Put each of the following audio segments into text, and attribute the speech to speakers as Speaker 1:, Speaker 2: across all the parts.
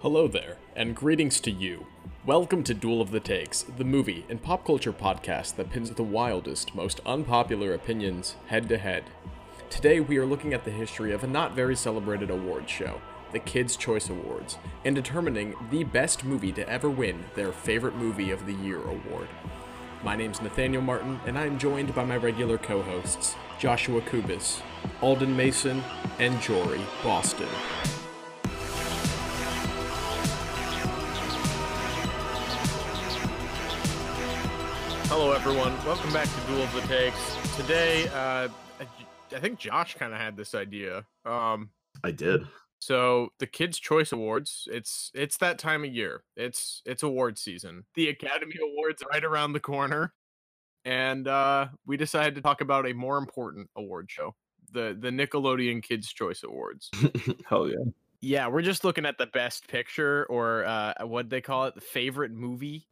Speaker 1: Hello there, and greetings to you. Welcome to Duel of the Takes, the movie and pop culture podcast that pins the wildest, most unpopular opinions head to head. Today we are looking at the history of a not very celebrated award show, the Kids' Choice Awards, and determining the best movie to ever win their favorite movie of the year award. My name's Nathaniel Martin, and I am joined by my regular co hosts, Joshua Kubis, Alden Mason, and Jory Boston.
Speaker 2: Hello, everyone. Welcome back to Duel of the Takes. Today, uh, I I think Josh kind of had this idea. Um,
Speaker 3: I did.
Speaker 2: so the Kids' Choice Awards. It's it's that time of year. It's it's award season. The Academy Awards are right around the corner, and uh, we decided to talk about a more important award show, the the Nickelodeon Kids' Choice Awards.
Speaker 3: Hell yeah.
Speaker 2: yeah, we're just looking at the best picture, or uh, what they call it, the favorite movie.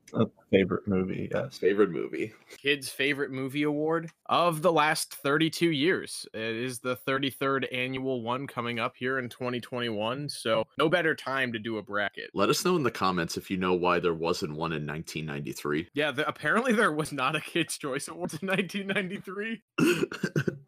Speaker 3: Favorite movie, yes. Favorite movie.
Speaker 2: kids favorite movie award of the last 32 years it is the 33rd annual one coming up here in 2021 so no better time to do a bracket
Speaker 3: Let us know in the comments if you know why there wasn't one in 1993.
Speaker 2: yeah the, apparently there was not a kids choice awards in 1993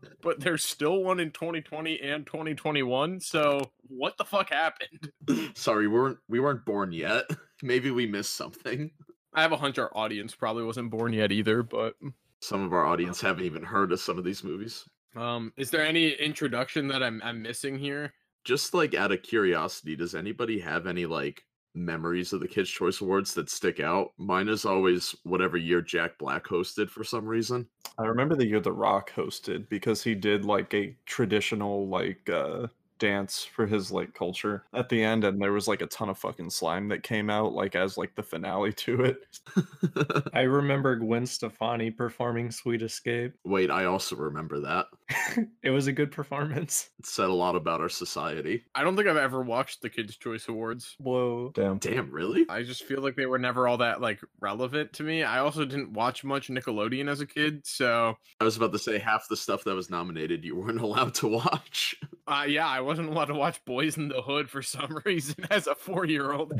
Speaker 2: but there's still one in 2020 and 2021 so what the fuck happened
Speaker 3: Sorry, we weren't we weren't born yet. Maybe we missed something.
Speaker 2: i have a hunch our audience probably wasn't born yet either but
Speaker 3: Some of our audience haven't even heard of some of these movies.
Speaker 2: um is there any introduction that i'm, I'm missing here
Speaker 3: Just like out of curiosity, does anybody have any like memories of the Kids Choice Awards that stick out? Mine is always whatever year Jack Black hosted for some reason.
Speaker 4: I remember the year The Rock hosted because he did like a traditional like uh dance for his like culture at the end and there was like a ton of fucking slime that came out like as like the finale to it.
Speaker 5: I remember Gwen Stefani performing Sweet Escape.
Speaker 3: Wait, I also remember that.
Speaker 5: It was a good performance.
Speaker 3: It said a lot about our society.
Speaker 2: i don't think i've ever watched the kids choice awards
Speaker 5: Whoa.
Speaker 4: Damn.
Speaker 3: Damn, really?
Speaker 2: I just feel like they were never all that like relevant to me. I also didn't watch much Nickelodeon as a kid, so
Speaker 3: I was about to say half the stuff that was nominated you weren't allowed to watch.
Speaker 2: uh, yeah, I wasn't allowed to watch Boys in the Hood for some reason as a four-year-old.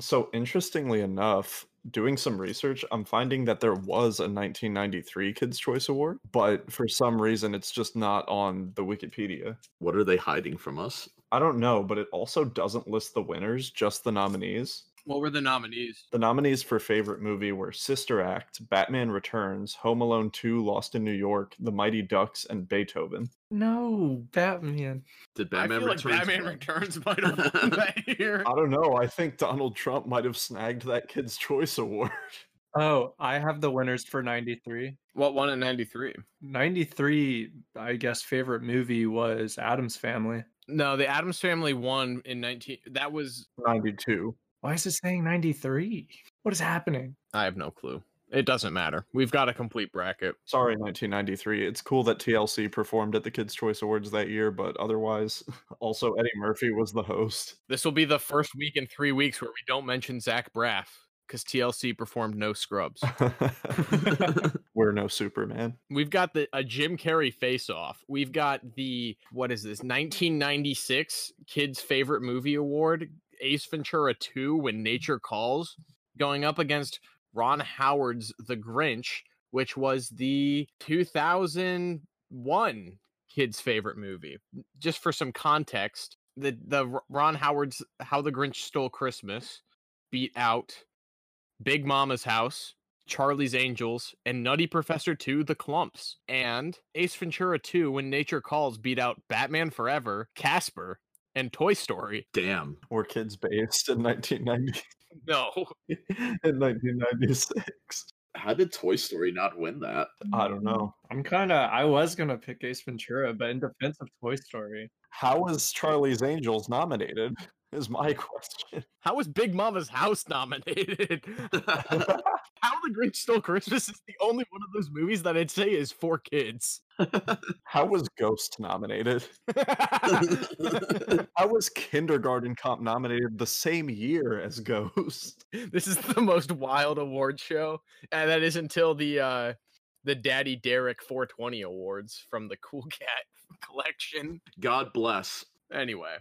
Speaker 4: So interestingly enough, doing some research, I'm finding that there was a 1993 Kids Choice Award, but for some reason it's just not on the Wikipedia.
Speaker 3: what are they hiding from us?
Speaker 4: I don't know, but it also doesn't list the winners, just the nominees.
Speaker 2: What were the nominees?
Speaker 4: The nominees for favorite movie were Sister Act, Batman Returns, Home Alone 2, Lost in New York, The Mighty Ducks, and Beethoven.
Speaker 5: No, Batman.
Speaker 3: Did Batman
Speaker 2: I feel
Speaker 3: Returns?
Speaker 2: like Batman
Speaker 3: win?
Speaker 2: Returns might have won that year.
Speaker 4: I don't know. I think Donald Trump might have snagged that Kids' Choice Award.
Speaker 5: Oh, I have the winners for 93.
Speaker 2: What won in '93?
Speaker 5: 93, I guess, favorite movie was Adam's Family.
Speaker 2: No, the Adams Family won in 19. That was
Speaker 4: 92.
Speaker 5: Why is it saying 93? What is happening?
Speaker 2: I have no clue. It doesn't matter. We've got a complete bracket.
Speaker 4: Sorry, 1993. It's cool that TLC performed at the Kids' Choice Awards that year, but otherwise, also Eddie Murphy was the host.
Speaker 2: This will be the first week in three weeks where we don't mention Zach Braff because TLC performed No Scrubs.
Speaker 4: We're no Superman.
Speaker 2: We've got the a Jim Carrey face off. We've got the what is this 1996 kids favorite movie award Ace Ventura 2 When Nature Calls going up against Ron Howard's The Grinch which was the 2001 kids favorite movie. Just for some context, the the R- Ron Howard's How the Grinch Stole Christmas beat out Big Mama's House Charlie's Angels, and Nutty Professor 2 The Clumps. And Ace Ventura 2 When Nature Calls beat out Batman Forever, Casper, and Toy Story.
Speaker 3: Damn.
Speaker 4: Or kids based in 1990
Speaker 2: No.
Speaker 4: in 1996.
Speaker 3: How did Toy Story not win that?
Speaker 4: I don't know.
Speaker 5: I'm kind of, I was going to pick Ace Ventura, but in defense of Toy Story,
Speaker 4: How is Charlie's Angels nominated? Is my question.
Speaker 2: How was Big Mama's House nominated? How the Grinch Stole Christmas is the only one of those movies that I'd say is for kids.
Speaker 4: How was Ghost nominated? How was Kindergarten Comp nominated the same year as Ghost?
Speaker 2: this is the most wild award show, and that is until the uh, the Daddy Derek 420 awards from the Cool Cat collection.
Speaker 3: God bless.
Speaker 2: Anyway,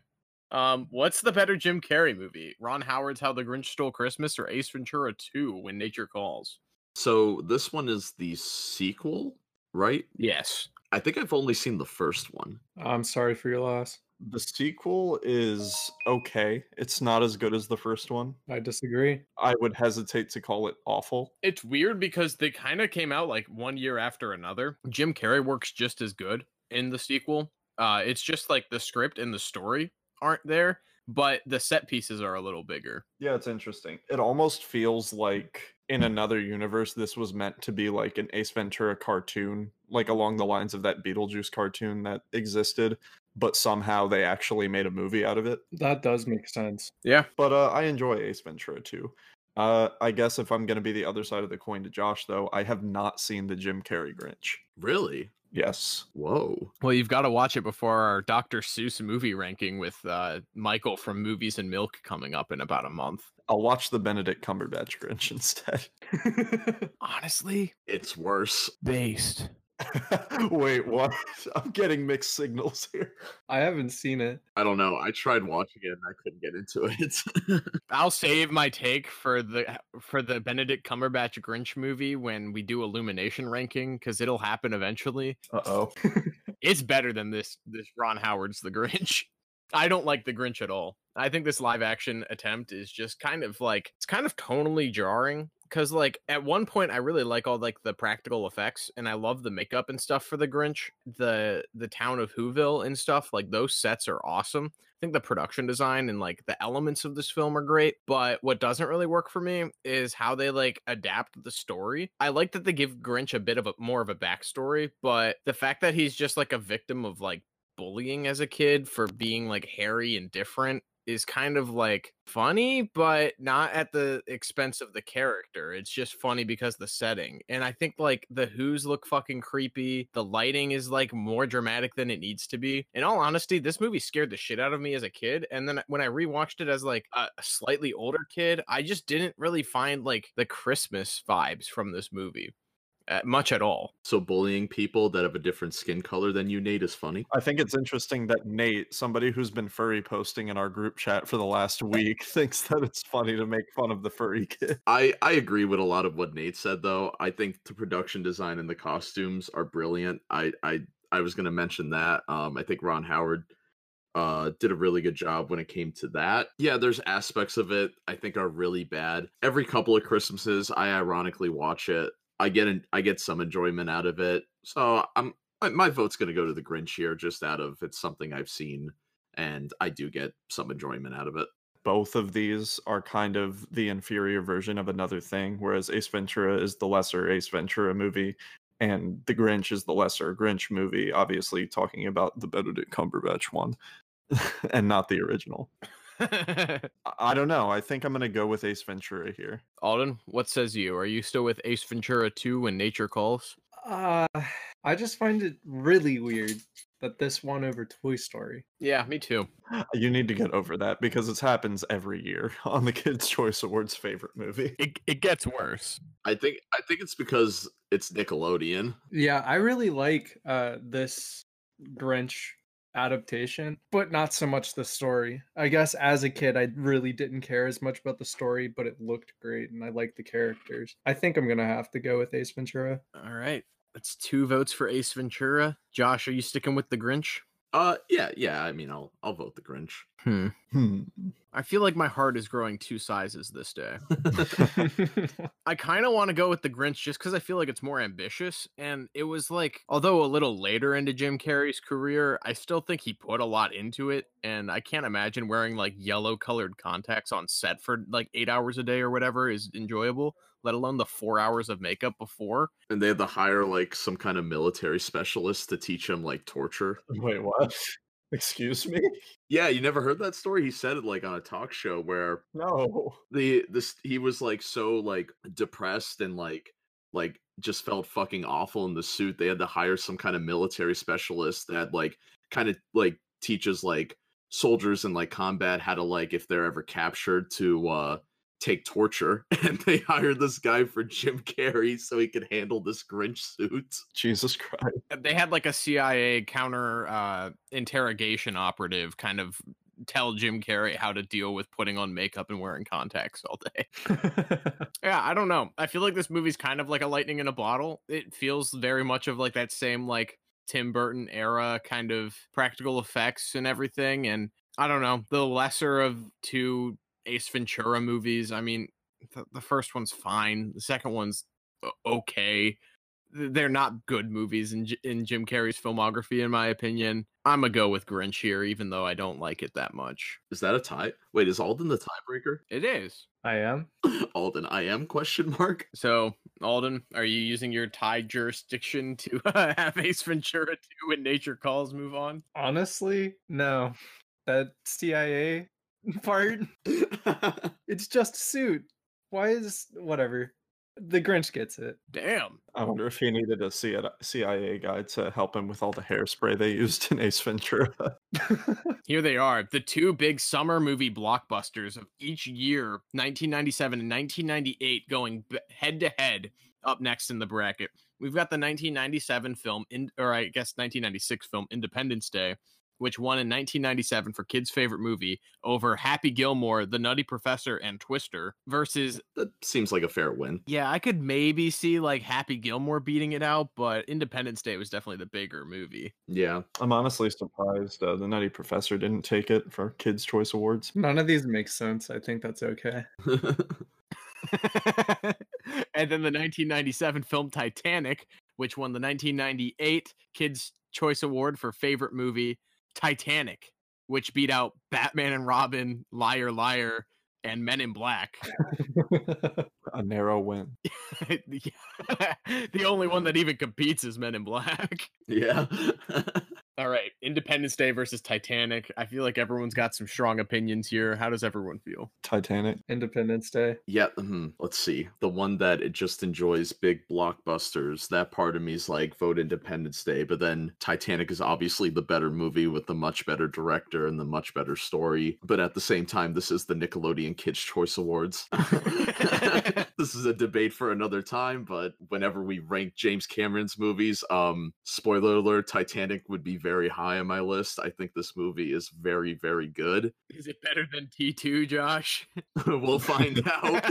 Speaker 2: Um, what's the better Jim Carrey movie? Ron Howard's How the Grinch Stole Christmas or Ace Ventura 2 When Nature Calls?
Speaker 3: So this one is the sequel, right?
Speaker 2: Yes.
Speaker 3: I think I've only seen the first one.
Speaker 5: I'm sorry for your loss.
Speaker 4: The sequel is okay. It's not as good as the first one.
Speaker 5: I disagree.
Speaker 4: I would hesitate to call it awful.
Speaker 2: It's weird because they kind of came out like one year after another. Jim Carrey works just as good in the sequel. Uh, it's just like the script and the story aren't there, but the set pieces are a little bigger.
Speaker 4: Yeah, it's interesting. It almost feels like in another universe, this was meant to be like an Ace Ventura cartoon, like along the lines of that Beetlejuice cartoon that existed, but somehow they actually made a movie out of it.
Speaker 5: That does make sense.
Speaker 2: Yeah.
Speaker 4: But uh, I enjoy Ace Ventura too. Uh, I guess if I'm going to be the other side of the coin to Josh, though, I have not seen the Jim Carrey Grinch.
Speaker 3: Really?
Speaker 4: Yes.
Speaker 3: Whoa.
Speaker 2: Well, you've got to watch it before our Dr. Seuss movie ranking with uh, Michael from Movies and Milk coming up in about a month.
Speaker 4: I'll watch the Benedict Cumberbatch Grinch instead.
Speaker 2: Honestly,
Speaker 3: It's worse.
Speaker 2: based.
Speaker 4: Wait, what? I'm getting mixed signals here.
Speaker 5: I haven't seen it.
Speaker 3: I don't know. I tried watching it and I couldn't get into it.
Speaker 2: I'll save my take for the for the Benedict Cumberbatch Grinch movie when we do Illumination ranking because it'll happen eventually.
Speaker 4: Uh oh.
Speaker 2: It's better than this this Ron Howard's The Grinch. I don't like The Grinch at all. I think this live action attempt is just kind of like it's kind of tonally jarring because like at one point I really like all like the practical effects and I love the makeup and stuff for The Grinch. The the town of Whoville and stuff like those sets are awesome. I think the production design and like the elements of this film are great, but what doesn't really work for me is how they like adapt the story. I like that they give Grinch a bit of a more of a backstory, but the fact that he's just like a victim of like bullying as a kid for being like hairy and different is kind of like funny, but not at the expense of the character. It's just funny because the setting. And I think like the Who's look fucking creepy. The lighting is like more dramatic than it needs to be. In all honesty, this movie scared the shit out of me as a kid. And then when I rewatched it as like a a slightly older kid, I just didn't really find like the Christmas vibes from this movie uh, much at all.
Speaker 3: so bullying people that have a different skin color than you, Nate, is funny.
Speaker 4: I think it's interesting that Nate, somebody who's been furry posting in our group chat for the last week, thinks that it's funny to make fun of the furry kid.
Speaker 3: I, I agree with a lot of what Nate said though. I think the production design and the costumes are brilliant. I I, I was gonna mention that. Um I think Ron Howard uh did a really good job when it came to that. Yeah, there's aspects of it I think are really bad. Every couple of Christmases I ironically watch it. I get an, I get some enjoyment out of it. So I'm my, my vote's gonna go to the Grinch here just out of it's something I've seen and I do get some enjoyment out of it.
Speaker 4: Both of these are kind of the inferior version of another thing, whereas Ace Ventura is the lesser Ace Ventura movie, and The Grinch is the lesser Grinch movie, obviously talking about the Benedict Cumberbatch one and not the original. I- I don't know. I think I'm going to go with Ace Ventura here.
Speaker 2: Alden, what says you? Are you still with Ace Ventura 2 when nature calls?
Speaker 5: Uh, I just find it really weird that this won over Toy Story.
Speaker 2: Yeah, me too.
Speaker 4: You need to get over that because it happens every year on the Kids' Choice Awards favorite movie.
Speaker 2: It, it gets worse.
Speaker 3: I think I think it's because it's Nickelodeon.
Speaker 5: Yeah, I really like uh this Grinch adaptation, but not so much the story. I guess as a kid I really didn't care as much about the story, but it looked great and I liked the characters. I think I'm going to have to go with Ace Ventura.
Speaker 2: All right. That's two votes for Ace Ventura. Josh, are you sticking with the Grinch?
Speaker 3: Uh yeah, yeah, I mean I'll I'll vote the Grinch.
Speaker 2: Hmm.
Speaker 4: Hmm.
Speaker 2: I feel like my heart is growing two sizes this day. I kind of want to go with the Grinch just because I feel like it's more ambitious. And it was like, although a little later into Jim Carrey's career, I still think he put a lot into it. And I can't imagine wearing like yellow colored contacts on set for like eight hours a day or whatever is enjoyable, let alone the four hours of makeup before.
Speaker 3: And they had to hire like some kind of military specialist to teach him like torture.
Speaker 4: Wait, what? Excuse me?
Speaker 3: Yeah, you never heard that story? He said it like on a talk show where
Speaker 4: No.
Speaker 3: the this he was like so like depressed and like like just felt fucking awful in the suit. They had to hire some kind of military specialist that like kind of like teaches like soldiers in like combat how to like if they're ever captured to uh take torture and they hired this guy for Jim Carrey so he could handle this Grinch suit.
Speaker 4: Jesus Christ.
Speaker 2: They had like a CIA counter uh, interrogation operative kind of tell Jim Carrey how to deal with putting on makeup and wearing contacts all day. yeah, I don't know. I feel like this movie's kind of like a lightning in a bottle. It feels very much of like that same like Tim Burton era kind of practical effects and everything and I don't know, the lesser of two Ace Ventura movies. I mean, the, the first one's fine. The second one's o- okay. Th- They're not good movies in J- in Jim Carrey's filmography, in my opinion. I'm a go with Grinch here, even though I don't like it that much.
Speaker 3: Is that a tie? Wait, is Alden the tiebreaker?
Speaker 2: It is.
Speaker 5: I am.
Speaker 3: Alden, I am question mark.
Speaker 2: So, Alden, are you using your tie jurisdiction to uh, have Ace Ventura 2 when Nature Calls move on?
Speaker 5: Honestly, no. That CIA part,
Speaker 3: I
Speaker 5: it's just a suit. Why is whatever? The Grinch gets it.
Speaker 2: Damn.
Speaker 4: I wonder if he needed a C- CIA guy to help him with all the hairspray they used in Ace Ventura.
Speaker 2: Here they are, the two big summer movie blockbusters of each year, 1997 and 1998, going head to head up next in the bracket. We've got the 1997 film, in, or I guess 1996 film, Independence Day, which won in 1997 for kids' favorite movie over Happy Gilmore, The Nutty Professor, and Twister versus.
Speaker 3: that seems like a fair win.
Speaker 2: Yeah, I could maybe see like Happy Gilmore beating it out, but Independence Day was definitely the bigger movie.
Speaker 3: Yeah.
Speaker 4: I'm honestly surprised uh, the Nutty Professor didn't take it for Kids' Choice Awards.
Speaker 5: None of these make sense. I think that's okay.
Speaker 2: and then the 1997 film Titanic, which won the 1998 Kids' Choice Award for favorite movie, Titanic, which beat out Batman and Robin, Liar Liar, and Men in Black.
Speaker 4: A narrow win.
Speaker 2: the only one that even competes is Men in Black.
Speaker 3: yeah.
Speaker 2: All right, Independence Day versus Titanic. I feel like everyone's got some strong opinions here. How does everyone feel?
Speaker 4: Titanic.
Speaker 5: Independence Day.
Speaker 3: yeah. mhm, Let's see. The one that it just enjoys big blockbusters. That part of me's like vote Independence Day, but then Titanic is obviously the better movie with the much better director and the much better story. But at the same time, this is the Nickelodeon Kids Choice Awards. this is a debate for another time, but whenever we rank James Cameron's movies, um, spoiler alert, Titanic would be very high on my list. I think this movie is very, very good.
Speaker 2: Is it better than T2, Josh?
Speaker 3: we'll find out.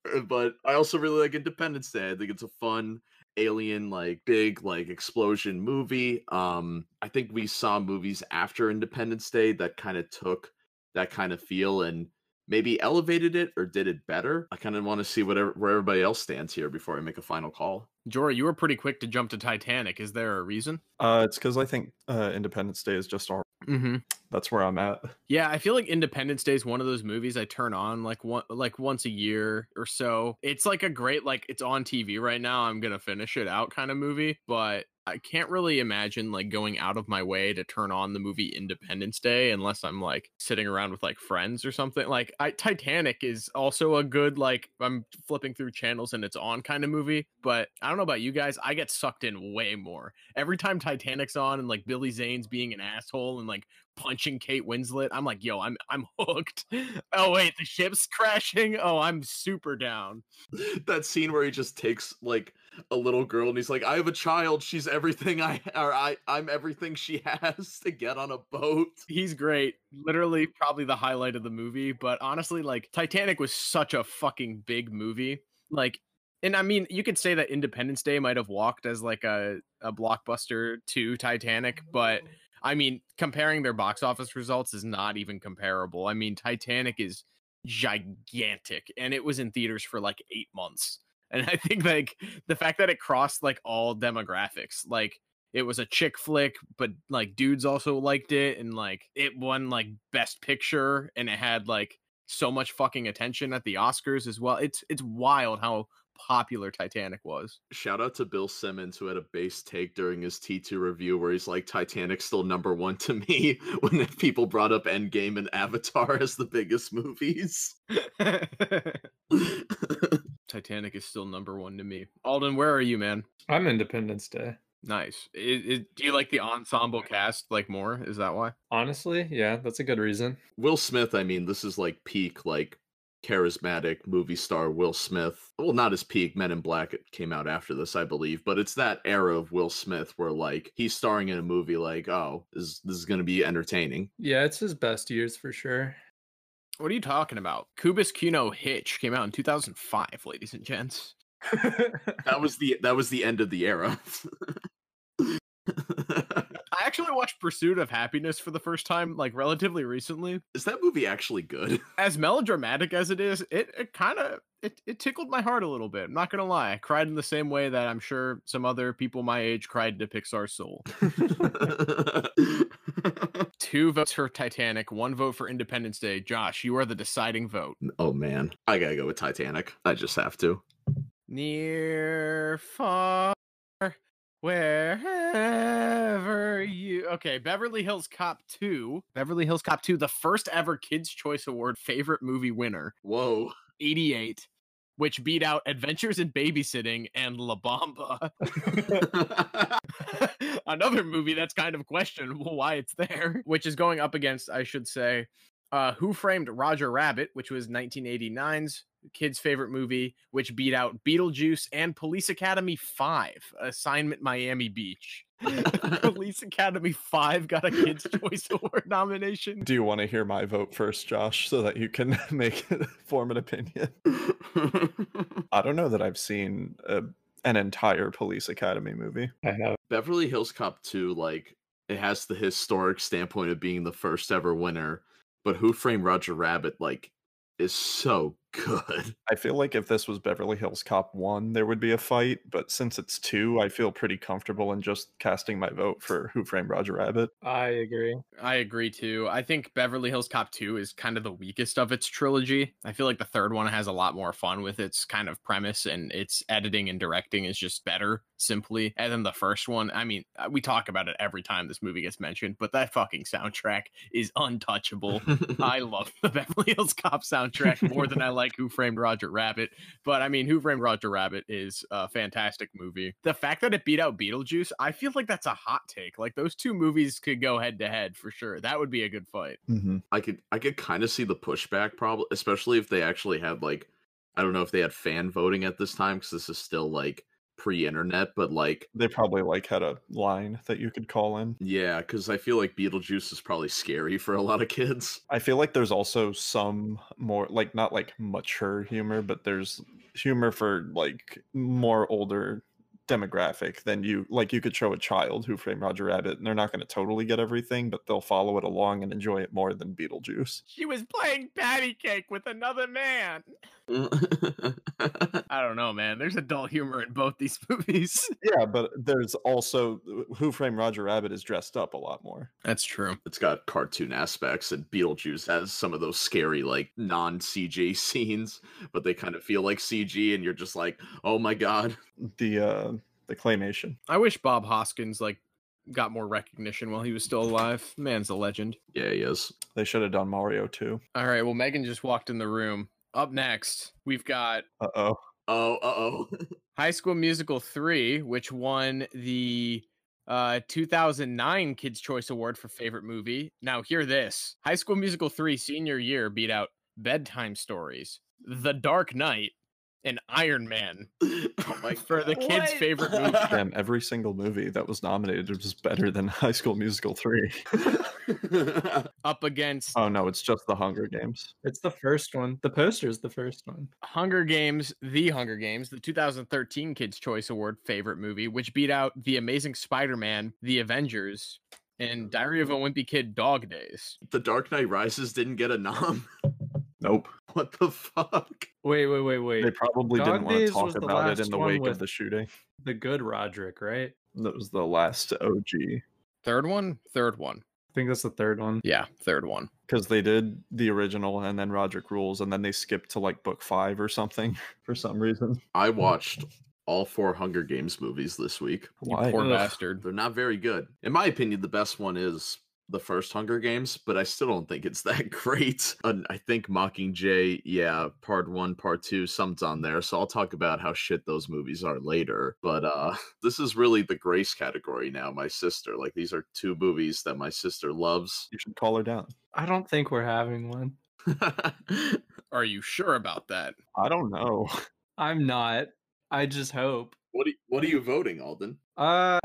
Speaker 3: but I also really like Independence Day. I think it's a fun alien like big like explosion movie. Um I think we saw movies after Independence Day that kind of took that kind of feel and maybe elevated it or did it better. I kind of want to see whatever where everybody else stands here before I make a final call.
Speaker 2: Jorah, you were pretty quick to jump to Titanic. Is there a reason?
Speaker 4: Uh, it's because I think uh, Independence Day is just our.
Speaker 2: Mm-hmm.
Speaker 4: That's where I'm at.
Speaker 2: Yeah, I feel like Independence Day is one of those movies I turn on like one like once a year or so. It's like a great like it's on TV right now. I'm gonna finish it out kind of movie, but I can't really imagine like going out of my way to turn on the movie Independence Day unless I'm like sitting around with like friends or something. Like I, Titanic is also a good like I'm flipping through channels and it's on kind of movie, but I don't know about you guys, I get sucked in way more. Every time Titanic's on and like Billy Zane's being an asshole and like punching Kate Winslet, I'm like, "Yo, I'm I'm hooked." Oh wait, the ship's crashing. Oh, I'm super down.
Speaker 3: that scene where he just takes like a little girl and he's like, I have a child, she's everything I or I I'm everything she has to get on a boat.
Speaker 2: he's great. Literally, probably the highlight of the movie. But honestly, like Titanic was such a fucking big movie. Like, and I mean, you could say that Independence Day might have walked as like a a blockbuster to Titanic, but I mean, comparing their box office results is not even comparable. I mean, Titanic is gigantic, and it was in theaters for like eight months. And I think like the fact that it crossed like all demographics, like it was a chick flick, but like dudes also liked it, and like it won like best picture, and it had like so much fucking attention at the Oscars as well. It's it's wild how popular Titanic was.
Speaker 3: Shout out to Bill Simmons who had a base take during his T2 review where he's like Titanic's still number 1 to me when the people brought up Endgame and Avatar as the biggest movies.
Speaker 2: Titanic is still number one to me. Alden, where are you, man?
Speaker 5: I'm Independence Day.
Speaker 2: Nice. I I- do you like the ensemble cast like more? Is that why?
Speaker 5: Honestly, yeah, that's a good reason.
Speaker 3: Will Smith, I mean, this is like peak like charismatic movie star Will Smith. Well, not his peak. Men in Black came out after this, I believe, but it's that era of Will Smith where like he's starring in a movie like, oh, this, this is going to be entertaining.
Speaker 5: Yeah, it's his best years for sure.
Speaker 2: What are you talking about? Kubis Kino Hitch came out in 2005, ladies and gents.
Speaker 3: That was the that was the end of the era.
Speaker 2: I actually watched Pursuit of Happiness for the first time, like relatively recently.
Speaker 3: is that movie actually good?
Speaker 2: As melodramatic as it is, it, it kind of it, it tickled my heart a little bit. I'm not gonna lie, I cried in the same way that I'm sure some other people my age cried to Pixar Soul. Two votes for Titanic, one vote for Independence Day. Josh, you are the deciding vote.
Speaker 3: oh man, I gotta go with Titanic. I just have to.
Speaker 2: Near, far, wherever you. Okay, Beverly Hills Cop 2. Beverly Hills Cop 2, the first ever Kids' Choice Award favorite movie winner,
Speaker 3: Whoa.
Speaker 2: 88, which beat out Adventures in Babysitting and La Bamba. Another movie that's kind of questionable why it's there, which is going up against, I should say, uh, Who Framed Roger Rabbit, which was 1989's kids' favorite movie, which beat out Beetlejuice and Police Academy 5, Assignment Miami Beach. Police Academy 5 got a Kids' Choice Award nomination.
Speaker 4: Do you want to hear my vote first, Josh, so that you can make form an opinion? I don't know that I've seen a, an entire Police Academy movie.
Speaker 5: I have.
Speaker 3: Beverly Hills Cop 2, like, it has the historic standpoint of being the first ever winner, but Who Framed Roger Rabbit, like, is so good.
Speaker 4: I feel like if this was Beverly Hills Cop 1, there would be a fight, but since it's 2, I feel pretty comfortable in just casting my vote for Who Framed Roger Rabbit.
Speaker 5: I agree.
Speaker 2: I agree too. I think Beverly Hills Cop 2 is kind of the weakest of its trilogy. I feel like the third one has a lot more fun with its kind of premise and its editing and directing is just better simply. And then the first one, I mean, uh, we talk about it every time this movie gets mentioned, but that fucking soundtrack is untouchable. I love the Beverly Hills Cop soundtrack more than I like Who Framed Roger Rabbit. But I mean, Who Framed Roger Rabbit is a fantastic movie. The fact that it beat out Beetlejuice, I feel like that's a hot take. Like those two movies could go head to head for sure. That would be a good fight.
Speaker 4: Mm-hmm.
Speaker 3: I could I could kind of see the pushback problem, especially if they actually had like I don't know if they had fan voting at this time because this is still like pre-internet, but like
Speaker 4: They probably like had a line that you could call in.
Speaker 3: yeah, because I feel like Beetlejuice is probably scary for a lot of kids.
Speaker 4: I feel like there's also some more like not like mature humor, but there's humor for like more older demographic than you like you could show a child who framed Roger Rabbit and they're not going to totally get everything, but they'll follow it along and enjoy it more than Beetlejuice.
Speaker 2: She was playing patty cake with another man. I don't know, man. There's adult humor in both these movies.
Speaker 4: Yeah, but there's also Who Framed Roger Rabbit is dressed up a lot more.
Speaker 2: That's true.
Speaker 3: it's got cartoon aspects and Beetlejuice has some of those scary like non CG scenes, but they kind of feel like CG and you're just like, "Oh my god."
Speaker 4: The uh the claymation.
Speaker 2: I wish Bob Hoskins like got more recognition while he was still alive. Man's a legend.
Speaker 3: Yeah, he is.
Speaker 4: They should have done Mario too.
Speaker 2: All right. Well, Megan just walked in the room. Up next, we've got
Speaker 4: Uh-oh.
Speaker 3: Oh, uh-oh.
Speaker 2: High School Musical 3, which won the uh, 2009 Kids' Choice Award for Favorite Movie. Now, hear this High School Musical 3 senior year beat out Bedtime Stories, The Dark Knight, and Iron Man
Speaker 3: oh my
Speaker 2: for the kids'
Speaker 3: What?
Speaker 2: favorite movie.
Speaker 4: Damn, every single movie that was nominated was better than High School Musical 3.
Speaker 2: Up against
Speaker 4: Oh no, it's just The Hunger Games.
Speaker 5: It's the first one. The poster is the first one.
Speaker 2: Hunger Games, The Hunger Games, the 2013 Kids' Choice Award favorite movie, which beat out The Amazing Spider Man, The Avengers, and Diary of a Wimpy Kid Dog Days.
Speaker 3: the Dark Knight Rises didn't get a nom.
Speaker 4: Nope.
Speaker 3: What the fuck?
Speaker 5: Wait, wait, wait, wait.
Speaker 4: They probably
Speaker 5: Dog
Speaker 4: didn't want to
Speaker 5: Days
Speaker 4: talk
Speaker 5: was the
Speaker 4: about it in
Speaker 5: last
Speaker 4: the
Speaker 5: one
Speaker 4: wake
Speaker 5: with-
Speaker 4: of the shooting.
Speaker 5: the good Roderick, right?
Speaker 4: That was the last OG
Speaker 2: Third one? Third one.
Speaker 5: I think that's the third one.
Speaker 2: Yeah, third one.
Speaker 4: because they did the original and then Roderick Rules, and then they skipped to like book five or something for some reason.
Speaker 3: I watched all four Hunger Games movies this week.
Speaker 4: Why?
Speaker 2: Poor
Speaker 5: Ugh.
Speaker 2: bastard.
Speaker 3: They're not very good. In my opinion, the best one is the first Hunger Games, but I still don't think it's that great. And I think Mockingjay, yeah, part one, part two, some's on there. So I'll talk about how shit those movies are later. But uh this is really the grace category now, my sister. Like these are two movies that my sister loves.
Speaker 4: You should call her down.
Speaker 5: I don't think we're having one.
Speaker 2: Are you sure about that?
Speaker 4: I don't know.
Speaker 5: I'm not. I just hope.
Speaker 3: What are, what are you voting, Alden?
Speaker 5: Uh,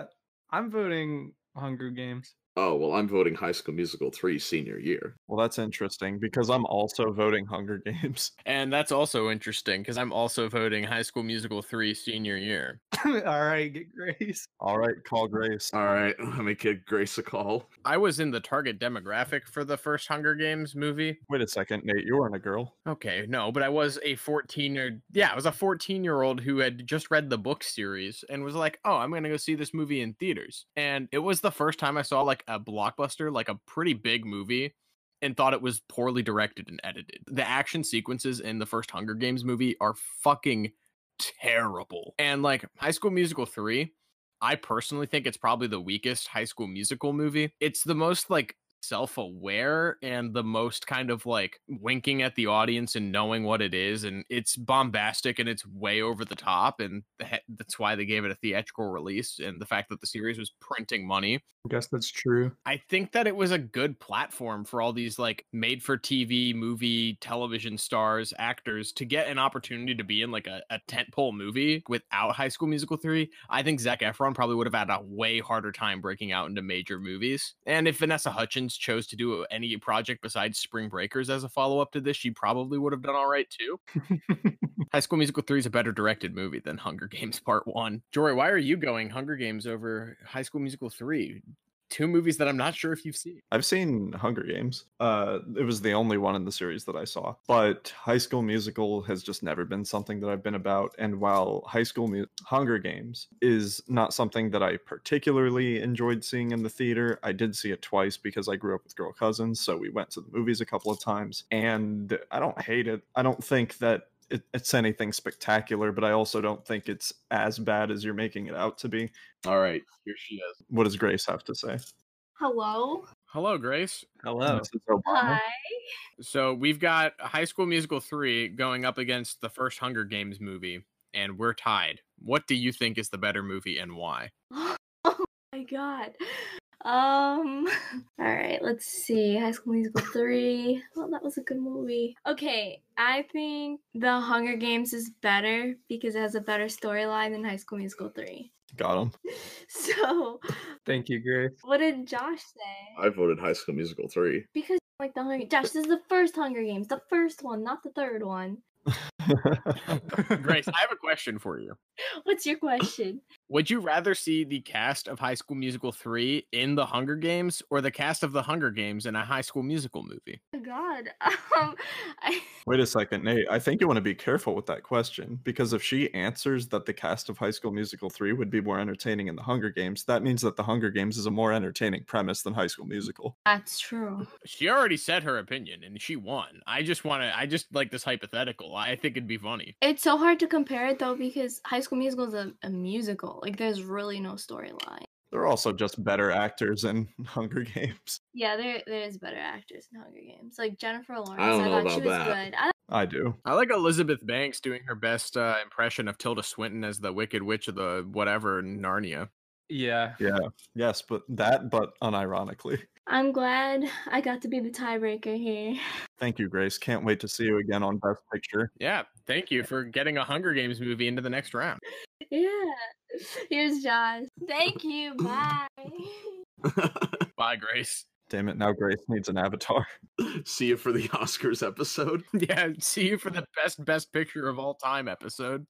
Speaker 5: I'm voting Hunger Games.
Speaker 3: Oh well, I'm voting High School Musical three senior year.
Speaker 4: Well, that's interesting because I'm also voting Hunger Games.
Speaker 2: And that's also interesting because I'm also voting High School Musical 3 senior year.
Speaker 5: All right, get Grace.
Speaker 4: All right, call Grace.
Speaker 3: All right, let me give Grace a call.
Speaker 2: I was in the target demographic for the first Hunger Games movie.
Speaker 4: Wait a second, Nate. You weren't a girl.
Speaker 2: Okay, no, but I was a 14 year yeah, I was a 14 year old who had just read the book series and was like, "Oh, I'm going to go see this movie in theaters." And it was the first time I saw like a blockbuster, like a pretty big movie and thought it was poorly directed and edited. The action sequences in the first Hunger Games movie are fucking terrible. And like High School Musical 3, I personally think it's probably the weakest High School Musical movie. It's the most like self aware and the most kind of like winking at the audience and knowing what it is. And it's bombastic and it's way over the top. And the- that's why they gave it a theatrical release. And the fact that the series was printing money.
Speaker 4: I guess that's true.
Speaker 2: I think that it was a good platform for all these like made for TV, movie, television stars, actors to get an opportunity to be in like a, a tentpole movie without High School Musical 3. I think Zach Efron probably would have had a way harder time breaking out into major movies. And if Vanessa Hutchins chose to do any project besides Spring Breakers as a follow up to this, she probably would have done all right too. High School Musical 3 is a better directed movie than Hunger Games Part 1. Jory, why are you going Hunger Games over High School Musical 3? Two movies that I'm not sure if you've seen.
Speaker 4: I've seen Hunger Games. Uh, it was the only one in the series that I saw. But High School Musical has just never been something that I've been about. And while High School Mu- Hunger Games is not something that I particularly enjoyed seeing in the theater, I did see it twice because I grew up with girl cousins, so we went to the movies a couple of times. And I don't hate it. I don't think that. it- It's anything spectacular, but I also don't think it's as bad as you're making it out to be.
Speaker 3: All right, here she is.
Speaker 4: What does Grace have to say?
Speaker 6: Hello.
Speaker 2: Hello, Grace.
Speaker 5: Hello.
Speaker 4: Mrs. Obama.
Speaker 6: Hi.
Speaker 2: So we've got High School Musical 3 going up against the first Hunger Games movie, and we're tied. What do you think is the better movie and why?
Speaker 6: Oh my god. Um. All right. Let's see. High School Musical three. Well, that was a good movie. Okay, I think The Hunger Games is better because it has a better storyline than High School Musical three.
Speaker 4: Got him.
Speaker 6: So,
Speaker 5: Thank you, Grace.
Speaker 6: what did Josh say?
Speaker 3: I voted High School Musical three.
Speaker 6: Because you like the Hunger. Josh, this is the first Hunger Games, the first one, not the third one.
Speaker 2: Grace, I have a question for you.
Speaker 6: What's your question?
Speaker 2: Would you rather see the cast of High School Musical 3 in The Hunger Games or the cast of The Hunger Games in a High School Musical movie?
Speaker 6: Oh my God. Um. I.
Speaker 4: Wait a second, Nate. I think you want to be careful with that question because if she answers that the cast of High School Musical 3 would be more entertaining in The Hunger Games, that means that The Hunger Games is a more entertaining premise than High School Musical.
Speaker 6: That's true.
Speaker 2: She already said her opinion and she won. I just want to, I just like this hypothetical. I think it'd be funny.
Speaker 6: It's so hard to compare it though because High School Musical is a, a musical. Like, there's really no storyline.
Speaker 4: They're also just better actors in Hunger Games.
Speaker 6: Yeah, there there is better actors in Hunger Games. Like Jennifer Lawrence,
Speaker 3: I
Speaker 6: I,
Speaker 3: don't know
Speaker 6: thought she was
Speaker 3: about that.
Speaker 6: good. I don't
Speaker 4: I do.
Speaker 2: I like Elizabeth Banks doing her best uh, impression of Tilda Swinton as the Wicked Witch of the whatever in Narnia.
Speaker 5: Yeah.
Speaker 4: Yes, but that, but unironically.
Speaker 6: I'm glad I got to be the tiebreaker here.
Speaker 4: Thank you, Grace. Can't wait to see you again on Best Picture.
Speaker 2: Yeah, thank you for getting a Hunger Games movie into the next round.
Speaker 6: Yeah. Here's Josh. Thank you. Bye.
Speaker 2: Bye, Grace.
Speaker 4: Damn it, now Grace needs an avatar.
Speaker 3: See you for the Oscars episode.
Speaker 2: Yeah, see you for the best best picture of all time episode.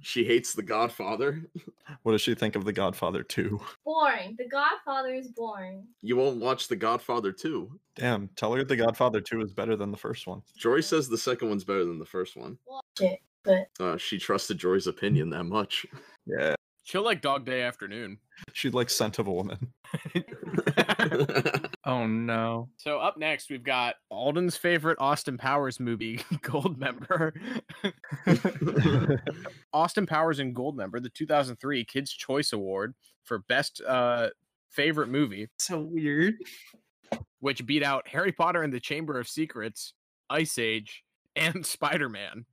Speaker 3: She hates The Godfather.
Speaker 4: What does she think of The Godfather 2?
Speaker 6: boring. The Godfather is boring.
Speaker 3: You won't watch The Godfather two.
Speaker 4: Damn, tell her The Godfather 2 is better than the first one.
Speaker 3: Jory says the second one's better than the first one.
Speaker 6: Watch it. But
Speaker 3: Uh, she trusted Jory's opinion that much.
Speaker 4: Yeah.
Speaker 2: She'll like Dog Day Afternoon.
Speaker 4: She'd like Scent of a Woman.
Speaker 5: Oh no.
Speaker 2: so up next we've got Alden's favorite Austin Powers movie, Gold Member. Austin Powers and Gold Member, the 2003 Kids Choice Award for best uh favorite movie.
Speaker 5: So weird.
Speaker 2: which beat out Harry Potter and the Chamber of Secrets, Ice Age, and Spider Man.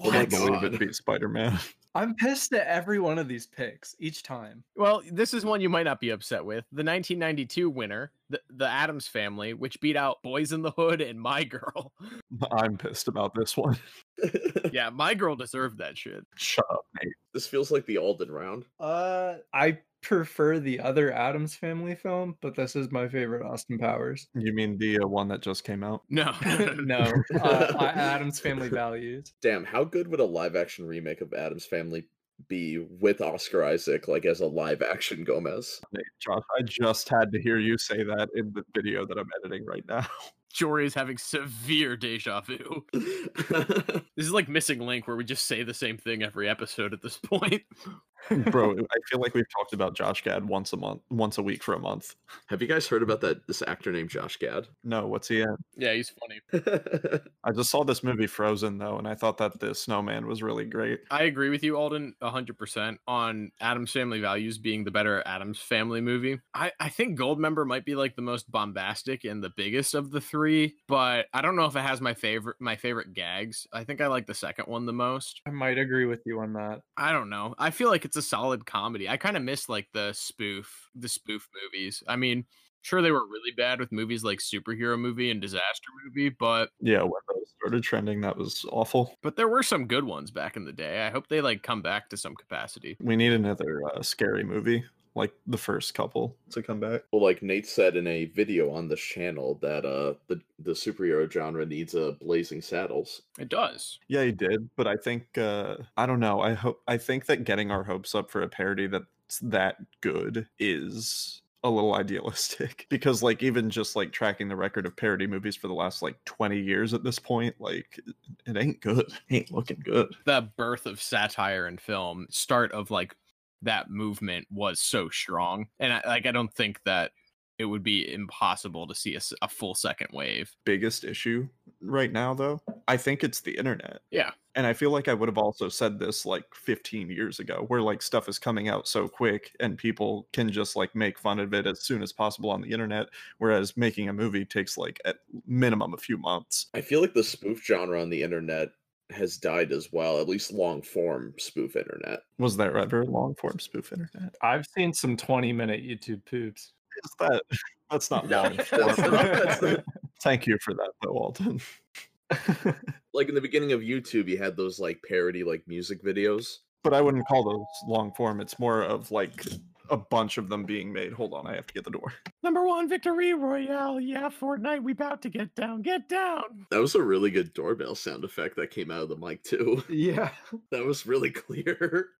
Speaker 3: Oh my
Speaker 4: Can't believe
Speaker 3: God.
Speaker 4: it beat Spider Man.
Speaker 5: I'm pissed at every one of these picks each time.
Speaker 2: Well, this is one you might not be upset with. The 1992 winner, the, the Adams Family, which beat out Boys in the Hood and My Girl.
Speaker 4: I'm pissed about this one.
Speaker 2: yeah, My Girl deserved that shit.
Speaker 4: Shut up, Nate.
Speaker 3: This feels like the Alden round.
Speaker 5: Uh, I prefer the other Adams Family film, but this is my favorite Austin Powers.
Speaker 4: You mean the uh, one that just came out?
Speaker 2: No,
Speaker 5: no, uh, I- Adams Family Values.
Speaker 3: Damn, how good would a live action remake of Adam's Family be with Oscar Isaac, like as a live action Gomez?
Speaker 4: Nate, Josh, I just had to hear you say that in the video that I'm editing right now.
Speaker 2: Jory is having severe deja vu. This is like Missing Link, where we just say the same thing every episode at this point.
Speaker 4: Bro, I feel like we've talked about Josh Gad once a month, once a week for a month.
Speaker 3: Have you guys heard about that? This actor named Josh Gad.
Speaker 4: No, what's he in?
Speaker 2: Yeah, he's funny.
Speaker 4: I just saw this movie Frozen though, and I thought that the snowman was really great.
Speaker 2: I agree with you, Alden, 100% on Adam's Family Values being the better Adam's Family movie. I, I think Goldmember might be like the most bombastic and the biggest of the three, but I don't know if it has my favorite my favorite gags. I think I like the second one the most.
Speaker 5: I might agree with you on that.
Speaker 2: I don't know. I feel like it's a solid comedy. I kind of miss like the spoof the spoof movies. I mean, sure they were really bad with movies like superhero movie and disaster movie, but
Speaker 4: Yeah, when those started trending, that was awful.
Speaker 2: but there were some good ones back in the day. I hope they like come back to some capacity.
Speaker 4: We need another uh, scary movie, like the first couple, to come back.
Speaker 3: Well, like Nate said in a video on this channel, that uh, the the superhero genre needs a blazing saddles.
Speaker 2: It does.
Speaker 4: Yeah, he did, but I think uh, I don't know. I hope I think that getting our hopes up for a parody that's that good is a little idealistic because like even just like tracking the record of parody movies for the last like 20 years at this point like it ain't good ain't looking good
Speaker 2: the birth of satire in film, start of like that movement was so strong, and I, like I don't think that it would be impossible to see a, s- a full second wave.
Speaker 4: biggest issue right now though i think it's the internet
Speaker 2: Yeah.
Speaker 4: and i feel like i would have also said this like 15 years ago where like stuff is coming out so quick and people can just like make fun of it as soon as possible on the internet whereas making a movie takes like at minimum a few months
Speaker 3: I feel like the spoof genre on the internet has died as well, at least long form spoof internet.
Speaker 4: was there ever long form spoof internet
Speaker 5: I've seen some 20 minute YouTube poops.
Speaker 4: is that that's not
Speaker 3: No,
Speaker 4: long
Speaker 3: Oh, that's
Speaker 4: form.
Speaker 3: not- that's not-
Speaker 4: thank you for that though walton
Speaker 3: Like in the beginning of YouTube, you had those like parody like music videos.
Speaker 4: but i wouldn't call those long form it's more of like a bunch of them being made hold on i have to get the door
Speaker 2: Number one victory royale, yeah, Fortnite, we about to get down, get down.
Speaker 3: That was a really good doorbell sound effect that came out of the mic too.
Speaker 5: Yeah.
Speaker 3: That was really clear.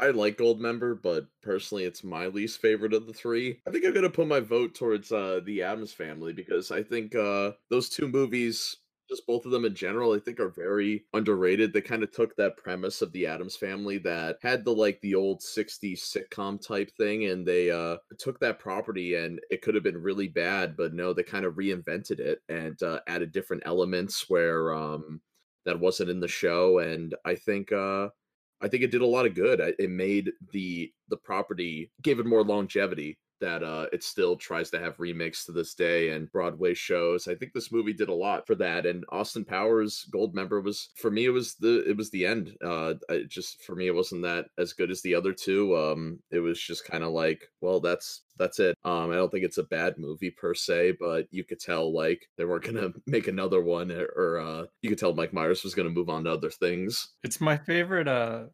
Speaker 3: I like Goldmember, but personally, it's my least favorite of the three. I think I'm gonna put my vote towards uh, the Adams Family because I think uh, those two movies, just both of them in general, I think are very underrated. They kind of took that premise of the Adams Family that had the like the old '60s sitcom type thing, and they uh, took that property, and it could have been really bad, but no, they kind of reinvented it and uh, added different elements where um, that wasn't in the show, and I think. Uh, I think it did a lot of good. I- It made the the property gave it more longevity that uh, it still tries to have remakes to this day and Broadway shows. I think this movie did a lot for that. And Austin Powers Gold Member was for me it was the it was the end. Uh, I just for me it wasn't that as good as the other two. Um, it was just kind of like well that's that's it. Um, I don't think it's a bad movie per se, but you could tell like they weren't gonna make another one or, or uh, you could tell Mike Myers was gonna move on to other things.
Speaker 5: It's my favorite uh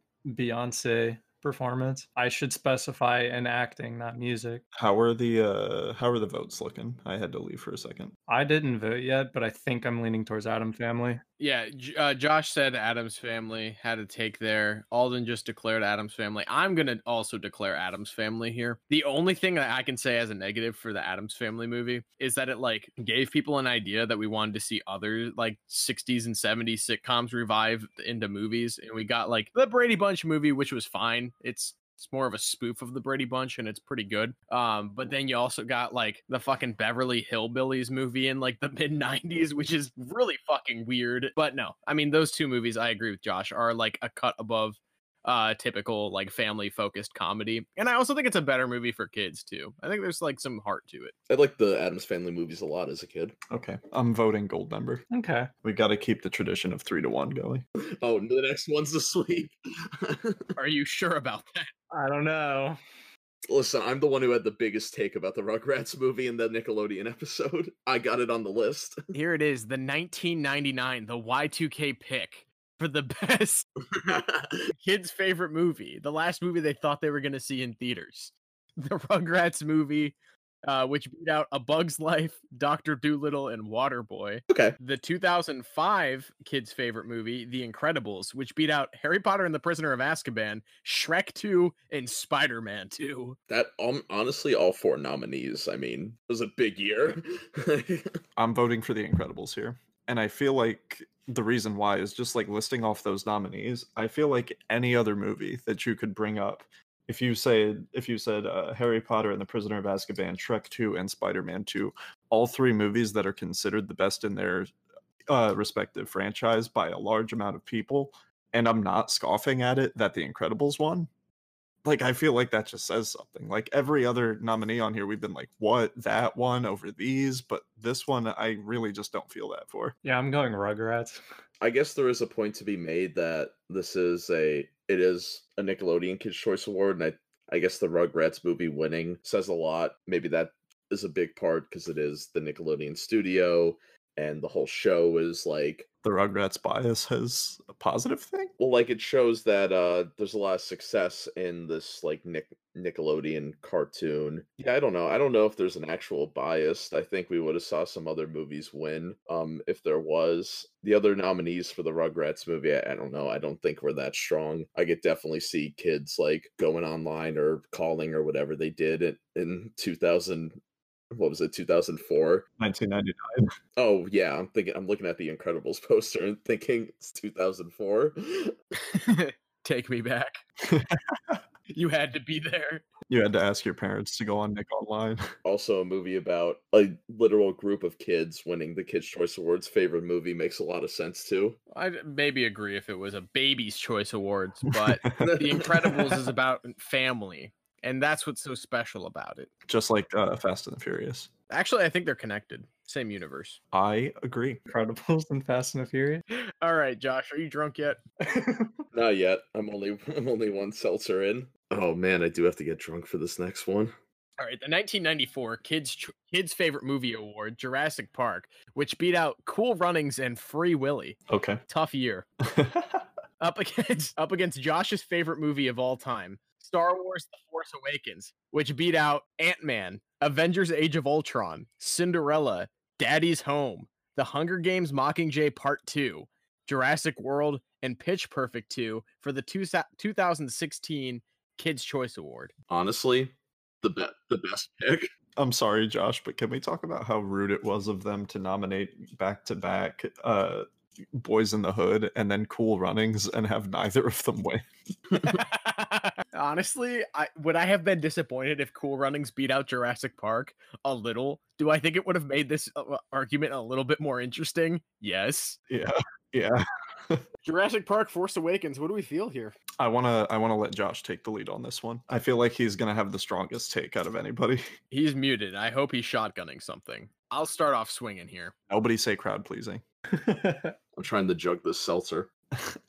Speaker 5: Beyonce performance. I should specify in acting, not music.
Speaker 4: How are the uh how are the votes looking? I had to leave for a second.
Speaker 5: I didn't vote yet, but I think I'm leaning towards Adam Family.
Speaker 2: Yeah, J- uh, Josh said Adam's family had a take there. Alden just declared Adam's family. I'm gonna also declare Adam's family here. The only thing that I can say as a negative for the Adam's family movie is that it like gave people an idea that we wanted to see other like 60s and 70s sitcoms revived into movies, and we got like the Brady Bunch movie, which was fine. It's it's more of a spoof of the Brady Bunch, and it's pretty good. Um, but then you also got like the fucking Beverly Hillbillies movie in like the mid '90s, which is really fucking weird. But no, I mean those two movies, I agree with Josh, are like a cut above uh typical like family focused comedy. And I also think it's a better movie for kids too. I think there's like some heart to it.
Speaker 3: I liked the Adams Family movies a lot as a kid.
Speaker 4: Okay, I'm voting gold member.
Speaker 5: Okay.
Speaker 4: We got to keep the tradition of three to one going.
Speaker 3: Oh, the next one's this week.
Speaker 2: Are you sure about that?
Speaker 5: I don't know.
Speaker 3: Listen, I'm the one who had the biggest take about the Rugrats movie in the Nickelodeon episode. I got it on the list.
Speaker 2: Here it is, the 1999, the Y2K pick for the best kids' favorite movie, the last movie they thought they were going to see in theaters, the Rugrats movie, uh, which beat out A Bug's Life, Doctor Doolittle, and Waterboy.
Speaker 3: okay.
Speaker 2: The 2005 kids' favorite movie, The Incredibles, which beat out Harry Potter and the Prisoner of Azkaban, Shrek 2, and Spider Man 2.
Speaker 3: That um, honestly, all four nominees. I mean, it was a big year.
Speaker 4: I'm voting for The Incredibles here. And I feel like the reason why is just like listing off those nominees. I feel like any other movie that you could bring up, if you say if you said uh, Harry Potter and the Prisoner of Azkaban, Shrek 2 and Spider-Man 2, all three movies that are considered the best in their uh, respective franchise by a large amount of people, and I'm not scoffing at it that The Incredibles won. Like I feel like that just says something. Like every other nominee on here, we've been like, "What that one over these?" But this one, I really just don't feel that for.
Speaker 5: Yeah, I'm going Rugrats.
Speaker 3: I guess there is a point to be made that this is a it is a Nickelodeon Kids Choice Award, and I I guess the Rugrats movie winning says a lot. Maybe that is a big part because it is the Nickelodeon studio, and the whole show is like
Speaker 4: the Rugrats bias has a positive thing.
Speaker 3: well, like it shows that uh there's a lot of success in this like Nick Nickelodeon cartoon. Yeah, I don't know. I don't know if there's an actual bias. I think we would have saw some other movies win. Um, if there was the other nominees for the Rugrats movie, I, I don't know. I don't think we're that strong. I could definitely see kids like going online or calling or whatever they did in, in 2000. What was it? 2004.
Speaker 4: 1999.
Speaker 3: Oh yeah, I'm thinking. I'm looking at the Incredibles poster and thinking it's 2004.
Speaker 2: Take me back. you had to be there.
Speaker 4: You had to ask your parents to go on Nick Online.
Speaker 3: also a movie about a literal group of kids winning the Kids Choice Awards favorite movie makes a lot of sense too.
Speaker 2: I'd maybe agree if it was a Baby's Choice Awards, but The Incredibles is about family, and that's what's so special about it.
Speaker 4: just like uh, Fast and the Furious.
Speaker 2: Actually, I think they're connected. Same universe.
Speaker 4: I agree.
Speaker 5: Incredibles and Fast and the Furious.
Speaker 2: All right, Josh, are you drunk yet?
Speaker 3: Not yet. I'm only I'm only one seltzer in. Oh man, I do have to get drunk for this next one.
Speaker 2: All right, the 1994 kids Cho- kids favorite movie award, Jurassic Park, which beat out Cool Runnings and Free Willy.
Speaker 4: Okay.
Speaker 2: Tough year. Up against up against Josh's favorite movie of all time, Star Wars: The Force Awakens, which beat out Ant Man, Avengers: Age of Ultron, Cinderella, Daddy's Home, The Hunger Games: Mockingjay Part Two, Jurassic World, and Pitch Perfect Two for the two, 2016 Kids Choice Award.
Speaker 3: Honestly, the be- the best pick.
Speaker 4: I'm sorry, Josh, but can we talk about how rude it was of them to nominate back to back uh Boys in the Hood and then Cool Runnings and have neither of them win?
Speaker 2: Honestly, I would I have been disappointed if Cool Runnings beat out Jurassic Park a little? Do I think it would have made this uh, uh, argument a little bit more interesting? Yes.
Speaker 4: Yeah. Yeah.
Speaker 2: Jurassic Park Force Awakens, what do we feel here?
Speaker 4: I want to I want to let Josh take the lead on this one. I feel like he's going to have the strongest take out of anybody.
Speaker 2: He's muted. I hope he's shotgunning something. I'll start off swinging here.
Speaker 4: Nobody say crowd pleasing.
Speaker 3: I'm trying to jug this seltzer.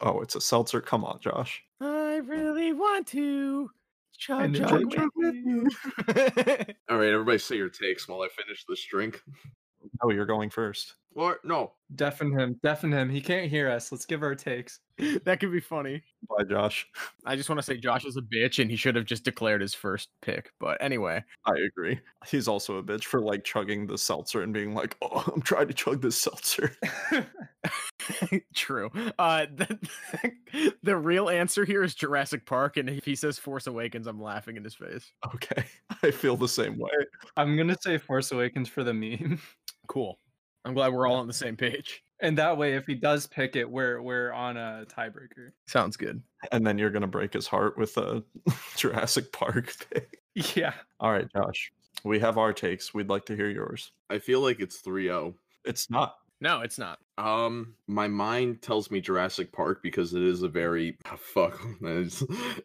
Speaker 4: Oh, it's a seltzer. Come on, Josh.
Speaker 2: I really want to chug
Speaker 5: And
Speaker 2: chug
Speaker 5: enjoy
Speaker 2: with you.
Speaker 3: All right, everybody, say your takes while I finish this drink.
Speaker 4: Oh, you're going first.
Speaker 3: Or no,
Speaker 5: Deafen him. Deafen him. He can't hear us. Let's give our takes.
Speaker 2: that could be funny.
Speaker 4: Bye, Josh.
Speaker 2: I just want to say Josh is a bitch and he should have just declared his first pick. But anyway,
Speaker 4: I agree. He's also a bitch for like chugging the seltzer and being like, "Oh, I'm trying to chug this seltzer."
Speaker 2: True. Uh, the, the real answer here is Jurassic Park, and if he says Force Awakens, I'm laughing in his face.
Speaker 4: okay, I feel the same way.
Speaker 5: I'm gonna say Force Awakens for the meme.
Speaker 2: Cool. I'm glad we're all on the same page.
Speaker 5: And that way, if he does pick it, we're we're on a tiebreaker.
Speaker 2: Sounds good.
Speaker 4: And then you're gonna break his heart with a Jurassic Park thing.
Speaker 5: Yeah.
Speaker 4: All right, Josh. We have our takes. We'd like to hear yours.
Speaker 3: I feel like it's 3-0.
Speaker 4: It's not.
Speaker 2: No, it's not.
Speaker 3: Um, my mind tells me Jurassic Park because it is a very Ah, fuck. that's-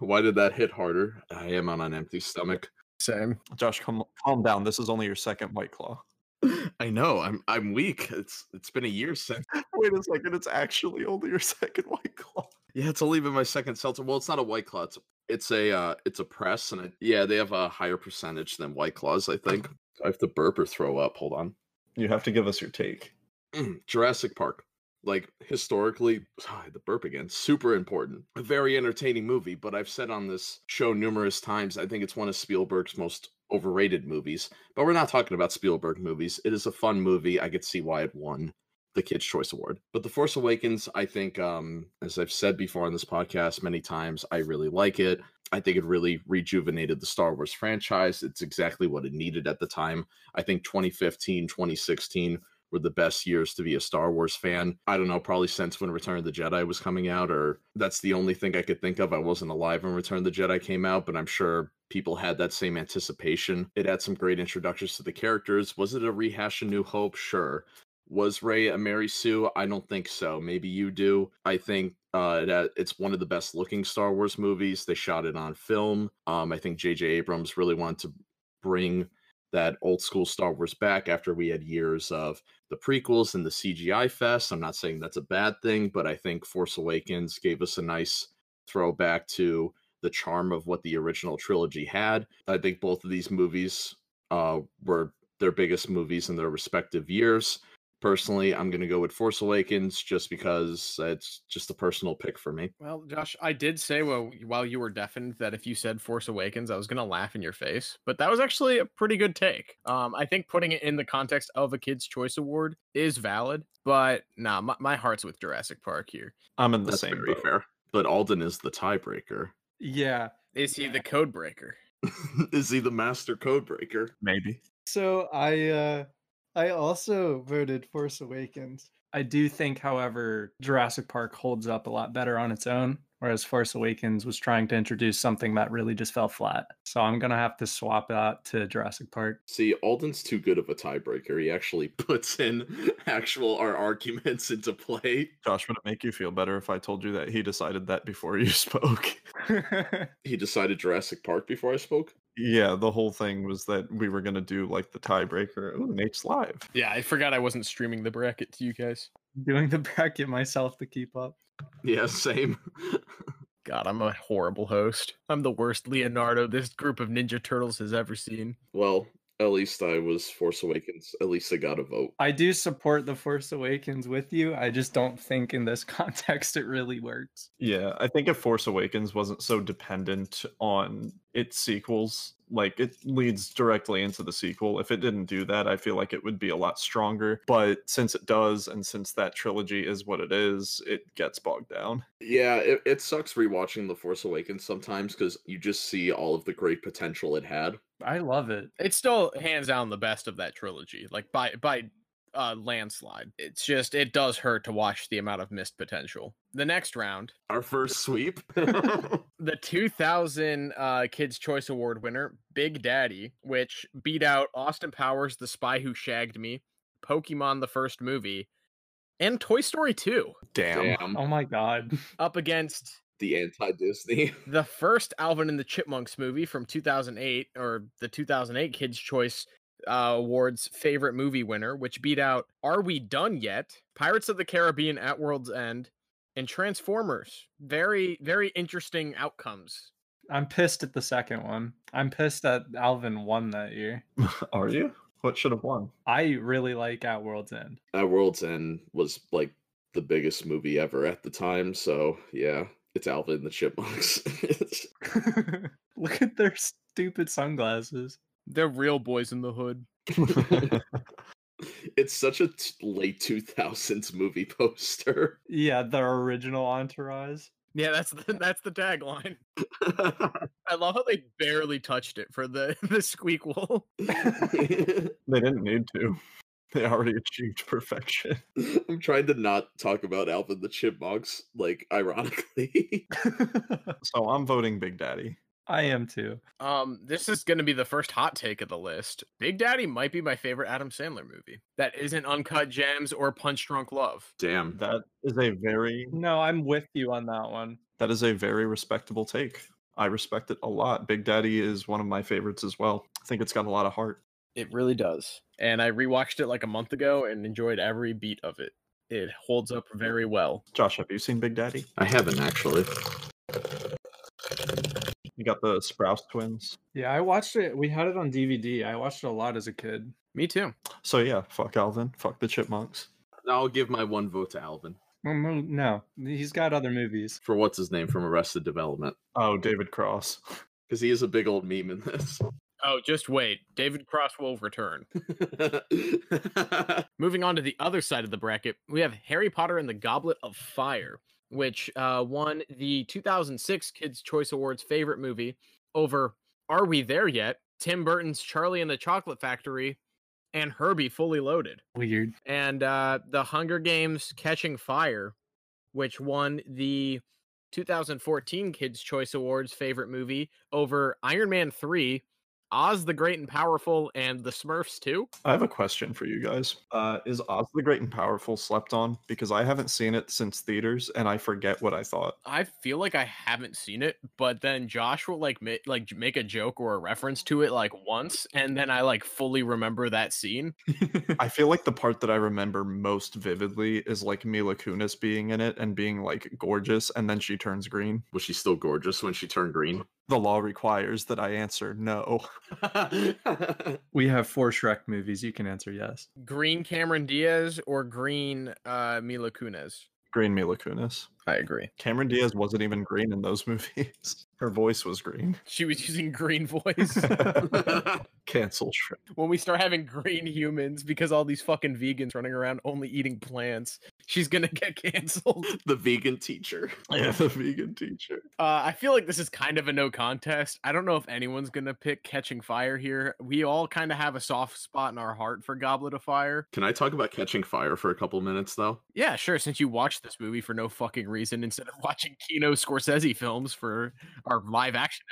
Speaker 3: Why did that hit harder? I am on an empty stomach.
Speaker 7: Same.
Speaker 4: Josh, calm, calm down. This is only your second White Claw.
Speaker 3: I know. I'm I'm weak. It's it's been a year since.
Speaker 4: Wait a second. It's actually only your second White Claw.
Speaker 3: Yeah, it's only been my second seltzer. Well, it's not a white claw. It's it's a uh, it's a press, and it, yeah, they have a higher percentage than white claws. I think. I have to burp or throw up. Hold on.
Speaker 4: You have to give us your take.
Speaker 3: Mm, Jurassic Park. Like historically, sorry, the burp again, super important. A very entertaining movie, but I've said on this show numerous times, I think it's one of Spielberg's most overrated movies. But we're not talking about Spielberg movies. It is a fun movie. I could see why it won the Kids Choice Award. But The Force Awakens, I think, um, as I've said before on this podcast many times, I really like it. I think it really rejuvenated the Star Wars franchise. It's exactly what it needed at the time. I think 2015, 2016 were the best years to be a Star Wars fan. I don't know, probably since when Return of the Jedi was coming out, or that's the only thing I could think of. I wasn't alive when Return of the Jedi came out, but I'm sure people had that same anticipation. It had some great introductions to the characters. Was it a rehash of New Hope? Sure. Was Ray a Mary Sue? I don't think so. Maybe you do. I think uh, it, ha- it's one of the best looking Star Wars movies. They shot it on film. Um, I think J.J. Abrams really wanted to bring that old school Star Wars back after we had years of the prequels and the CGI fest. I'm not saying that's a bad thing, but I think Force Awakens gave us a nice throwback to the charm of what the original trilogy had. I think both of these movies uh, were their biggest movies in their respective years. Personally, I'm going to go with Force Awakens just because it's just a personal pick for me.
Speaker 2: Well, Josh, I did say well, while you were deafened that if you said Force Awakens, I was going to laugh in your face, but that was actually a pretty good take. Um, I think putting it in the context of a Kids' Choice Award is valid, but nah, my, my heart's with Jurassic Park here.
Speaker 4: I'm in the
Speaker 3: That's
Speaker 4: same
Speaker 3: very
Speaker 4: boat.
Speaker 3: fair. But Alden is the tiebreaker.
Speaker 5: Yeah.
Speaker 2: Is he the code breaker?
Speaker 3: is he the master code breaker?
Speaker 4: Maybe.
Speaker 5: So I uh I also voted Force Awakens. I do think, however, Jurassic Park holds up a lot better on its own, whereas Force Awakens was trying to introduce something that really just fell flat. So I'm gonna have to swap out to Jurassic Park.
Speaker 3: See, Alden's too good of a tiebreaker. He actually puts in actual our arguments into play.
Speaker 4: Josh, would it make you feel better if I told you that he decided that before you spoke?
Speaker 3: He decided Jurassic Park before I spoke.
Speaker 4: yeah, the whole thing was that we were going to do like the tiebreaker. Ooh, Nate's live.
Speaker 2: Yeah, I forgot I wasn't streaming the bracket to you guys.
Speaker 5: Doing the bracket myself to keep up.
Speaker 3: Yeah, same.
Speaker 2: God, I'm a horrible host. I'm the worst Leonardo this group of Ninja Turtles has ever seen.
Speaker 3: well, at least I was Force Awakens. At least I got a vote.
Speaker 5: I do support the Force Awakens with you. I just don't think in this context it really works.
Speaker 4: Yeah, I think if Force Awakens wasn't so dependent on its sequels, like it leads directly into the sequel. If it didn't do that, I feel like it would be a lot stronger. But since it does, and since that trilogy is what it is, it gets bogged down.
Speaker 3: Yeah, it, it sucks rewatching The Force Awakens sometimes because you just see all of the great potential it had.
Speaker 5: I love it.
Speaker 2: it's still hands down the best of that trilogy like by by uh landslide it's just it does hurt to watch the amount of missed potential the next round
Speaker 3: Our first sweep.
Speaker 2: the 2000 uh kids choice award winner big daddy which beat out austin powers the spy who shagged me pokemon the first movie and toy story 2
Speaker 4: Damn.
Speaker 3: Damn.
Speaker 5: Oh my god.
Speaker 2: up against
Speaker 3: The anti Disney.
Speaker 2: the first Alvin and the Chipmunks movie from 2008, or the 2008 Kids' Choice uh, Awards favorite movie winner, which beat out Are We Done Yet? Pirates of the Caribbean at World's End, and Transformers. Very, very interesting outcomes.
Speaker 5: I'm pissed at the second one. I'm pissed that Alvin won that year.
Speaker 4: Are you? What should have won?
Speaker 5: I really like At World's End.
Speaker 3: At World's End was like the biggest movie ever at the time. So yeah, it's Alvin and the Chipmunks.
Speaker 5: Look at their stupid sunglasses.
Speaker 2: They're real boys in the hood.
Speaker 3: it's such a t- late two thousands movie poster.
Speaker 5: Yeah, their original entourage.
Speaker 2: Yeah, that's the, that's the tagline. I love how they barely touched it for the the squeak wall.
Speaker 4: They didn't need to. They already achieved perfection.
Speaker 3: I'm trying to not talk about Alvin and the Chipmunks, like ironically.
Speaker 4: So I'm voting Big Daddy.
Speaker 5: I am too.
Speaker 2: Um, this is going to be the first hot take of the list. Big Daddy might be my favorite Adam Sandler movie that isn't Uncut Gems or Punch Drunk Love.
Speaker 3: Damn.
Speaker 4: That is a very
Speaker 5: No, I'm with you on that one.
Speaker 4: that is a very respectable take. I respect it a lot. Big Daddy is one of my favorites as well. I think it's got a lot of heart.
Speaker 2: It really does. And I rewatched it like a month ago and enjoyed every beat of it. It holds up very well.
Speaker 4: Josh, have you seen Big Daddy?
Speaker 3: I haven't actually.
Speaker 4: You got the Sprouse twins.
Speaker 5: Yeah, I watched it. We had it on DVD. I watched it a lot as a kid.
Speaker 2: Me too.
Speaker 4: So yeah, fuck Alvin, fuck the Chipmunks.
Speaker 3: I'll give my one vote to Alvin
Speaker 5: Well, no, no, he's got other movies.
Speaker 3: for what's his name from Arrested Development
Speaker 4: Oh, David Cross.
Speaker 3: because he is a big old meme in this.
Speaker 2: Oh, just wait. David Cross will return. Moving on to the other side of the bracket, we have Harry Potter and the Goblet of Fire, which uh, won the 2006 Kids' Choice Awards favorite movie over Are We There Yet? Tim Burton's Charlie and the Chocolate Factory, and Herbie Fully Loaded.
Speaker 5: Weird.
Speaker 2: And uh, The Hunger Games Catching Fire, which won the 2014 Kids' Choice Awards favorite movie over Iron Man 3, Oz the Great and Powerful, and The Smurfs 2.
Speaker 4: I have a question for you guys. Uh, is Oz the Great and Powerful slept on? Because I haven't seen it since theaters, and I forget what I thought.
Speaker 2: I feel like I haven't seen it, but then Josh will like make like j- make a joke or a reference to it like once, and then I like fully remember that scene.
Speaker 4: I feel like the part that I remember most vividly is like Mila Kunis being in it and being like gorgeous, and then she turns green.
Speaker 3: Was she still gorgeous when she turned green?
Speaker 4: The law requires that I answer no.
Speaker 5: We have four Shrek movies. You can answer yes.
Speaker 2: Green Cameron Diaz or green uh, Mila Kunis.
Speaker 4: Green Mila Kunis.
Speaker 2: I agree.
Speaker 4: Cameron Diaz wasn't even green in those movies. Her voice was green.
Speaker 2: She was using green voice.
Speaker 4: Cancel Shrek.
Speaker 2: when we start having green humans because all these fucking vegans running around only eating plants, she's gonna get canceled.
Speaker 3: the vegan teacher.
Speaker 4: Yeah, the vegan teacher.
Speaker 2: Uh, I feel like this is kind of a no contest. I don't know if anyone's gonna pick Catching Fire here. We all kind of have a soft spot in our heart for Goblet of Fire.
Speaker 3: Can I talk about catching fire for a couple minutes though?
Speaker 2: Yeah, sure. Since you watched this movie for no fucking reason instead of watching Kino Scorsese films for our live action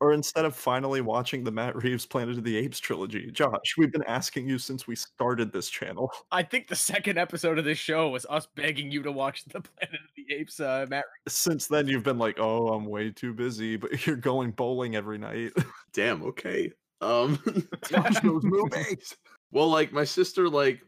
Speaker 4: Or instead of finally watching the Matt Reeves Planet of the Apes trilogy, Josh, we've been asking you since we started this channel.
Speaker 2: I think the second episode of this show was us begging you to watch the Planet of the Apes. Uh, Matt,
Speaker 4: Since then, you've been like, oh, I'm way too busy, but you're going bowling every night.
Speaker 3: Damn, okay. Um those movies. Well, like my sister like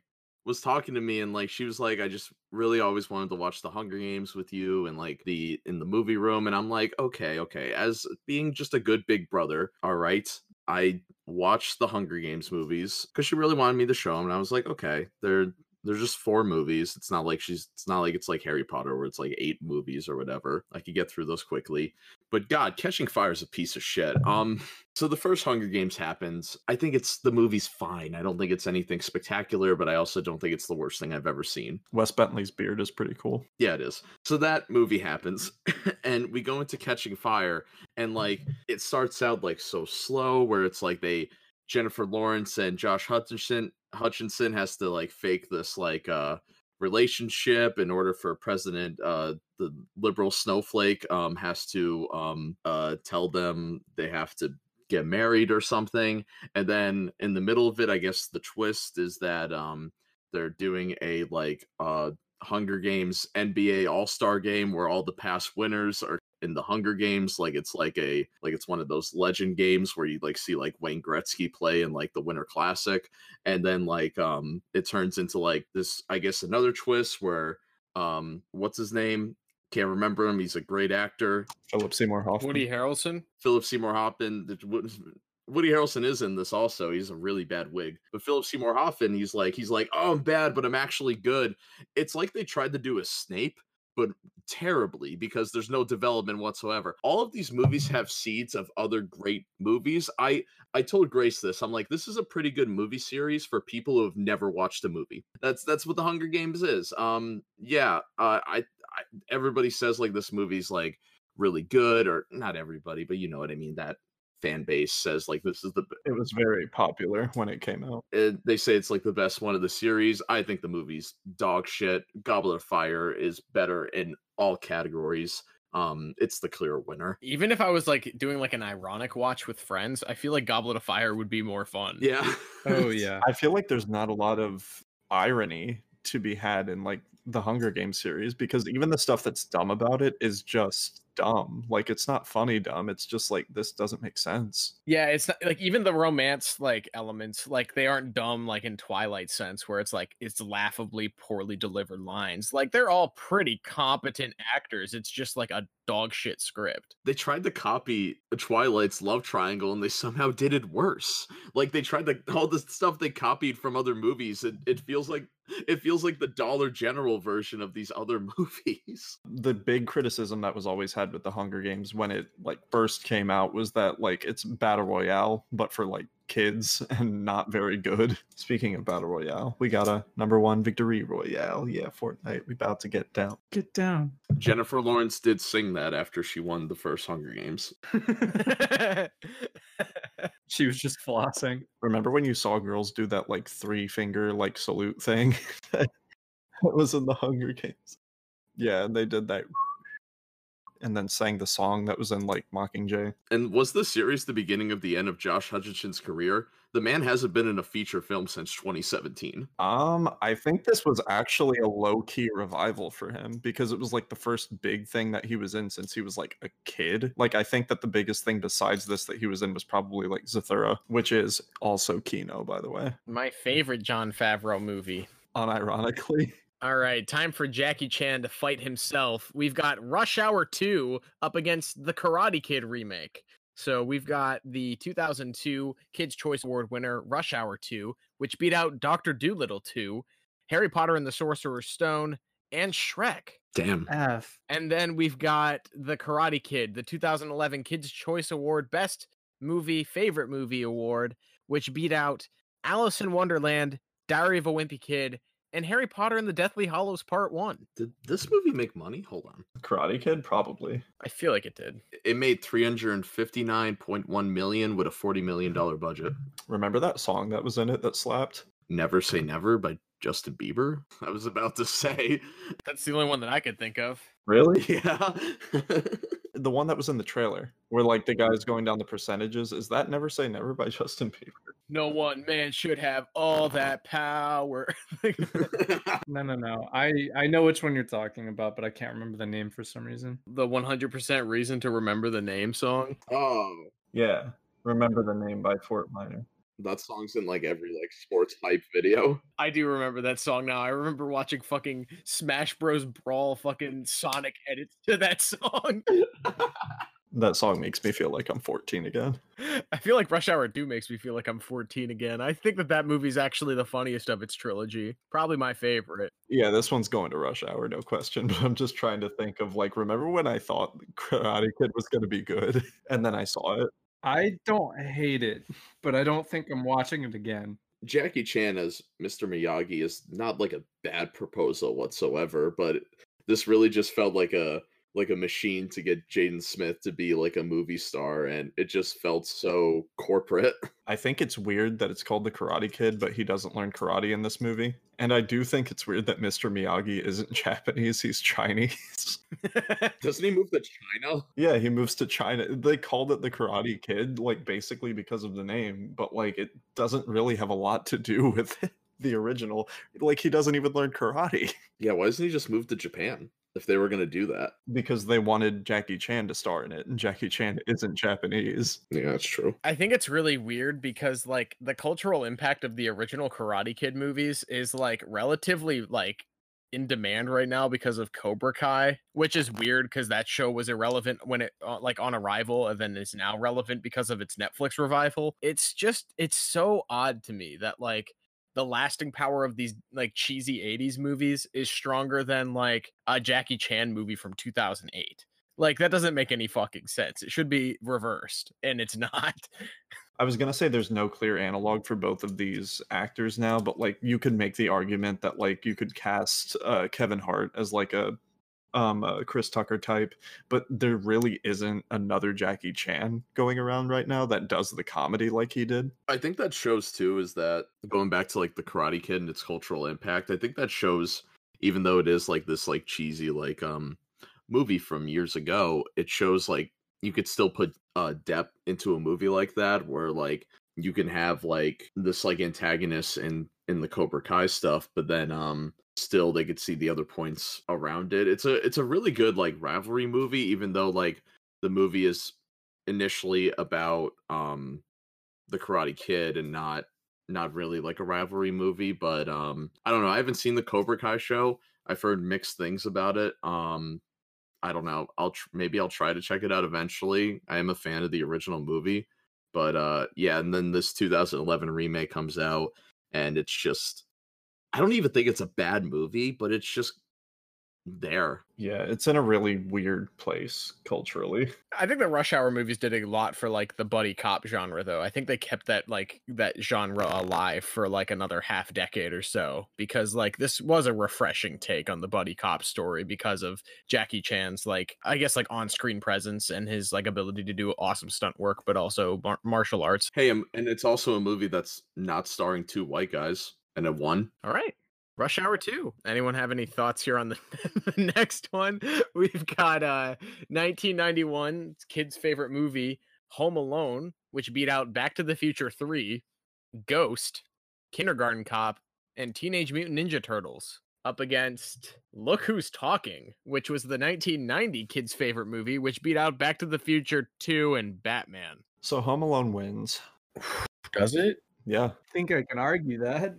Speaker 3: was talking to me and like she was like, I just really always wanted to watch the Hunger Games with you and like the in the movie room. And I'm like, okay, okay. As being just a good big brother, all right. I watched the Hunger Games movies because she really wanted me to show them. And I was like, okay, they're they're just four movies. It's not like she's it's not like it's like Harry Potter where it's like eight movies or whatever. I could get through those quickly. But God, catching fire is a piece of shit. Um so the first Hunger Games happens. I think it's the movie's fine. I don't think it's anything spectacular, but I also don't think it's the worst thing I've ever seen.
Speaker 4: Wes Bentley's beard is pretty cool.
Speaker 3: Yeah, it is. So that movie happens, and we go into Catching Fire, and like it starts out like so slow, where it's like they Jennifer Lawrence and Josh Hutchinson Hutchinson has to like fake this like uh relationship in order for president uh the liberal snowflake um has to um uh tell them they have to get married or something and then in the middle of it i guess the twist is that um they're doing a like uh Hunger Games NBA All Star Game where all the past winners are in the Hunger Games. Like it's like a like it's one of those legend games where you like see like Wayne Gretzky play in like the Winter Classic, and then like um it turns into like this I guess another twist where um what's his name can't remember him. He's a great actor.
Speaker 4: Philip Seymour Hoffman.
Speaker 2: Harrelson.
Speaker 3: Philip Seymour Hoffman. the- Wo- Woody Harrelson is in this also. He's a really bad wig. But Philip Seymour Hoffman, he's like, he's like, oh, I'm bad, but I'm actually good. It's like they tried to do a Snape, but terribly because there's no development whatsoever. All of these movies have seeds of other great movies. I I told Grace this. I'm like, this is a pretty good movie series for people who have never watched a movie. That's that's what The Hunger Games is. Um, yeah, uh, I, I everybody says like this movie's like really good or not everybody but you know what i mean that fan base says like this is the b-
Speaker 4: It was very popular when it came out.
Speaker 3: uh, they say it's like the best one of the series i think the movie's dog shit goblet of fire is better in all categories um it's the clear winner
Speaker 2: Even if I was like doing like an ironic watch with friends, I feel like Goblet of Fire would be more fun.
Speaker 3: yeah
Speaker 5: Oh yeah.
Speaker 4: I feel like there's not a lot of irony to be had in like the Hunger Games series because even the stuff that's dumb about it is just dumb. Like it's not funny dumb. It's just like this doesn't make sense.
Speaker 2: Yeah, it's not like even the romance like elements, like they aren't dumb like in Twilight sense, where it's like it's laughably poorly delivered lines. Like they're all pretty competent actors. It's just like a dog shit script.
Speaker 3: they tried to copy Twilight's love triangle and they somehow did it worse. Like they tried to all the stuff they copied from other movies. It it feels like it feels like the Dollar General version of these other movies.
Speaker 4: The big criticism that was always had with the Hunger Games when it like first came out was that like it's battle royale but for like kids and not very good. Speaking of battle royale, we got a number 1 victory royale. Yeah, Fortnite, we about to get down.
Speaker 5: Get down.
Speaker 3: Jennifer Lawrence did sing that after she won the first Hunger Games.
Speaker 5: She was just flossing.
Speaker 4: Remember when you saw girls do that like three finger like salute thing? that was in the Hunger Games. Yeah, and they did that and then sang the song that was in like Mockingjay.
Speaker 3: And was this series the beginning of the end of Josh Hutchinson's career? The man hasn't been in a feature film since 2017.
Speaker 4: Um, I think this was actually a low key revival for him because it was like the first big thing that he was in since he was like a kid. Like I think that the biggest thing besides this that he was in was probably like Zathura, which is also Kino, by the way.
Speaker 2: My favorite John Favreau movie.
Speaker 4: Unironically.
Speaker 2: All right, time for Jackie Chan to fight himself. We've got Rush Hour 2 up against the Karate Kid remake. So we've got the 2002 Kids' Choice Award winner Rush Hour 2, which beat out Dr. Doolittle 2, Harry Potter and the Sorcerer's Stone, and Shrek.
Speaker 3: Damn.
Speaker 5: F.
Speaker 2: And then we've got The Karate Kid, the 2011 Kids' Choice Award Best Movie Favorite Movie Award, which beat out Alice in Wonderland, Diary of a Wimpy Kid, and Harry Potter and the Deathly Hollows Part 1.
Speaker 3: Did this movie make money? Hold on.
Speaker 4: Karate Kid, probably.
Speaker 2: I feel like it did.
Speaker 3: It made 359.1 million with a 40 million dollar budget.
Speaker 4: Remember that song that was in it that slapped?
Speaker 3: Never Say Never by Justin Bieber. I was about to say,
Speaker 2: That's the only one that I could think of.
Speaker 4: Really?
Speaker 3: yeah.
Speaker 4: The one that was in the trailer, where like the guy's going down the percentages, is that Never Say Never by Justin Bieber?
Speaker 2: No one man should have all that power.
Speaker 5: No, no, no. I I know which one you're talking about, but I can't remember the name for some reason.
Speaker 2: the 100% reason to remember the name song.
Speaker 3: oh,
Speaker 4: Yeah. Remember the name by Fort Minor.
Speaker 3: that song's in like every like sports hype video.
Speaker 2: I do remember that song now. I remember watching fucking Smash Bros. Brawl fucking Sonic edits to that song.
Speaker 4: That song makes me feel like I'm 14 again.
Speaker 2: I feel like Rush Hour 2 makes me feel like I'm 14 again. I think that that movie's actually the funniest of its trilogy. Probably my favorite.
Speaker 4: Yeah, this one's going to rush hour, no question. But I'm just trying to think of like, remember when I thought Karate Kid was going to be good and then I saw it?
Speaker 5: I don't hate it, but I don't think I'm watching it again.
Speaker 3: Jackie Chan as Mr. Miyagi is not like a bad proposal whatsoever, but this really just felt like a like a machine to get Jaden Smith to be like a movie star and it just felt so corporate.
Speaker 4: I think it's weird that it's called The Karate Kid, but he doesn't learn karate in this movie. And I do think it's weird that Mr. Miyagi isn't Japanese, he's Chinese.
Speaker 3: Doesn't he move to China?
Speaker 4: Yeah, he moves to China. They called it the Karate Kid, like basically because of the name, but like it doesn't really have a lot to do with the original. Like he doesn't even learn karate
Speaker 3: Yeah, why doesn't he just move to Japan if they were going to do that?
Speaker 4: because they wanted Jackie Chan to star in it, and Jackie Chan isn't Japanese.
Speaker 3: Yeah, that's true.
Speaker 2: I think it's really weird because like the cultural impact of the original Karate Kid movies is like relatively like in demand right now because of Cobra Kai, which is weird because that show was irrelevant when it uh, like on arrival and then is now relevant because of its Netflix revival. It's just it's so odd to me that like the lasting power of these like cheesy 80s movies is stronger than like a Jackie Chan movie from 2008. Like that doesn't make any fucking sense. It should be reversed and it's not.
Speaker 4: I was gonna say there's no clear analog for both of these actors now, but like you could make the argument that like you could cast uh, Kevin Hart as like a um a Chris Tucker type, but there really isn't another Jackie Chan going around right now that does the comedy like he did.
Speaker 3: I think that shows too is that going back to like the Karate Kid and its cultural impact, I think that shows even though it is like this like cheesy like um movie from years ago, it shows like you could still put uh depth into a movie like that where like you can have like this like antagonist in in the Cobra Kai stuff, but then um still they could see the other points around it. It's a it's a really good like rivalry movie, even though like the movie is initially about um the Karate Kid and not not really like a rivalry movie, but um I don't know. I haven't seen the Cobra Kai show. I've heard mixed things about it. Um I don't know. I'll tr- maybe I'll try to check it out eventually. I am a fan of the original movie, but uh yeah, and then this 2011 remake comes out and it's just I don't even think it's a bad movie, but it's just there.
Speaker 4: Yeah, it's in a really weird place culturally.
Speaker 2: I think the Rush Hour movies did a lot for like the buddy cop genre, though. I think they kept that like that genre alive for like another half decade or so because like this was a refreshing take on the buddy cop story because of Jackie Chan's like I guess like on screen presence and his like ability to do awesome stunt work, but also mar- martial arts.
Speaker 3: Hey, um, and it's also a movie that's not starring two white guys and it won.
Speaker 2: All right. Rush Hour 2. Anyone have any thoughts here on the, the next one? We've got uh 1991, kids' favorite movie, Home Alone, which beat out Back to the Future 3, Ghost, Kindergarten Cop, and Teenage Mutant Ninja Turtles up against Look Who's Talking, which was the 1990 kids' favorite movie, which beat out Back to the Future 2 and Batman.
Speaker 4: So Home Alone wins.
Speaker 1: Does it?
Speaker 4: Yeah.
Speaker 5: think I can argue that.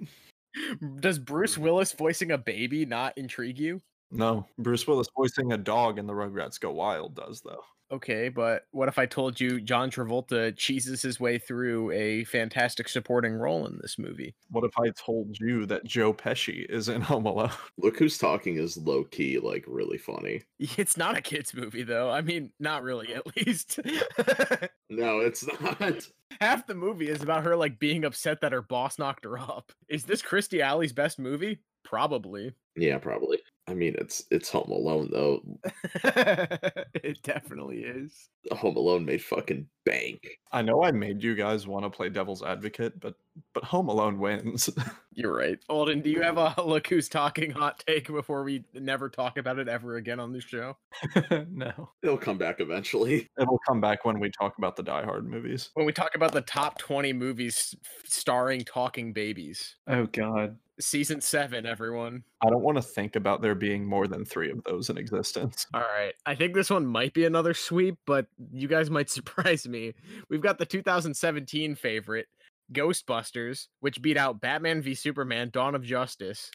Speaker 2: Does Bruce Willis voicing a baby not intrigue you?
Speaker 4: No. Bruce Willis voicing a dog in the Rugrats Go Wild does though.
Speaker 2: Okay, but what if I told you John Travolta cheeses his way through a fantastic supporting role in this movie?
Speaker 4: What if I told you that Joe Pesci is in Home Alone?
Speaker 3: Look who's talking is low key, like really funny.
Speaker 2: It's not a kids movie though. I mean, not really at least.
Speaker 3: No, it's not.
Speaker 2: Half the movie is about her like being upset that her boss knocked her up. Is this Christy Alley's best movie? Probably.
Speaker 3: Yeah, probably. I mean, it's it's Home Alone though.
Speaker 2: it definitely is.
Speaker 3: Home Alone made fucking bank.
Speaker 4: I know I made you guys want to play devil's advocate, but but Home Alone wins.
Speaker 2: You're right. Alden, do you have a look who's talking hot take before we never talk about it ever again on this show?
Speaker 4: no.
Speaker 3: It'll come back eventually.
Speaker 4: It'll come back when we talk about the Die Hard movies.
Speaker 2: When we talk about the top 20 movies starring talking babies.
Speaker 5: Oh god.
Speaker 2: season seven, everyone.
Speaker 4: I don't want to think about there being more than three of those in existence.
Speaker 2: All right. I think this one might be another sweep, but you guys might surprise me. We've got the 2017 favorite, Ghostbusters, which beat out Batman v Superman, Dawn of Justice,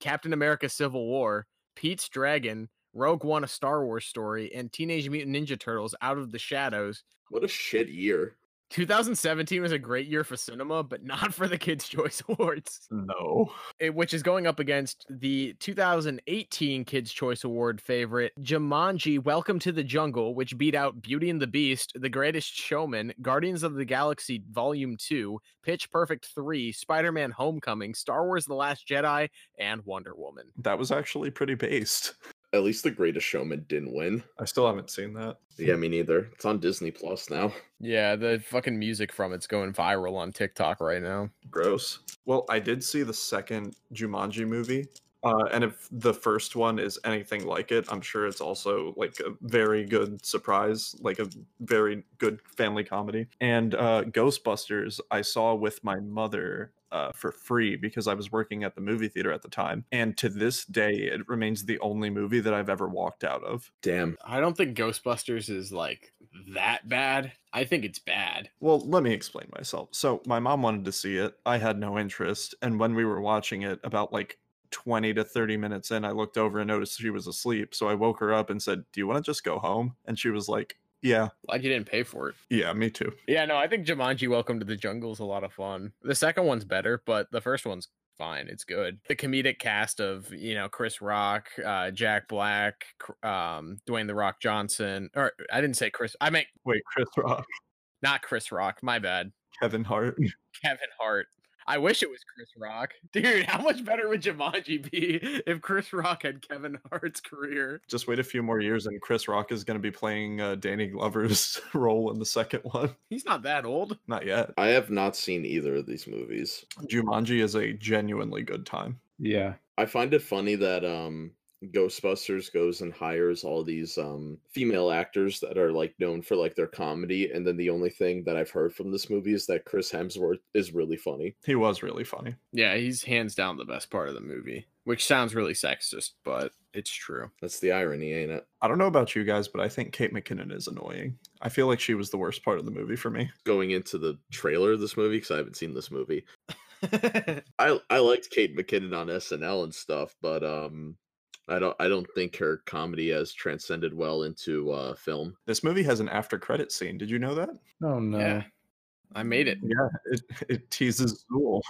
Speaker 2: Captain America Civil War, Pete's Dragon, Rogue One, a Star Wars story, and Teenage Mutant Ninja Turtles Out of the Shadows.
Speaker 3: What a shit year.
Speaker 2: 2017 was a great year for cinema, but not for the Kids' Choice Awards.
Speaker 4: No.
Speaker 2: it- eh, which is going up against the 2018 Kids' Choice Award favorite Jumanji: Welcome to the Jungle, which beat out Beauty and the Beast, The Greatest Showman, Guardians of the Galaxy Volume Two, Pitch Perfect Three, Spider-Man: Homecoming, Star Wars: The Last Jedi, and Wonder Woman.
Speaker 4: That was actually pretty based.
Speaker 3: At least the greatest showman didn't win.
Speaker 4: I still haven't seen that.
Speaker 3: Yeah, me neither. It's on Disney Plus now.
Speaker 2: Yeah, the fucking music from it's going viral on TikTok right now.
Speaker 4: Gross. Well, I did see the second Jumanji movie. Uh, and if the first one is anything like it, I'm sure it's also like a very good surprise, like a very good family comedy. And uh, Ghostbusters, I saw with my mother uh, for free because I was working at the movie theater at the time. And to this day, it remains the only movie that I've ever walked out of.
Speaker 3: Damn.
Speaker 2: I don't think Ghostbusters is like that bad. I think it's bad.
Speaker 4: Well, let me explain myself. So, my mom wanted to see it. I had no interest. And when we were watching it, about like 20 to 30 minutes in, I looked over and noticed she was asleep. So, I woke her up and said, Do you want to just go home? And she was like, Yeah,
Speaker 2: Glad you didn't pay for it.
Speaker 4: yeah, me too.
Speaker 2: Yeah, no, I think Jumanji Welcome to the Jungle is a lot of fun. The second one's better, but the first one's fine. It's good. The comedic cast of, you know, Chris Rock, uh, Jack Black, Cr- um, Dwayne The Rock Johnson, or I didn't say Chris, I meant
Speaker 4: Wait, Chris Rock,
Speaker 2: not Chris Rock, my bad.
Speaker 4: Kevin Hart.
Speaker 2: Kevin Hart. I wish it was Chris Rock. Dude, how much better would Jumanji be if Chris Rock had Kevin Hart's career?
Speaker 4: Just wait a few more years and Chris Rock is going to be playing uh, Danny Glover's role in the second one.
Speaker 2: He's not that old.
Speaker 4: Not yet.
Speaker 3: I have not seen either of these movies.
Speaker 4: Jumanji is a genuinely good time.
Speaker 5: Yeah.
Speaker 3: I find it funny that um Ghostbusters goes and hires all these um female actors that are like known for like their comedy and then the only thing that I've heard from this movie is that Chris Hemsworth is really funny.
Speaker 4: He was really funny.
Speaker 2: Yeah, he's hands down the best part of the movie, which sounds really sexist, but it's true.
Speaker 3: That's the irony, ain't it?
Speaker 4: I don't know about you guys, but I think Kate McKinnon is annoying. I feel like she was the worst part of the movie for me.
Speaker 3: Going into the trailer of this movie cuz I haven't seen this movie. I I liked Kate McKinnon on SNL and stuff, but um I don't I don't think her comedy has transcended well into uh film.
Speaker 4: This movie has an after credit scene. Did you know that?
Speaker 5: Oh no.
Speaker 2: Yeah. I made it.
Speaker 4: Yeah, it, it teases Zool.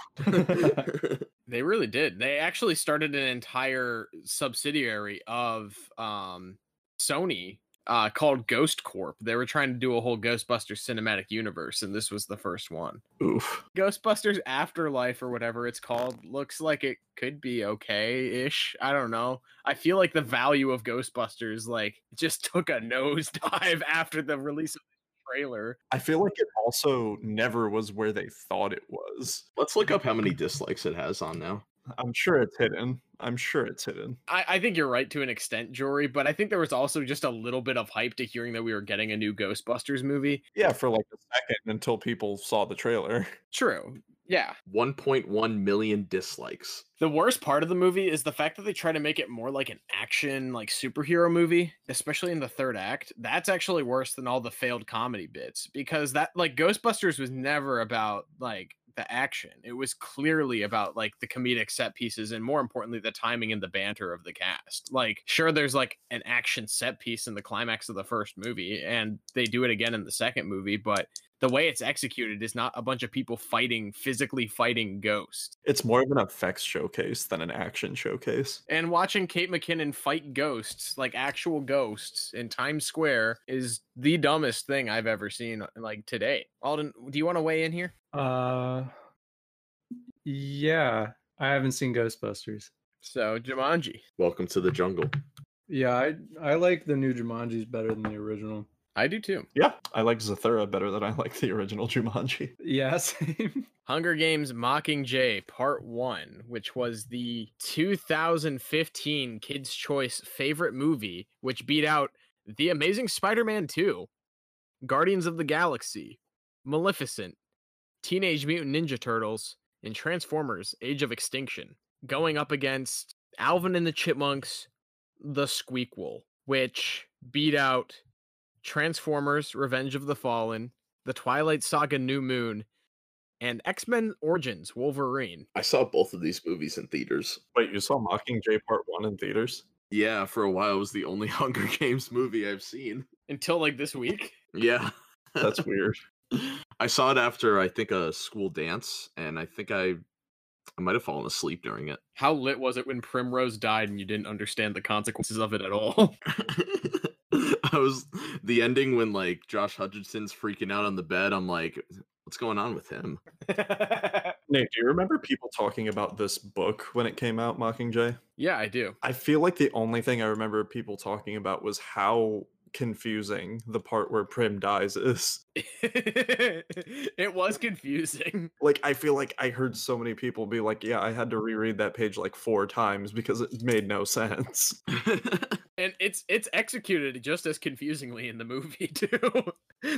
Speaker 2: They really did. They actually started an entire subsidiary of um, Sony uh, called Ghost Corp. They were trying to do a whole Ghostbusters cinematic universe, and this was the first one.
Speaker 4: Oof.
Speaker 2: Ghostbusters Afterlife, or whatever it's called, looks like it could be okay ish. I don't know. I feel like the value of Ghostbusters, like, just took a nosedive after the release of the trailer.
Speaker 4: I feel like it also never was where they thought it was.
Speaker 3: Let's look up how many dislikes it has on now.
Speaker 4: I'm sure it's hidden. I'm sure it's hidden.
Speaker 2: I, I think you're right to an extent, Jory, but I think there was also just a little bit of hype to hearing that we were getting a new Ghostbusters movie.
Speaker 4: Yeah, for like a second until people saw the trailer.
Speaker 2: True. Yeah.
Speaker 3: 1.1 million dislikes.
Speaker 2: The worst part of the movie is the fact that they try to make it more like an action, like superhero movie, especially in the third act. That's actually worse than all the failed comedy bits because that, like, Ghostbusters was never about, like, the action. It was clearly about like the comedic set pieces and more importantly the timing and the banter of the cast. Like sure there's like an action set piece in the climax of the first movie and they do it again in the second movie, but the way it's executed is not a bunch of people fighting physically fighting ghosts.
Speaker 4: It's more of an effects showcase than an action showcase.
Speaker 2: And watching Kate McKinnon fight ghosts, like actual ghosts in Times Square is the dumbest thing I've ever seen like today. Alden, do you want to weigh in here?
Speaker 5: Uh yeah. I haven't seen Ghostbusters.
Speaker 2: So Jumanji.
Speaker 3: Welcome to the jungle.
Speaker 5: Yeah, I I like the new Jumanji's better than the original.
Speaker 2: I do too.
Speaker 4: Yeah, I like Zathura better than I like the original Jumanji.
Speaker 5: Yeah, same.
Speaker 2: Hunger Games Mockingjay Part 1, which was the 2015 Kids' Choice favorite movie, which beat out The Amazing Spider Man 2, Guardians of the Galaxy, Maleficent, Teenage Mutant Ninja Turtles, and Transformers Age of Extinction, going up against Alvin and the Chipmunks, The Squeakquel, which beat out Transformers Revenge of the Fallen, The Twilight Saga New Moon, and X Men Origins Wolverine.
Speaker 3: I saw both of these movies in theaters.
Speaker 4: Wait, you saw Mockingjay Part 1 in theaters?
Speaker 3: Yeah, for a while it was the only Hunger Games movie I've seen.
Speaker 2: Until like this week?
Speaker 3: Yeah.
Speaker 4: That's weird.
Speaker 3: I saw it after I think a school dance and I think I I might have fallen asleep during it.
Speaker 2: How lit was it when Primrose died and you didn't understand the consequences of it at all?
Speaker 3: I was the ending when like Josh Hutchinson's freaking out on the bed. I'm like, what's going on with him?
Speaker 4: Nate, do you remember people talking about this book when it came out, Mockingjay?
Speaker 2: yeah, I do.
Speaker 4: I feel like the only thing I remember people talking about was how confusing the part where Prim dies is.
Speaker 2: it was confusing.
Speaker 4: Like, I feel like I heard so many people be like, yeah, I had to reread that page like four times because it made no sense.
Speaker 2: and it's it's executed just as confusingly in the movie too.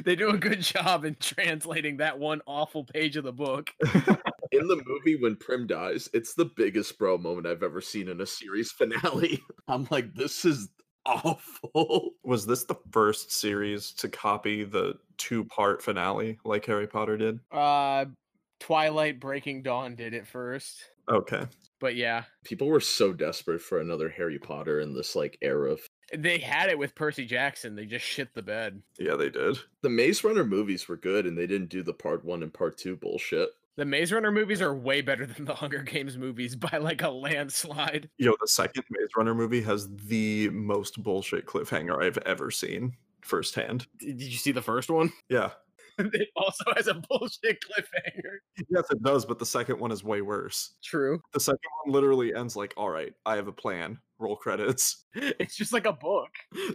Speaker 2: they do a good job in translating that one awful page of the book.
Speaker 3: in the movie when Prim dies, it's the biggest bro moment I've ever seen in a series finale. I'm like, this is awful.
Speaker 4: was this the first series to copy the two part finale like Harry Potter did?
Speaker 2: Uh Twilight Breaking Dawn did it first.
Speaker 4: Okay.
Speaker 2: But yeah,
Speaker 3: People were so desperate for another Harry Potter in this like era. of-
Speaker 2: they had it with Percy Jackson. They just shit the bed.
Speaker 4: Yeah, they did.
Speaker 3: The Maze Runner movies were good and they didn't do the part 1 and part 2 bullshit.
Speaker 2: The Maze Runner movies are way better than the Hunger Games movies by like a landslide.
Speaker 4: Yo, the second Maze Runner movie has the most bullshit cliffhanger I've ever seen firsthand.
Speaker 2: D- Did you see the first one?
Speaker 4: Yeah.
Speaker 2: it also has a bullshit cliffhanger.
Speaker 4: Yes, it does, but the second one is way worse.
Speaker 2: True.
Speaker 4: The second one literally ends like, all right, I have a plan. Roll credits.
Speaker 2: It's just like a book.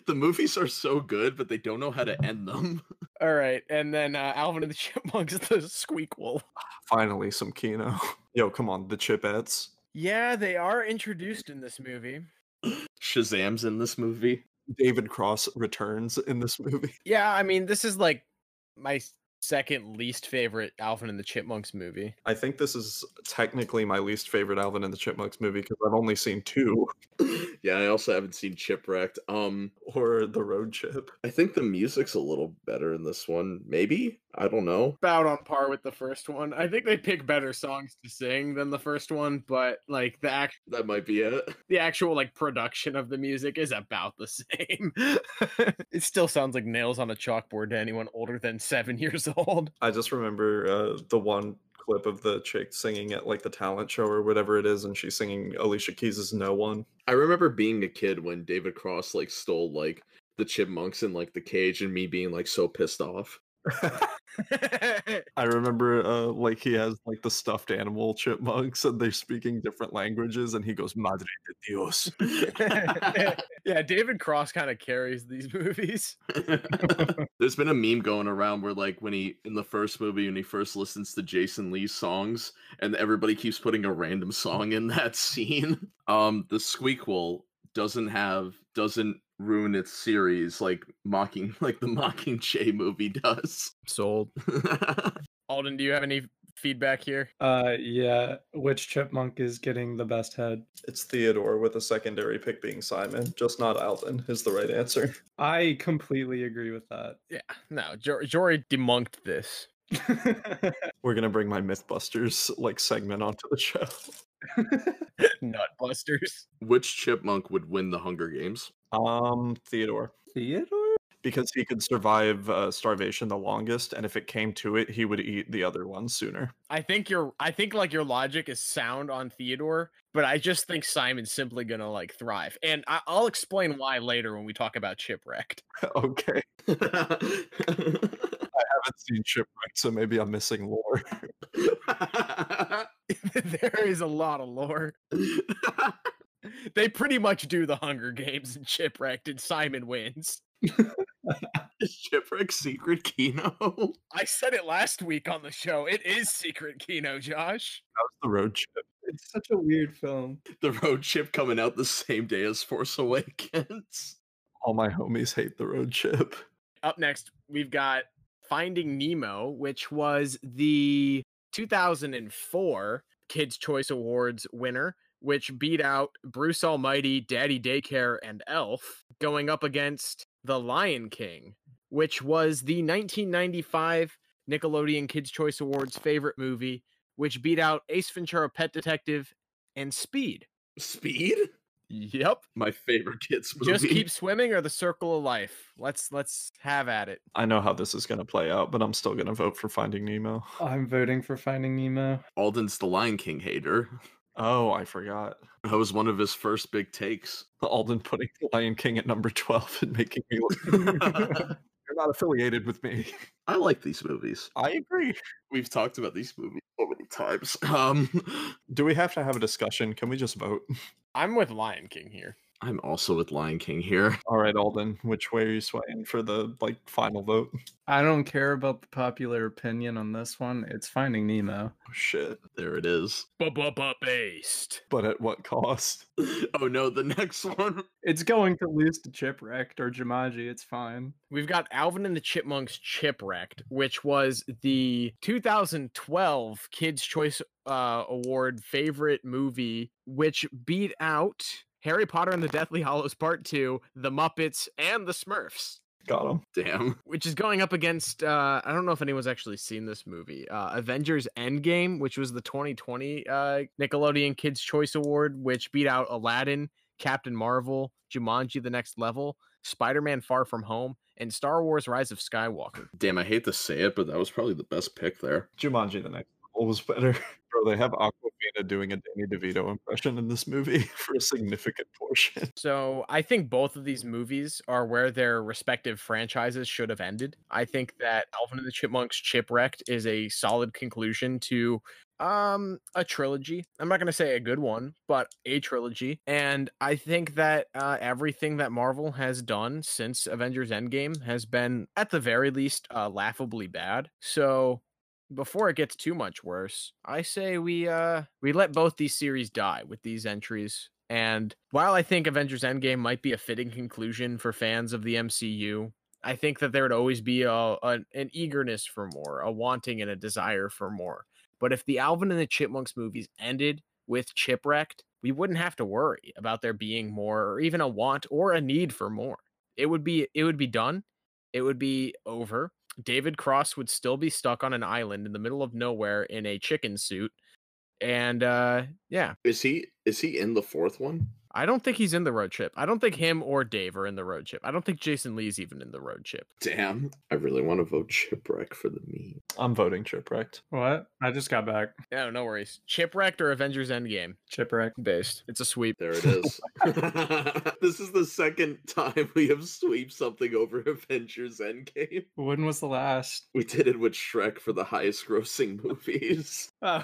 Speaker 3: The movies are so good, but they don't know how to end them.
Speaker 2: All right, and then uh, Alvin and the Chipmunks, the Squeakquel.
Speaker 4: Finally, some Kino. Yo, come on, the Chipettes.
Speaker 2: Yeah, they are introduced in this movie.
Speaker 3: Shazam's in this movie.
Speaker 4: David Cross returns in this movie.
Speaker 2: Yeah, I mean, this is like my s- second least favorite Alvin and the Chipmunks movie.
Speaker 4: I think this is technically my least favorite Alvin and the Chipmunks movie because I've only seen two
Speaker 3: yeah, I also haven't seen Chipwrecked. Um,
Speaker 4: or The Road Chip.
Speaker 3: I think the music's a little better in this one. Maybe I don't know.
Speaker 2: About on par with the first one. I think they pick better songs to sing than the first one, but like the act,
Speaker 3: That might be it.
Speaker 2: the actual like production of the music is about the same. it still sounds like nails on a chalkboard to anyone older than seven years old.
Speaker 4: I just remember uh, the one clip of the chick singing at like the talent show or whatever it is, and she's singing Alicia Keys' No One.
Speaker 3: I remember being a kid when David Cross like stole like the chipmunks in like the cage, and me being like so pissed off.
Speaker 4: I remember uh, like he has like the stuffed animal chipmunks and they're speaking different languages and he goes Madre de Dios.
Speaker 2: yeah, David Cross kind of carries these movies.
Speaker 3: There's been a meme going around where like when he in the first movie when he first listens to Jason Lee's songs and everybody keeps putting a random song in that scene. Um the squeakquel doesn't have doesn't ruin its series like mocking like the mocking Jay movie does.
Speaker 2: Sold. Alden, do you have any feedback here?
Speaker 5: Uh, yeah. Which chipmunk is getting the best head?
Speaker 4: It's Theodore with a secondary pick being Simon, just not Alvin is the right answer.
Speaker 5: I completely agree with that.
Speaker 2: Yeah, no, Jor- Jory demunked this.
Speaker 4: We're gonna bring my MythBusters like segment onto the show.
Speaker 2: Nutbusters.
Speaker 3: Which chipmunk would win the Hunger Games?
Speaker 4: Um, Theodore,
Speaker 5: Theodore?
Speaker 4: because he could survive uh, starvation the longest, and if it came to it, he would eat the other one sooner.
Speaker 2: I think your I think like your logic is sound on Theodore, but I just think Simon's simply gonna like thrive, and I- I'll explain why later when we talk about shipwrecked.
Speaker 4: okay,
Speaker 3: There's
Speaker 4: I haven't seen Shipwreck, so maybe I'm missing lore.
Speaker 2: there is a lot of lore. They pretty much do the Hunger Games and shipwrecked, and Simon wins.
Speaker 3: Shipwreck Secret Kino.
Speaker 2: I said it last week on the show. It is Secret Kino, Josh.
Speaker 4: How's the road trip?
Speaker 5: It's such a weird film.
Speaker 3: the road chip coming out the same day as Force Awakens.
Speaker 4: All my homies hate the road trip.
Speaker 2: Up next, we've got Finding Nemo, which was the 2004 Kids' Choice Awards winner, which beat out Bruce Almighty, Daddy Daycare, and Elf, going up against The Lion King, which was the 1995 Nickelodeon Kids' Choice Awards favorite movie, which beat out Ace Ventura Pet Detective and Speed.
Speaker 3: Speed?
Speaker 2: Yep.
Speaker 3: My favorite kids movie.
Speaker 2: Just keep swimming or the circle of life. Let's let's have at it.
Speaker 4: I know how this is gonna play out, but I'm still gonna vote for Finding Nemo.
Speaker 5: I'm voting for Finding Nemo.
Speaker 3: Alden's the Lion King hater.
Speaker 4: Oh, I forgot.
Speaker 3: That was one of his first big takes.
Speaker 4: Alden putting the Lion King at number 12 and making me look.
Speaker 3: I
Speaker 4: You're not affiliated with me.
Speaker 3: like these movies.
Speaker 4: I agree.
Speaker 3: We've talked about these movies so many times. Um,
Speaker 4: Do we have to have a discussion? Can we just vote?
Speaker 2: I'm with Lion King here.
Speaker 3: I'm also with Lion King here.
Speaker 4: All right, Alden, which way are you swaying for the like final vote?
Speaker 5: I don't care about the popular opinion on this one. It's Finding Nemo.
Speaker 4: Oh, shit.
Speaker 3: There it is.
Speaker 2: Ba-ba-ba-based.
Speaker 4: But at what cost?
Speaker 3: Oh no, the next one.
Speaker 5: It's going to lose to Chipwrecked or Jumanji. It's fine.
Speaker 2: We've got Alvin and the Chipmunks Chipwrecked, which was the 2012 Kids Choice uh, Award favorite movie, which beat out Harry Potter and the Deathly Hollows Part 2, The Muppets, and The Smurfs.
Speaker 4: Got him.
Speaker 3: Damn.
Speaker 2: which is going up against uh I don't know if anyone's actually seen this movie. Uh Avengers Endgame, which was the 2020 uh Nickelodeon Kids Choice Award, which beat out Aladdin, Captain Marvel, Jumanji the Next Level, Spider-Man Far From Home, and Star Wars Rise of Skywalker.
Speaker 3: Damn, I hate to say it, but that was probably the best pick there.
Speaker 4: Jumanji the next level was better. Bro, they have Aquafina doing a Danny DeVito impression in this movie for a significant portion.
Speaker 2: So I think both of these movies are where their respective franchises should have ended. I think that Alvin and the Chipmunks Chipwrecked is a solid conclusion to um a trilogy. I'm not gonna say a good one, but a trilogy. And I think that uh, everything that Marvel has done since Avengers Endgame has been, at the very least, uh, laughably bad. So before it gets too much worse, I say we uh we let both these series die with these entries And while I think Avengers Endgame might be a fitting conclusion for fans of the MCU, I think that there would always be a, an, an eagerness for more, a wanting and a desire for more. But if the Alvin and the Chipmunks movies ended with Chipwrecked, we wouldn't have to worry about there being more or even a want or a need for more. It would be it would be done. It would be over. David Cross would still be stuck on an island in the middle of nowhere in a chicken suit. And uh yeah,
Speaker 3: Is he is he in the fourth one?
Speaker 2: I don't think he's in the road trip. I don't think him or Dave are in the road trip. I don't think Jason Lee's even in the road trip.
Speaker 3: Damn. I really want to vote Shipwreck for the meme.
Speaker 4: I'm voting chipwrecked.
Speaker 5: What? I just got back.
Speaker 2: No, no worries. Chipwrecked or Avengers Endgame
Speaker 5: Chipwreck.
Speaker 2: based. It's a sweep.
Speaker 3: There it is. this is the second time we have sweep something over Avengers Endgame.
Speaker 5: When was the last?
Speaker 3: We did it with Shrek for the highest grossing movies.
Speaker 5: Oh.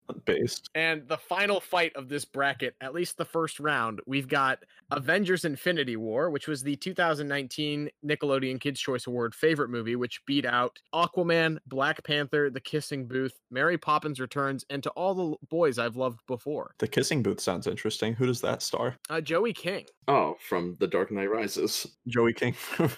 Speaker 4: Based.
Speaker 2: And the final fight of this bracket, at least the first round, we've got Avengers Infinity War, which was the 2019 Nickelodeon Kids' Choice Award favorite movie, which beat out Aquaman, Black Panther, The Kissing Booth, Mary Poppins Returns, and To All the L- Boys I've Loved Before.
Speaker 4: The kissing booth sounds interesting. Who does that star?
Speaker 2: Uh, Joey King.
Speaker 3: Oh, from The Dark Knight Rises.
Speaker 4: Joey King from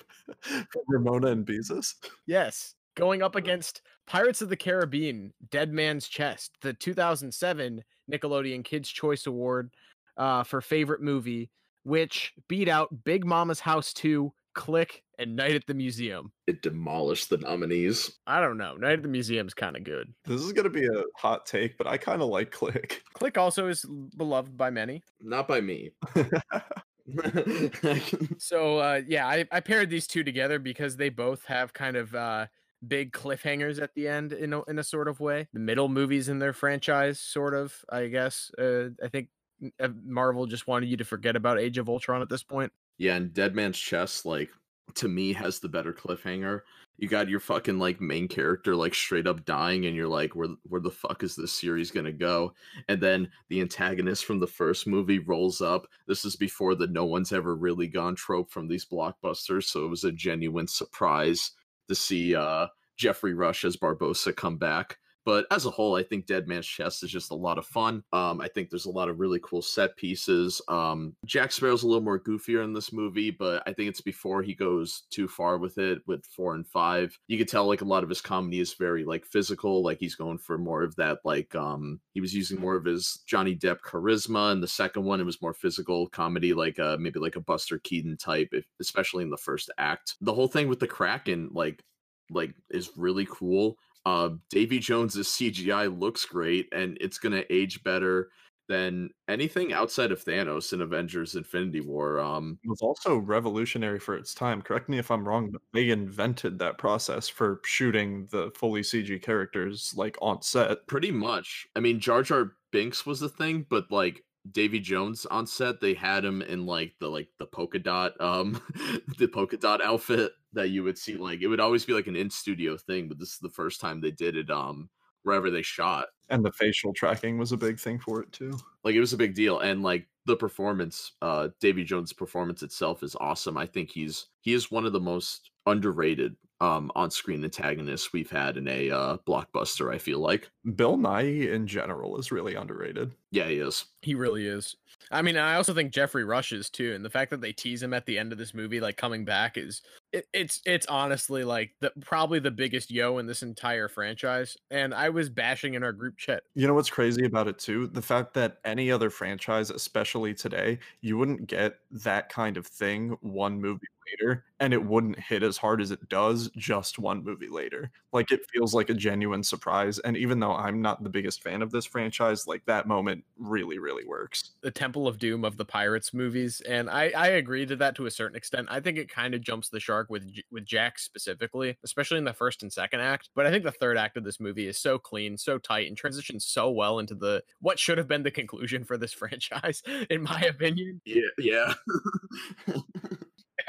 Speaker 4: Ramona and Beezus.
Speaker 2: Yes. Going up against Pirates of the Caribbean, Dead Man's Chest, the 2007 Nickelodeon Kids' Choice Award uh, for favorite movie, which beat out Big Mama's House 2, Click, and Night at the Museum.
Speaker 3: It demolished the nominees.
Speaker 2: I don't know. Night at the Museum's kind of good.
Speaker 4: This is gonna be a hot take, but I kind of like Click.
Speaker 2: Click also is l- beloved by many.
Speaker 3: Not by me. I
Speaker 2: So, uh, yeah, I, I paired these two together because they both have kind of uh, big cliffhangers at the end in a, in a sort of way. The middle movies in their franchise, sort of, I guess. Uh, I think n- uh, Marvel just wanted you to forget about Age of Ultron at this point.
Speaker 3: Yeah, and Dead Man's Chest, like, to me, has the better cliffhanger. You got your fucking like main character like straight up dying, and you're like, where where the fuck is this series gonna go? And then the antagonist from the first movie rolls up. This is before the no one's ever really gone trope from these blockbusters, so it was a genuine surprise to see uh Jeffrey Rush as Barbosa come back. But as a whole, I think Dead Man's Chest is just a lot of fun. Um, I think there's a lot of really cool set pieces. Um, Jack Sparrow's a little more goofier in this movie, but I think it's before he goes too far with it with four and five. You could tell like a lot of his comedy is very like physical, like he's going for more of that like um he was using more of his Johnny Depp charisma. And the second one, it was more physical comedy, like uh maybe like a Buster Keaton type, if, especially in the first act. The whole thing with the Kraken, like like is really cool. Uh, Davy Jones's CGI looks great, and it's gonna age better than anything outside of Thanos in Avengers: Infinity War. Um,
Speaker 4: It was also revolutionary for its time. Correct me if I'm wrong, but they invented that process for shooting the fully CG characters like on set.
Speaker 3: pretty much. I mean, Jar Jar Binks was the thing, but like Davy Jones on set, they had him in like the like the polka dot um the polka dot outfit that you would see. Like it would always be like an in studio thing, but this is the first time they did it. Um, wherever they shot.
Speaker 4: And the facial tracking was a big thing for it too.
Speaker 3: like it was a big deal and like the performance uh davy jones performance itself is awesome i think he's he is one of the most underrated um on-screen antagonists we've had in a uh blockbuster i feel like
Speaker 4: Bill Nye in general is really underrated.
Speaker 3: yeah he is
Speaker 2: He really is. I mean, I also think Jeffrey Rush is too, and the fact that they tease him at the end of this movie, like coming back, is it, it's it's honestly like the probably the biggest yo in this entire franchise. And I was bashing in our group chat.
Speaker 4: You know what's crazy about it too? The fact that any other franchise, especially today, you wouldn't get that kind of thing one movie later, and it wouldn't hit as hard as it does just one movie later. Like it feels like a genuine surprise. And even though I'm not the biggest fan of this franchise, like that moment really, really works.
Speaker 2: the Temple of Doom of the Pirates movies, and I I agree to that to a certain extent. I think it kind of jumps the shark with J- with Jack specifically, especially in the first and second act. But I think the third act of this movie is so clean, so tight, and transitions so well into the what should have been the conclusion for this franchise, in my opinion.
Speaker 3: yeah yeah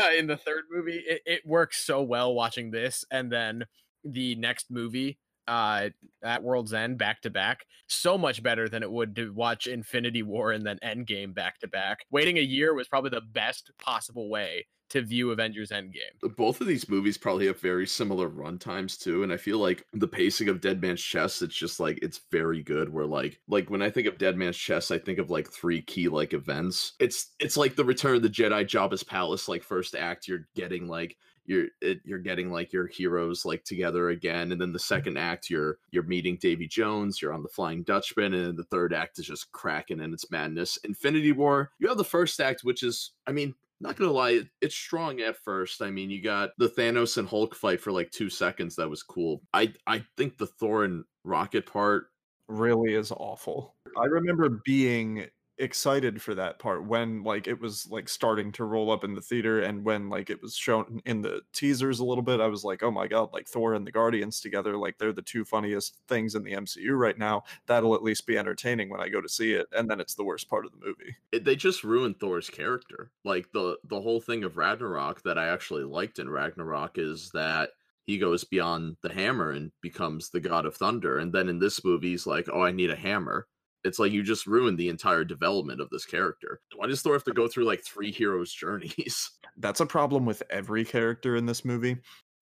Speaker 2: Uh, in the third movie, it, it works so well watching this, and then the next movie. uh, at World's End back to back. So much better than it would to watch Infinity War and then Endgame back to back. Waiting a year was probably the best possible way to view Avengers Endgame.
Speaker 3: both of these movies probably have very similar run times too and i feel like the pacing of dead man's chest it's just like it's very good where like like when i think of dead man's chest i think of like three key like events it's it's like the return of the jedi jabba's palace like first act you're getting like you're it, you're getting like your heroes like together again and then the second act you're you're meeting davy jones you're on the flying dutchman and then the third act is just cracking and it's madness infinity war you have the first act which is i mean not gonna lie, it- it's strong at first. I mean, you got the Thanos and Hulk fight for like two seconds. That was cool. I I think the Thor and Rocket part.
Speaker 4: really is awful. I remember being excited for that part when like it was like starting to roll up in the theater and when like it was shown in the teasers a little bit I was like oh my god like Thor and the Guardians together like they're the two funniest things in the MCU right now that'll at least be entertaining when I go to see it and then it's the worst part of the movie
Speaker 3: It, eh, they just ruined Thor's character. Like the the whole thing of Ragnarok that I actually liked in Ragnarok is that he goes beyond the hammer and becomes the god of thunder. And then in this movie, he's like, "Oh, I need a hammer." It's like you just ruined the entire development of this character. Why does Thor have to go through like three heroes' journeys?
Speaker 4: that's a problem with every character in this movie.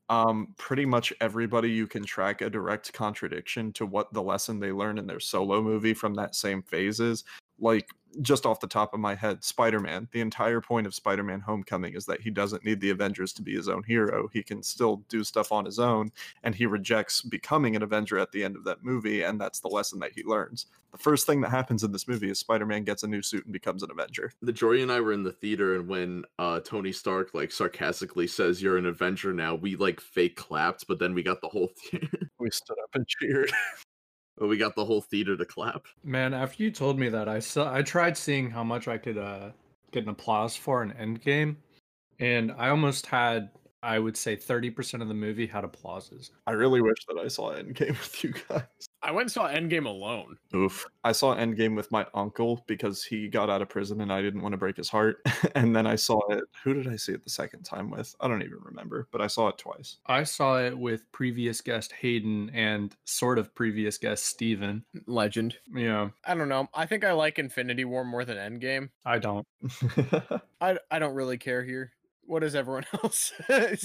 Speaker 4: Um, pretty much everybody you can track a direct contradiction to what the lesson they learn in their solo movie from that same phase is. Like, just off the top of my head, Spider Man, the entire point of Spider Man Homecoming is that he doesn't need the Avengers to be his own hero. He can still do stuff on his own, and he rejects becoming an Avenger at the end of that movie, and that's the lesson that he learns. The first thing that happens in this movie is Spider Man gets a new suit and becomes an Avenger.
Speaker 3: the Jory and I were in the theater, and when uh, Tony Stark like sarcastically says, "You're an Avenger now," we like fake clapped, but then we got the whole theater.
Speaker 4: We stood up and cheered.
Speaker 3: we got the whole theater to clap.
Speaker 5: Man, after you told me that, I saw I tried seeing how much I could uh, get an applause for an Endgame, and I almost had I would say thirty percent of the movie had applauses.
Speaker 4: I really wish that I saw Endgame with you guys.
Speaker 2: I went and saw Endgame alone.
Speaker 4: Oof. I saw Endgame with my uncle because he got out of prison and I didn't want to break his heart. and then I saw it. Who did I see it the second time with? I don't even remember, but I saw it twice.
Speaker 5: I saw it with previous guest Hayden and sort of previous guest Steven.
Speaker 2: Legend.
Speaker 5: Yeah,
Speaker 2: I don't know. I think I like Infinity War more than Endgame.
Speaker 5: I don't. Oh,
Speaker 2: I I don't really care here. What does everyone else say?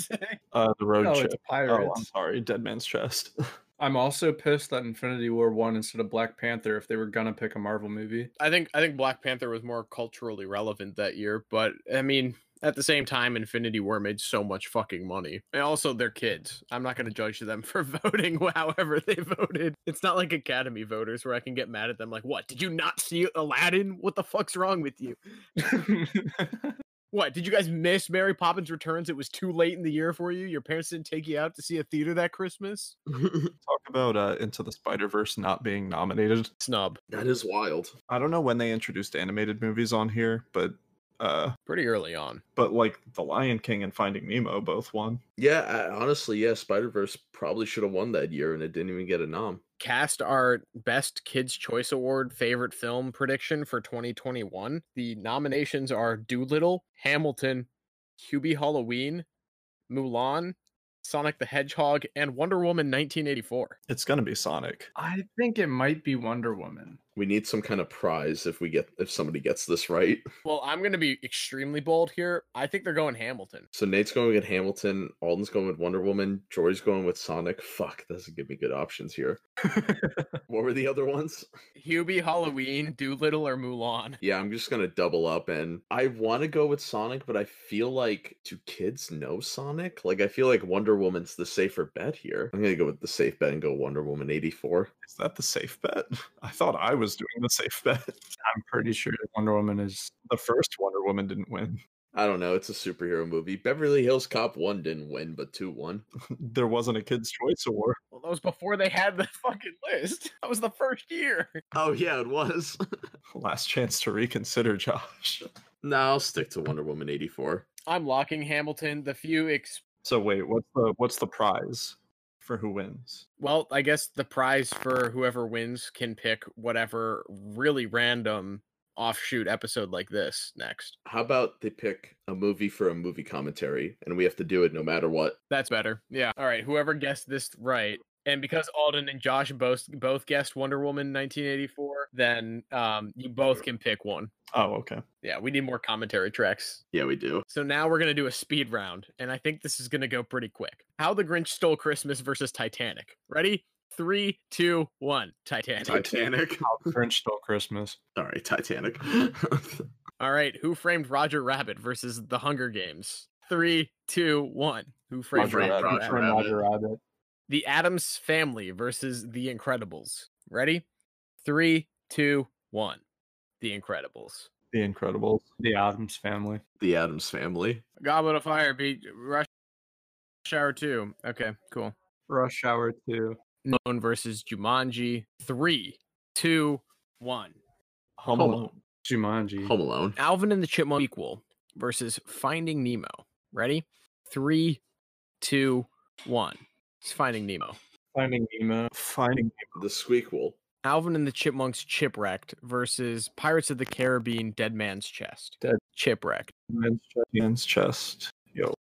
Speaker 4: uh, the road
Speaker 5: Oh,
Speaker 4: trip.
Speaker 5: it's
Speaker 4: Oh,
Speaker 5: pirates.
Speaker 4: I'm sorry. Dead Man's Chest.
Speaker 5: I'm also pissed that Infinity War won instead of Black Panther if they were gonna pick a Marvel movie.
Speaker 2: I think I think Black Panther was more culturally relevant that year, but I mean, at the same time, Infinity War made so much fucking money, and also they're kids. I'm not going to judge them for voting however they voted. It's not like Academy voters where I can get mad at them. Like, what? Did you not see Aladdin? What the fuck's wrong with you? What? Did you guys miss Mary Poppins Returns? It was too late in the year for you. Your parents didn't take you out to see a theater that Christmas.
Speaker 4: Talk about uh, Into the Spider Verse not being nominated.
Speaker 2: Snub.
Speaker 3: that is wild.
Speaker 4: I don't know when they introduced animated movies on here, but uh,
Speaker 2: Pretty early on.
Speaker 4: but like The Lion King and Finding Nemo both won.
Speaker 3: Yeah, I, honestly, yeah, Spider Verse probably should have won that year, and it didn't even get a nom.
Speaker 2: cast our best kids choice award favorite film prediction for 2021 the nominations are doolittle hamilton hubie halloween mulan sonic the hedgehog and wonder woman 1984
Speaker 4: It's gonna be Sonic.
Speaker 5: I think it might be Wonder Woman.
Speaker 3: We need some kind of prize if we get if somebody gets this right.
Speaker 2: well i'm going to be extremely bold here i think they're going hamilton
Speaker 3: So Nate's going with Hamilton, Alden's going with Wonder Woman, Jory's going with Sonic. Fuck, doesn't give me good options here. what were the other ones?
Speaker 2: hubie halloween doolittle or mulan
Speaker 3: Yeah, I'm just gonna double up, and I want to go with Sonic, but I feel like do kids know Sonic? Like, I feel like Wonder Woman's the safer bet here. I'm gonna go with the safe bet and go Wonder Woman '84.
Speaker 4: Is that the safe bet? I thought I was doing the safe bet.
Speaker 5: I'm pretty sure Wonder Woman is
Speaker 4: The first Wonder Woman didn't win.
Speaker 3: I don't know. It's a superhero movie. Beverly Hills Cop one didn't win, but two won.
Speaker 4: There wasn't a Kids' Choice Award.
Speaker 2: well that was before they had the fucking list that was the first year
Speaker 3: Oh yeah, it was.
Speaker 4: Last chance to reconsider, Josh.
Speaker 3: no, I'll stick to Wonder Woman '84.
Speaker 2: i'm locking hamilton the few ex-
Speaker 4: So wait, what's the what's the prize for who wins?
Speaker 2: Well, I guess the prize for whoever wins can pick whatever really random offshoot episode like this next.
Speaker 3: How about they pick a movie for a movie commentary, and we have to do it no matter what?
Speaker 2: That's better. Yeah. All right. Whoever guessed this right And because Alden and Josh both both guessed Wonder Woman 1984, then um, you both can pick one.
Speaker 4: Oh, okay.
Speaker 2: Yeah, we need more commentary tracks.
Speaker 3: Yeah, we do.
Speaker 2: So now we're gonna do a speed round, and I think this is gonna go pretty quick. How the Grinch Stole Christmas versus Titanic. Ready? Three, two, one. Titanic.
Speaker 3: Titanic.
Speaker 4: Grinch stole Christmas.
Speaker 3: Sorry, Titanic.
Speaker 2: All right. Who framed Roger Rabbit versus The Hunger Games? Three, two, one. Who framed
Speaker 3: Roger
Speaker 2: Roger,
Speaker 3: Rabbit.
Speaker 2: Rabbit?
Speaker 3: Roger Rabbit.
Speaker 4: Rabbit.
Speaker 2: The Adams Family versus The Incredibles. Ready? Three, two, one. The Incredibles.
Speaker 4: The Incredibles. The Adams Family.
Speaker 3: the Adams Family.
Speaker 2: Goblet of Fire beat Rush Hour 2. Okay, cool.
Speaker 5: Rush Hour 2.
Speaker 2: Known versus Jumanji. Three, two, one.
Speaker 4: Home
Speaker 3: Home
Speaker 4: Alone. Jumanji.
Speaker 3: Home Alone.
Speaker 2: Alvin and the Chipmunk equal versus Finding Nemo. Ready? Three, two, one. It's Finding Nemo.
Speaker 4: Finding Nemo. Finding
Speaker 3: The Squeakquel.
Speaker 2: Alvin and the Chipmunks Chipwrecked versus Pirates of the Caribbean Dead Man's Chest.
Speaker 4: Dead.
Speaker 2: Chipwrecked.
Speaker 4: Man's chest. Man's chest. Yo.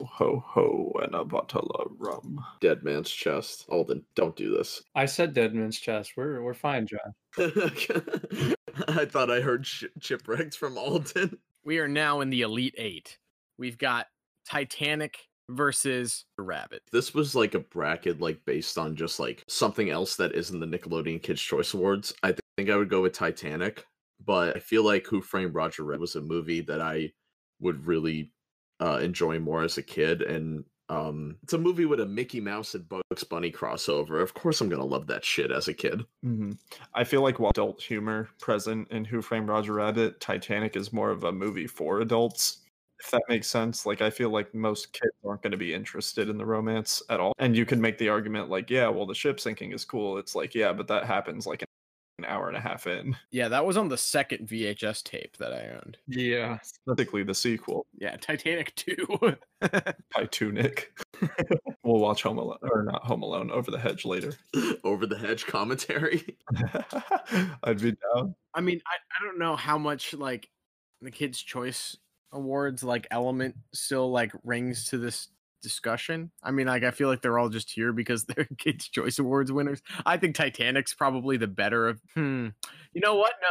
Speaker 4: Ho ho and a bottle of rum.
Speaker 3: Dead Man's Chest. Alden, don't do this.
Speaker 5: I said Deadman's Chest. We're we're fine, Josh.
Speaker 3: I thought I heard sh- Chipwrecked from Alden.
Speaker 2: We are now in the Elite Eight. We've got Titanic versus the Rabbit.
Speaker 3: This was like a bracket, like based on just like something else that isn't the Nickelodeon Kids Choice Awards. I th- think I would go with Titanic, but I feel like Who Framed Roger Rabbit was a movie that I would really uh, enjoy more as a kid, and um, it's a movie with a Mickey Mouse and Bugs Bunny crossover. Of course, I'm gonna love that shit as a kid.
Speaker 4: hmm I feel like while adult humor present in Who Framed Roger Rabbit, Titanic is more of a movie for adults. If that makes sense, like I feel like most kids aren't going to be interested in the romance at all. And you could make the argument like, yeah, well, the ship sinking is cool. It's like, yeah, but that happens like an hour and a half in,
Speaker 2: Yeah, that was on the second VHS tape that I owned.
Speaker 5: Yeah.
Speaker 4: particularly the sequel
Speaker 2: Yeah, Titanic 2.
Speaker 4: by Tunic. we'll watch Home Alone or not Home Alone over the hedge later.
Speaker 3: Over the hedge commentary.
Speaker 4: I'd be down.
Speaker 2: I mean, I, I don't know how much like the kids' choice awards like element still like rings to this discussion. I mean, like I feel like they're all just here because they're kids' choice awards winners. I think Titanic's probably the better of hmm. You know what? No.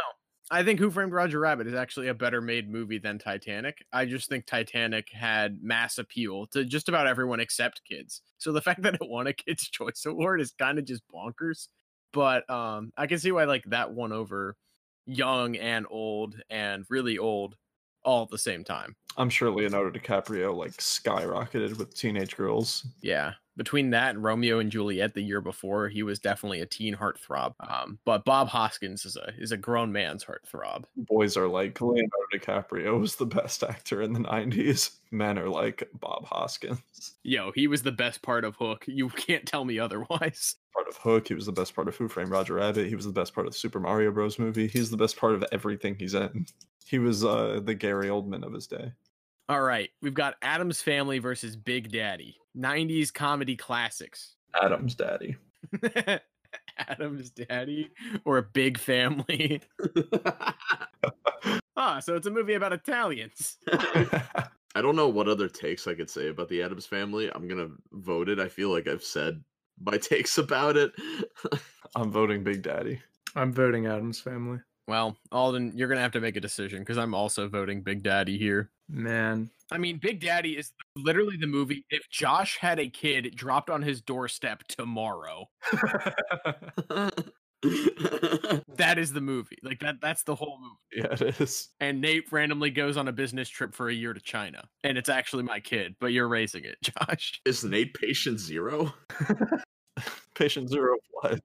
Speaker 2: I think Who Framed Roger Rabbit is actually a better made movie than Titanic. I just think Titanic had mass appeal to just about everyone except kids. So the fact that it won a kids' choice award is kind of just bonkers. But um I can see why like that won over young and old and really old all at the same time.
Speaker 4: I'm sure Leonardo DiCaprio like skyrocketed with teenage girls.
Speaker 2: Yeah. Between that and Romeo and Juliet the year before, he was definitely a teen heartthrob. Um, but Bob Hoskins is a is a grown man's heartthrob.
Speaker 4: boys are like Leonardo DiCaprio was the best actor in the 90s. Men are like Bob Hoskins.
Speaker 2: Yo, he was the best part of Hook. You can't tell me otherwise.
Speaker 4: Part of Hook, he was the best part of Who Framed Roger Rabbit. He was the best part of Super Mario Bros. movie. He's the best part of everything he's in. He was uh, the Gary Oldman of his day.
Speaker 2: All right, we've got Adam's Family versus Big Daddy. 90s comedy classics.
Speaker 4: Adam's daddy.
Speaker 2: Adam's Daddy or Big Family. Ah, so it's a movie about Italians.
Speaker 4: I
Speaker 3: I don't know what other takes I could say about the Adams Family. I'm gonna vote it. I feel like I've said my takes about it.
Speaker 4: am voting Big Daddy.
Speaker 5: I'm voting Adam's family.
Speaker 2: Well, Alden, you're gonna have to make a decision because I'm also voting Big Daddy here.
Speaker 5: Man.
Speaker 2: I mean, Big Daddy is literally the movie. If Josh had a kid it dropped on his doorstep tomorrow, that is the movie. Like that, that's the whole movie.
Speaker 4: Yeah, it is.
Speaker 2: And Nate randomly goes on a business trip for a year to China, and it's actually my kid, but you're raising it, Josh.
Speaker 3: Is Nate patient zero?
Speaker 4: Patient zero of what?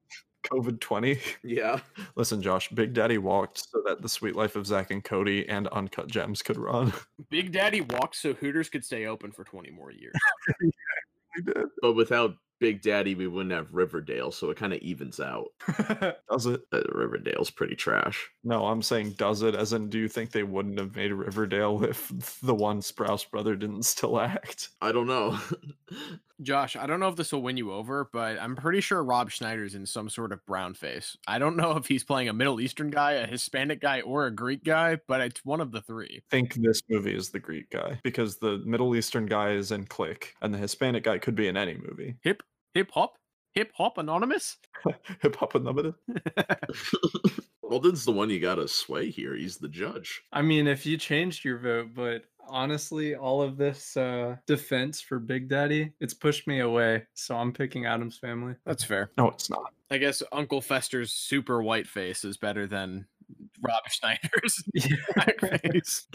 Speaker 4: COVID 20?
Speaker 3: Yeah.
Speaker 4: Listen, Josh, Big Daddy walked so that the sweet life of Zach and Cody and Uncut Gems could run.
Speaker 2: Big Daddy walked so Hooters could stay open for 20 more years.
Speaker 4: he did.
Speaker 3: But without Big Daddy, we wouldn't have Riverdale, so it kind of evens out.
Speaker 4: Does it?
Speaker 3: Uh, Riverdale's pretty trash.
Speaker 4: No, I'm saying does it as in do you think they wouldn't have made Riverdale if the one Sprouse brother didn't still act?
Speaker 3: I don't know.
Speaker 2: Josh, I don't know if this will win you over, but I'm pretty sure Rob Schneider's in some sort of brown face. I don't know if he's playing a Middle Eastern guy, a Hispanic guy, or a Greek guy, but it's one of the three.
Speaker 4: Think this movie is the Greek guy because the Middle Eastern guy is in Click and the Hispanic guy could be in any movie.
Speaker 2: Hip hop? Hip Hop Anonymous?
Speaker 4: Hip hop number.
Speaker 3: Alden's the one you gotta sway here. He's the judge.
Speaker 5: I mean, if you changed your vote, but honestly, all of this uh, defense for Big Daddy, it's pushed me away. So I'm picking Adam's family.
Speaker 2: That's fair.
Speaker 4: No, it's not.
Speaker 2: I guess Uncle Fester's super white face is better than Rob Schneider's black face.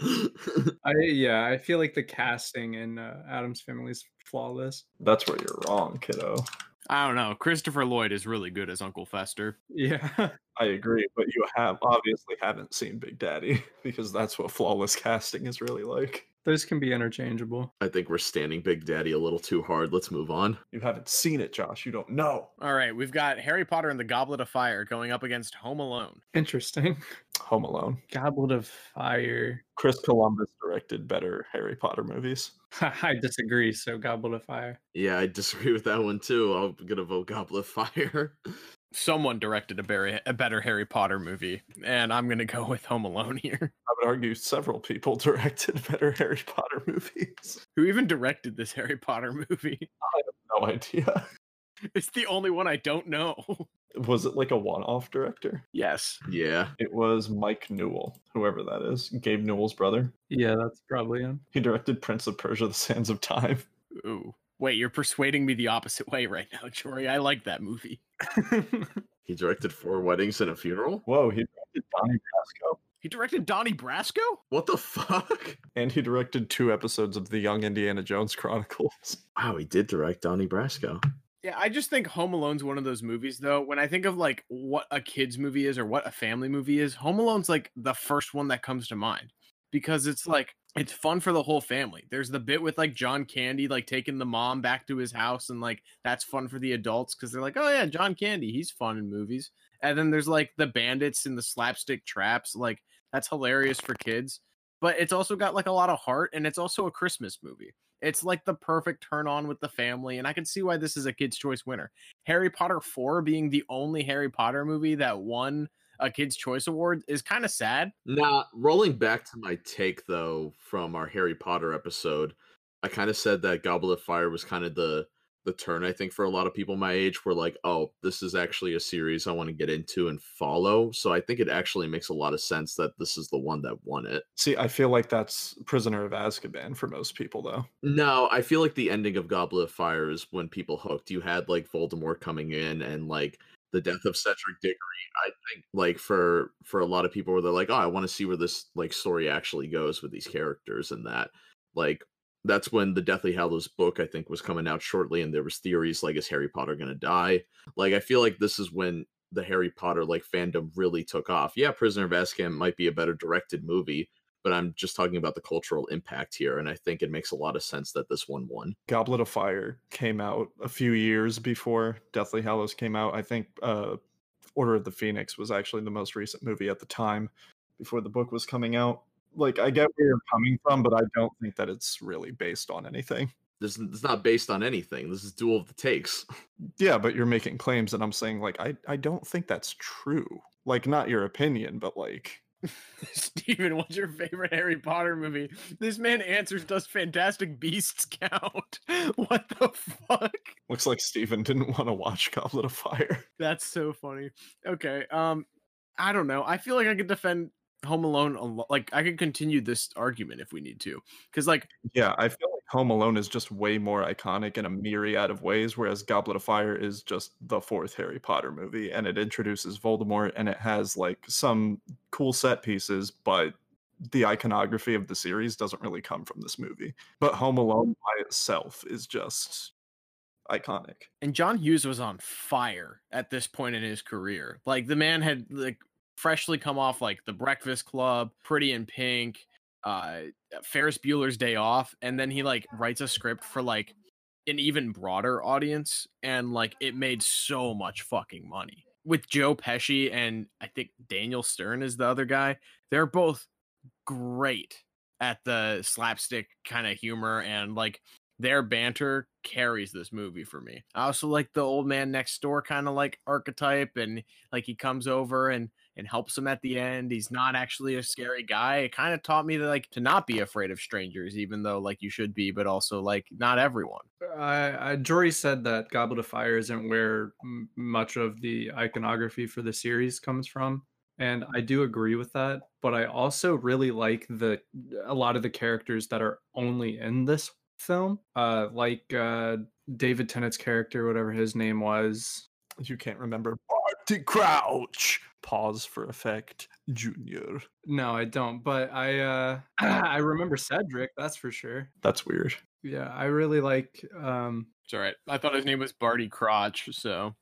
Speaker 5: I yeah, I feel like the casting in uh, Adam's family is flawless.
Speaker 4: That's where you're wrong, kiddo.
Speaker 2: I don't know. Christopher Lloyd is really good as Uncle Fester.
Speaker 5: Yeah.
Speaker 4: I agree, but you have obviously haven't seen Big Daddy because that's what flawless casting is really like.
Speaker 5: Those can be interchangeable.
Speaker 3: I think we're standing Big Daddy a little too hard. Let's move on.
Speaker 4: You haven't seen it, Josh. You don't know.
Speaker 2: All right, we've got Harry Potter and the Goblet of Fire going up against Home Alone.
Speaker 5: Interesting.
Speaker 4: Home Alone.
Speaker 5: Goblet of Fire.
Speaker 4: Chris Columbus directed better Harry Potter movies.
Speaker 5: I disagree. So Goblet of Fire.
Speaker 3: Yeah, I disagree with that one too. I'm gonna vote Goblet of Fire.
Speaker 2: Someone directed a, berry, a better Harry Potter movie, and I'm going to go with Home Alone here.
Speaker 4: I would argue several people directed better Harry Potter movies.
Speaker 2: Who even directed this Harry Potter movie?
Speaker 4: No idea.
Speaker 2: It's the only one I don't know.
Speaker 4: Was it like a one off director?
Speaker 2: Yes.
Speaker 3: Yeah.
Speaker 4: It was Mike Newell, whoever that is, Gabe Newell's brother.
Speaker 5: Yeah, that's probably him.
Speaker 4: He directed Prince of Persia, The Sands of Time.
Speaker 2: Ooh. Wait, you're persuading me the opposite way right now, Jory. I like that movie.
Speaker 3: He directed four weddings and a funeral.
Speaker 4: Whoa, he directed Donnie Brasco.
Speaker 2: He directed Donnie Brasco?
Speaker 3: What the fuck?
Speaker 4: And he directed two episodes of The Young Indiana Jones Chronicles.
Speaker 3: Wow, he did direct Donnie Brasco.
Speaker 2: Yeah, I just think Home Alone's one of those movies though. When I think of like what a kids movie is or what a family movie is, Home Alone's like the first one that comes to mind because it's like it's fun for the whole family. There's the bit with like John Candy like taking the mom back to his house and like that's fun for the adults cuz they're like, "Oh yeah, John Candy, he's fun in movies." And then there's like the bandits and the slapstick traps, like that's hilarious for kids. But it's also got like a lot of heart and it's also a Christmas movie. It's like the perfect turn on with the family, and I can see why this is a Kids' Choice winner. Harry Potter 4 being the only Harry Potter movie that won a Kids' Choice Award is kind of sad.
Speaker 3: Nah, rolling back to my take though from our Harry Potter episode, I kind of said that Goblet of Fire was kind of the the turn I think for a lot of people my age were like, "Oh, this is actually a series I want to get into and follow." So I think it actually makes a lot of sense that this is the one that won it.
Speaker 4: See, I feel like that's Prisoner of Azkaban for most people, though.
Speaker 3: No, I feel like the ending of Goblet of Fire is when people hooked. You had like Voldemort coming in and like the death of Cedric Diggory. I think like for for a lot of people where they're like, oh, I want to see where this like story actually goes with these characters and that like that's when the Deathly Hallows book I think was coming out shortly, and there was theories like, is Harry Potter gonna die? Like I feel like this is when the Harry Potter like fandom really took off. Yeah, Prisoner of Azkaban might be a better directed movie, but I'm just talking about the cultural impact here, and I think it makes a lot of sense that this one won.
Speaker 4: Goblet of Fire came out a few years before Deathly Hallows came out. I think uh, Order of the Phoenix was actually the most recent movie at the time before the book was coming out. Like, I get where you're coming from, but I don't think that it's really based on anything.
Speaker 3: This is not based on anything. This is Duel of the Takes.
Speaker 4: Yeah, but you're making claims, and I'm saying, like, I, I don't think that's true. Like, not your opinion, but like,
Speaker 2: Steven, what's your favorite Harry Potter movie? This man answers does Fantastic Beasts count? What the fuck?
Speaker 4: looks like Steven didn't want to watch Goblet of Fire.
Speaker 2: That's so funny. Okay, um I don't know. I feel like I could defend Home Alone a lot. Like I could continue this argument if we need to. Cuz like
Speaker 4: Yeah, I feel like Home Alone is just way more iconic in a myriad of ways, whereas Goblet of Fire is just the fourth Harry Potter movie, and it introduces Voldemort and it has like some cool set pieces, but the iconography of the series doesn't really come from this movie. But Home Alone by itself is just iconic.
Speaker 2: and John Hughes was on fire at this point in his career. Like the man had like freshly come off like The Breakfast Club, Pretty in Pink, uh Ferris Bueller's Day Off, and then he like writes a script for like an even broader audience and like it made so much fucking money. With Joe Pesci and I think Daniel Stern is the other guy. They're both great at the slapstick kind of humor and like their banter carries this movie for me. I also like the old man next door kind of like archetype and like he comes over and and helps him at the end. He's not actually a scary guy. It kind of taught me that like to not be afraid of strangers even though like you should be but also like not everyone.
Speaker 5: I, I Jory said that Goblet of Fire isn't where m- much of the iconography for the series comes from, and I do agree with that. But I also really like the a lot of the characters that are only in this film, uh, like uh, David Tennant's character, whatever his name was.
Speaker 4: You can't remember. Barty Crouch. Pause for effect. Junior.
Speaker 5: No, I don't. But I uh, I remember Cedric, that's for sure.
Speaker 4: That's weird.
Speaker 5: Yeah, I really like um,
Speaker 2: It's all right. I thought his name was Barty Crotch, so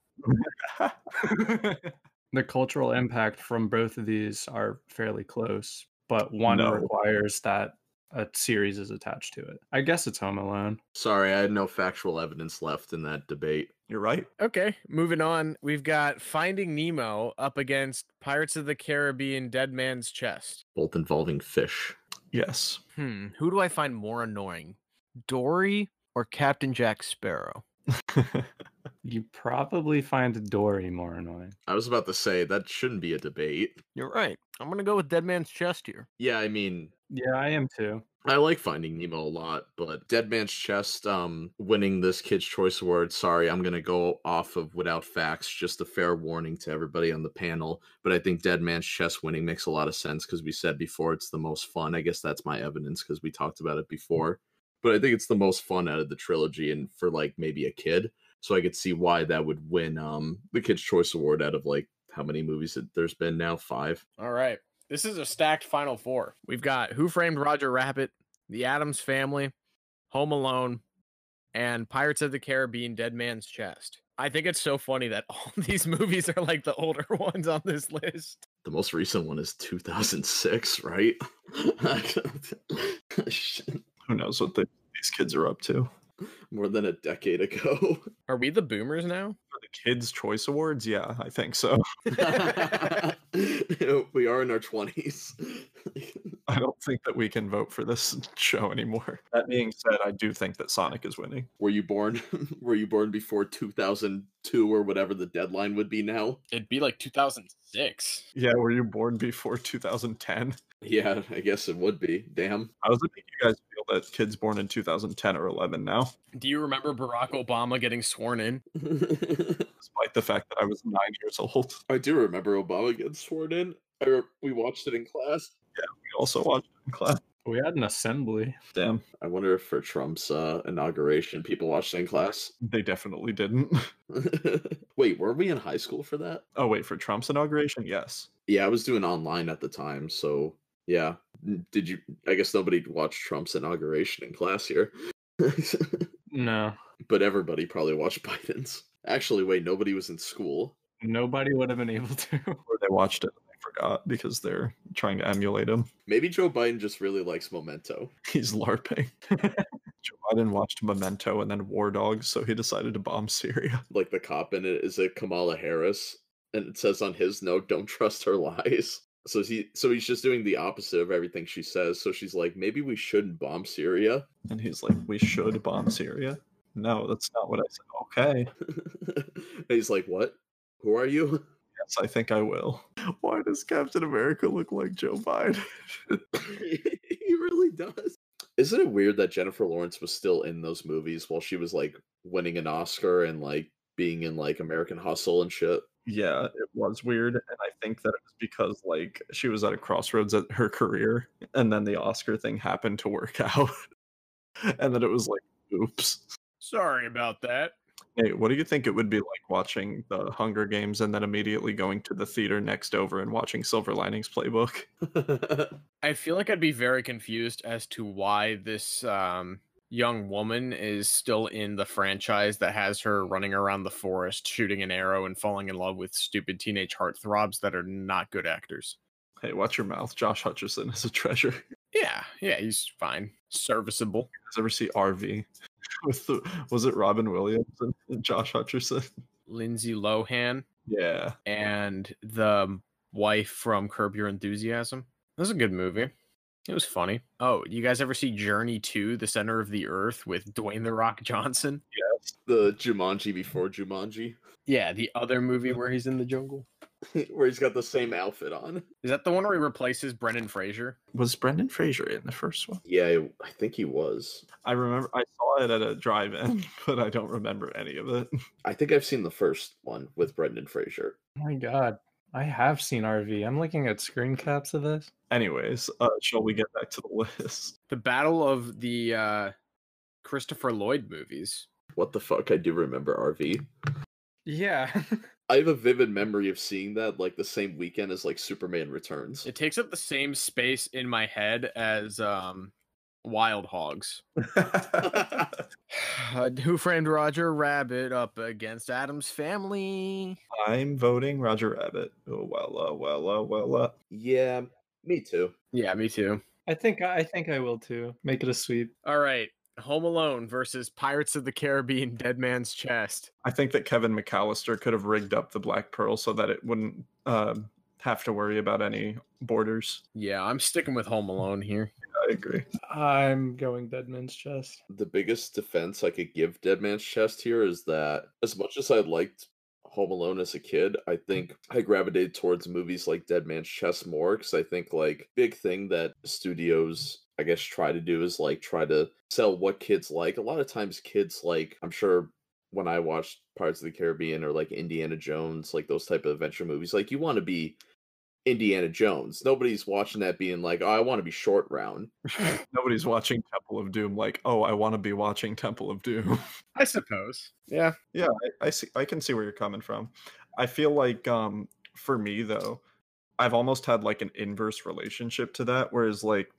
Speaker 5: the cultural impact from both of these are fairly close, but one
Speaker 4: No.
Speaker 5: requires that a series is attached to it. I guess it's Home Alone.
Speaker 3: Sorry, I had no factual evidence left in that debate.
Speaker 4: You're right.
Speaker 2: Okay, moving on. We've got Finding Nemo up against Pirates of the Caribbean Dead Man's Chest.
Speaker 3: Both involving fish.
Speaker 4: Yes.
Speaker 2: Hmm, who do I find more annoying? Dory or Captain Jack Sparrow?
Speaker 5: You probably find Dory more annoying.
Speaker 3: I was about to say that shouldn't be a debate.
Speaker 2: You're right. I'm going to go with Dead Man's Chest here.
Speaker 3: Yeah, I mean,
Speaker 5: Yeah, I am too.
Speaker 3: I like Finding Nemo a lot, but Dead Man's Chest um winning this Kids Choice Award. Sorry, I'm gonna go off of without facts. Just a fair warning to everybody on the panel. But I think Dead Man's Chest winning makes a lot of sense because we said before it's the most fun. I guess that's my evidence because we talked about it before. But I think it's the most fun out of the trilogy, and for like maybe a kid, so I could see why that would win um the Kids Choice Award out of like how many movies that there's been now five.
Speaker 2: All right. This is a stacked Final Four. We've got Who Framed Roger Rabbit, The Adams Family, Home Alone, and Pirates of the Caribbean Dead Man's Chest. I think it's so funny that all these movies are like the older ones on this list.
Speaker 3: the most recent one is 2006 right
Speaker 4: Who knows what the, these kids are up to?
Speaker 3: more than a decade ago
Speaker 2: Are we the boomers now?
Speaker 4: For the Kids' Choice Awards? Yeah, I think so.
Speaker 3: we are in our 20s
Speaker 4: I don't think that we can vote for this show anymore. That being said, I do think that Sonic is winning.
Speaker 3: were you born were you born before 2002 or whatever the deadline would be now
Speaker 2: It'd be like 2006.
Speaker 4: Yeah, were you born before 2010?
Speaker 3: yeah i guess it would be damn
Speaker 4: How does it make you guys feel that kids born in 2010 or 11 now?
Speaker 2: Do you remember Barack Obama getting sworn in?
Speaker 4: Despite the fact that I was nine years old,
Speaker 3: i do remember obama getting sworn in I re- we watched it in class
Speaker 4: we also watched it in class.
Speaker 5: We had an assembly.
Speaker 4: Damn,
Speaker 3: i wonder if for trump's uh, inauguration people watched it in class
Speaker 4: they definitely didn't.
Speaker 3: wait were we in high school for that
Speaker 4: Oh, wait, for Trump's inauguration? Yes.
Speaker 3: Yeah, I was doing online at the time, so yeah. N- Did you? I guess nobody watched Trump's inauguration in class here,
Speaker 5: No,
Speaker 3: but everybody probably watched Biden's. Actually, wait, nobody was in school.
Speaker 5: nobody would have been able to.
Speaker 4: Or they watched it and they forgot because they're trying to emulate him.
Speaker 3: Maybe Joe Biden just really likes Memento.
Speaker 4: He's LARPing. Joe Biden watched Memento and then War Dogs, so he decided to bomb Syria.
Speaker 3: Like the cop in it is a Kamala Harris, and it says on his note, "Don't trust her lies." So is he, so he's just doing the opposite of everything she says. So she's like, maybe we shouldn't bomb Syria.
Speaker 4: And he's like, we should bomb Syria. No, that's not what I said. Okay.
Speaker 3: and he's like, what? Who are you?
Speaker 4: Yes, I think I will. Why does Captain America look like Joe Biden?
Speaker 3: he really does. Isn't it weird that Jennifer Lawrence was still in those movies while she was like winning an Oscar and like being in like American Hustle and shit?
Speaker 4: yeah, it was weird. And I think that it was because like she was at a crossroads at her career, and then the Oscar thing happened to work out. and then it was like, oops.
Speaker 2: Sorry about that.
Speaker 4: Hey, what do you think it would be like watching the Hunger Games and then immediately going to the theater next over and watching Silver Linings Playbook?
Speaker 2: I feel like I'd be very confused as to why this um, young woman is still in the franchise that has her running around the forest, shooting an arrow, and falling in love with stupid teenage heartthrobs that are not good actors.
Speaker 4: Hey, watch your mouth. Josh Hutcherson is a treasure. You
Speaker 2: Yeah, yeah, he's fine, serviceable.
Speaker 4: guys ever see RV? With the, was it Robin Williams and and Josh Hutcherson?
Speaker 2: Lindsay Lohan
Speaker 4: Yeah.
Speaker 2: and the wife from Curb Your Enthusiasm. That was a good movie. It was funny. Oh, you guys ever see Journey to the Center of the Earth with Dwayne the Rock Johnson?
Speaker 3: the Jumanji before Jumanji.
Speaker 2: Yeah, the other movie where he's in the jungle.
Speaker 3: where he's got the same outfit on.
Speaker 2: Is that the one where he replaces Brendan Fraser?
Speaker 4: Was Brendan Fraser in the first one?
Speaker 3: Yeah, I- I think he was.
Speaker 4: I remember I saw it at a drive-in, but I don't remember any of it.
Speaker 3: I think I've seen the first one with Brendan Fraser.
Speaker 5: My God, I have seen RV. I'm looking at screen caps of this.
Speaker 4: Anyways, uh, shall we get back to the list?
Speaker 2: The battle of the uh, Christopher Lloyd movies.
Speaker 3: What the fuck? I do remember RV.
Speaker 5: Yeah,
Speaker 3: I have a vivid memory of seeing that like the same weekend as like Superman Returns.
Speaker 2: It takes up the same space in my head as um, Wild Hogs. Uh, who framed Roger Rabbit up against Adam's family?
Speaker 4: I'm voting Roger Rabbit. Oh well, uh, well, uh, well, uh.
Speaker 3: yeah, me too.
Speaker 2: Yeah, me too.
Speaker 5: I think I think I will too. Make it a sweep.
Speaker 2: All right. Home Alone versus Pirates of the Caribbean Dead Man's Chest.
Speaker 4: I think that Kevin McAllister could have rigged up the Black Pearl so that it wouldn't uh, have to worry about any borders.
Speaker 2: Yeah, I'm sticking with Home Alone here.
Speaker 4: I agree.
Speaker 5: I'm going Deadman's Chest.
Speaker 3: The biggest defense I could give Dead Man's Chest here is that as much as I liked Home Alone as a kid, I think I gravitated towards movies like Dead Man's Chest more because I think like big thing that studios I guess try to do is like try to sell what kids like. A lot of times kids like I'm sure when I watched Pirates of the Caribbean or like Indiana Jones, like those type of adventure movies, like you want to be Indiana Jones. Nobody's watching that being like, oh, I want to be short round.
Speaker 4: Nobody's watching Temple of Doom. Like, oh, I want to be watching Temple of Doom.
Speaker 2: I suppose. Yeah.
Speaker 4: I see. I can see where you're coming from. I feel like um, for me though, I've almost had like an inverse relationship to that. Whereas like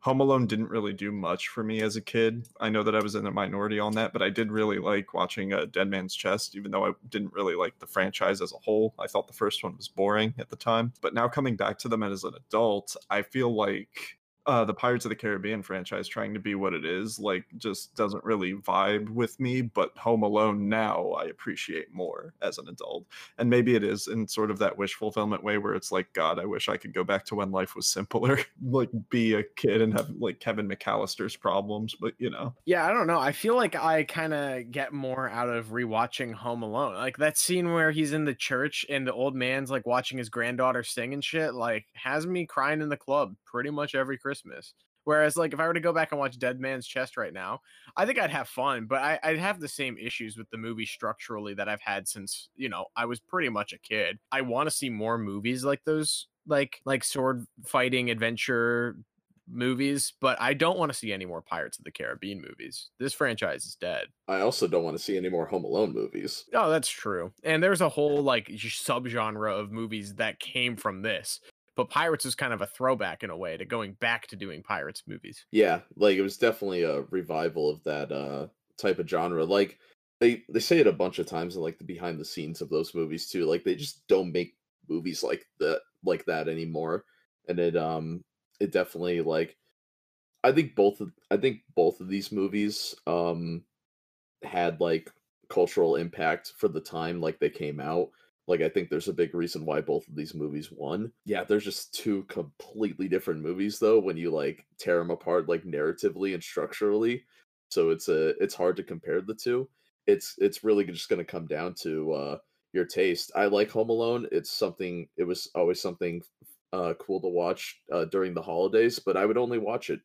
Speaker 4: Home Alone didn't really do much for me as a kid. I know that I was in the minority on that, but I did really like watching uh, Dead Man's Chest, even though I didn't really like the franchise as a whole. I thought the first one was boring at the time. But now coming back to them as an adult, I feel like uh, the Pirates of the Caribbean franchise trying to be what it is, like, just doesn't really vibe with me. But Home Alone now, I appreciate more as an adult. And maybe it is in sort of that wish fulfillment way where it's like, God, I wish I could go back to when life was simpler, like be a kid and have like Kevin McAllister's problems. But you know,
Speaker 2: Yeah, I don't know. I feel like I kind of get more out of rewatching Home Alone. Like that scene where he's in the church and the old man's like watching his granddaughter sing and shit, like has me crying in the club pretty much every Christmas. Whereas, like, if I were to go back and watch Dead Man's Chest right now, I think I'd have fun, but I, I'd have the same issues with the movie structurally that I've had since, you know, I was pretty much a kid. I want to see more movies like those, like, like sword fighting adventure movies, but I don't want to see any more Pirates of the Caribbean movies. This franchise is dead.
Speaker 3: I also don't want to see any more Home Alone movies.
Speaker 2: Oh, that's true. And there's a whole like j- subgenre of movies that came from this. But Pirates is kind of a throwback in a way to going back to doing Pirates movies.
Speaker 3: Yeah, like it was definitely a revival of that uh type of genre. Like they they say it a bunch of times in like the behind the scenes of those movies too. Like they just don't make movies like that like that anymore. And it um it definitely like I think both of, I think both of these movies um had like cultural impact for the time like they came out. Like I think there's a big reason why both of these movies won. Yeah, there's just two completely different movies though when you like tear them apart like narratively and structurally. So it's a it's hard to compare the two. It's it's really just going to come down to uh your taste. I like Home Alone. It's something it was always something uh cool to watch uh during the holidays, but I would only watch it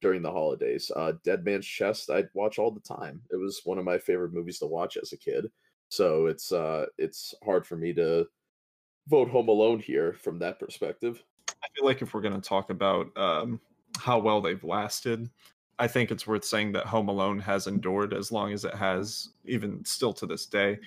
Speaker 3: during the holidays. Uh Dead Man's Chest I'd watch all the time. It was one of my favorite movies to watch as a kid so it's uh it's hard for me to vote home alone here from that perspective
Speaker 4: I feel like if we're going to talk about um, how well they've lasted, I think it's worth saying that Home Alone has endured as long as it has, even still to this day.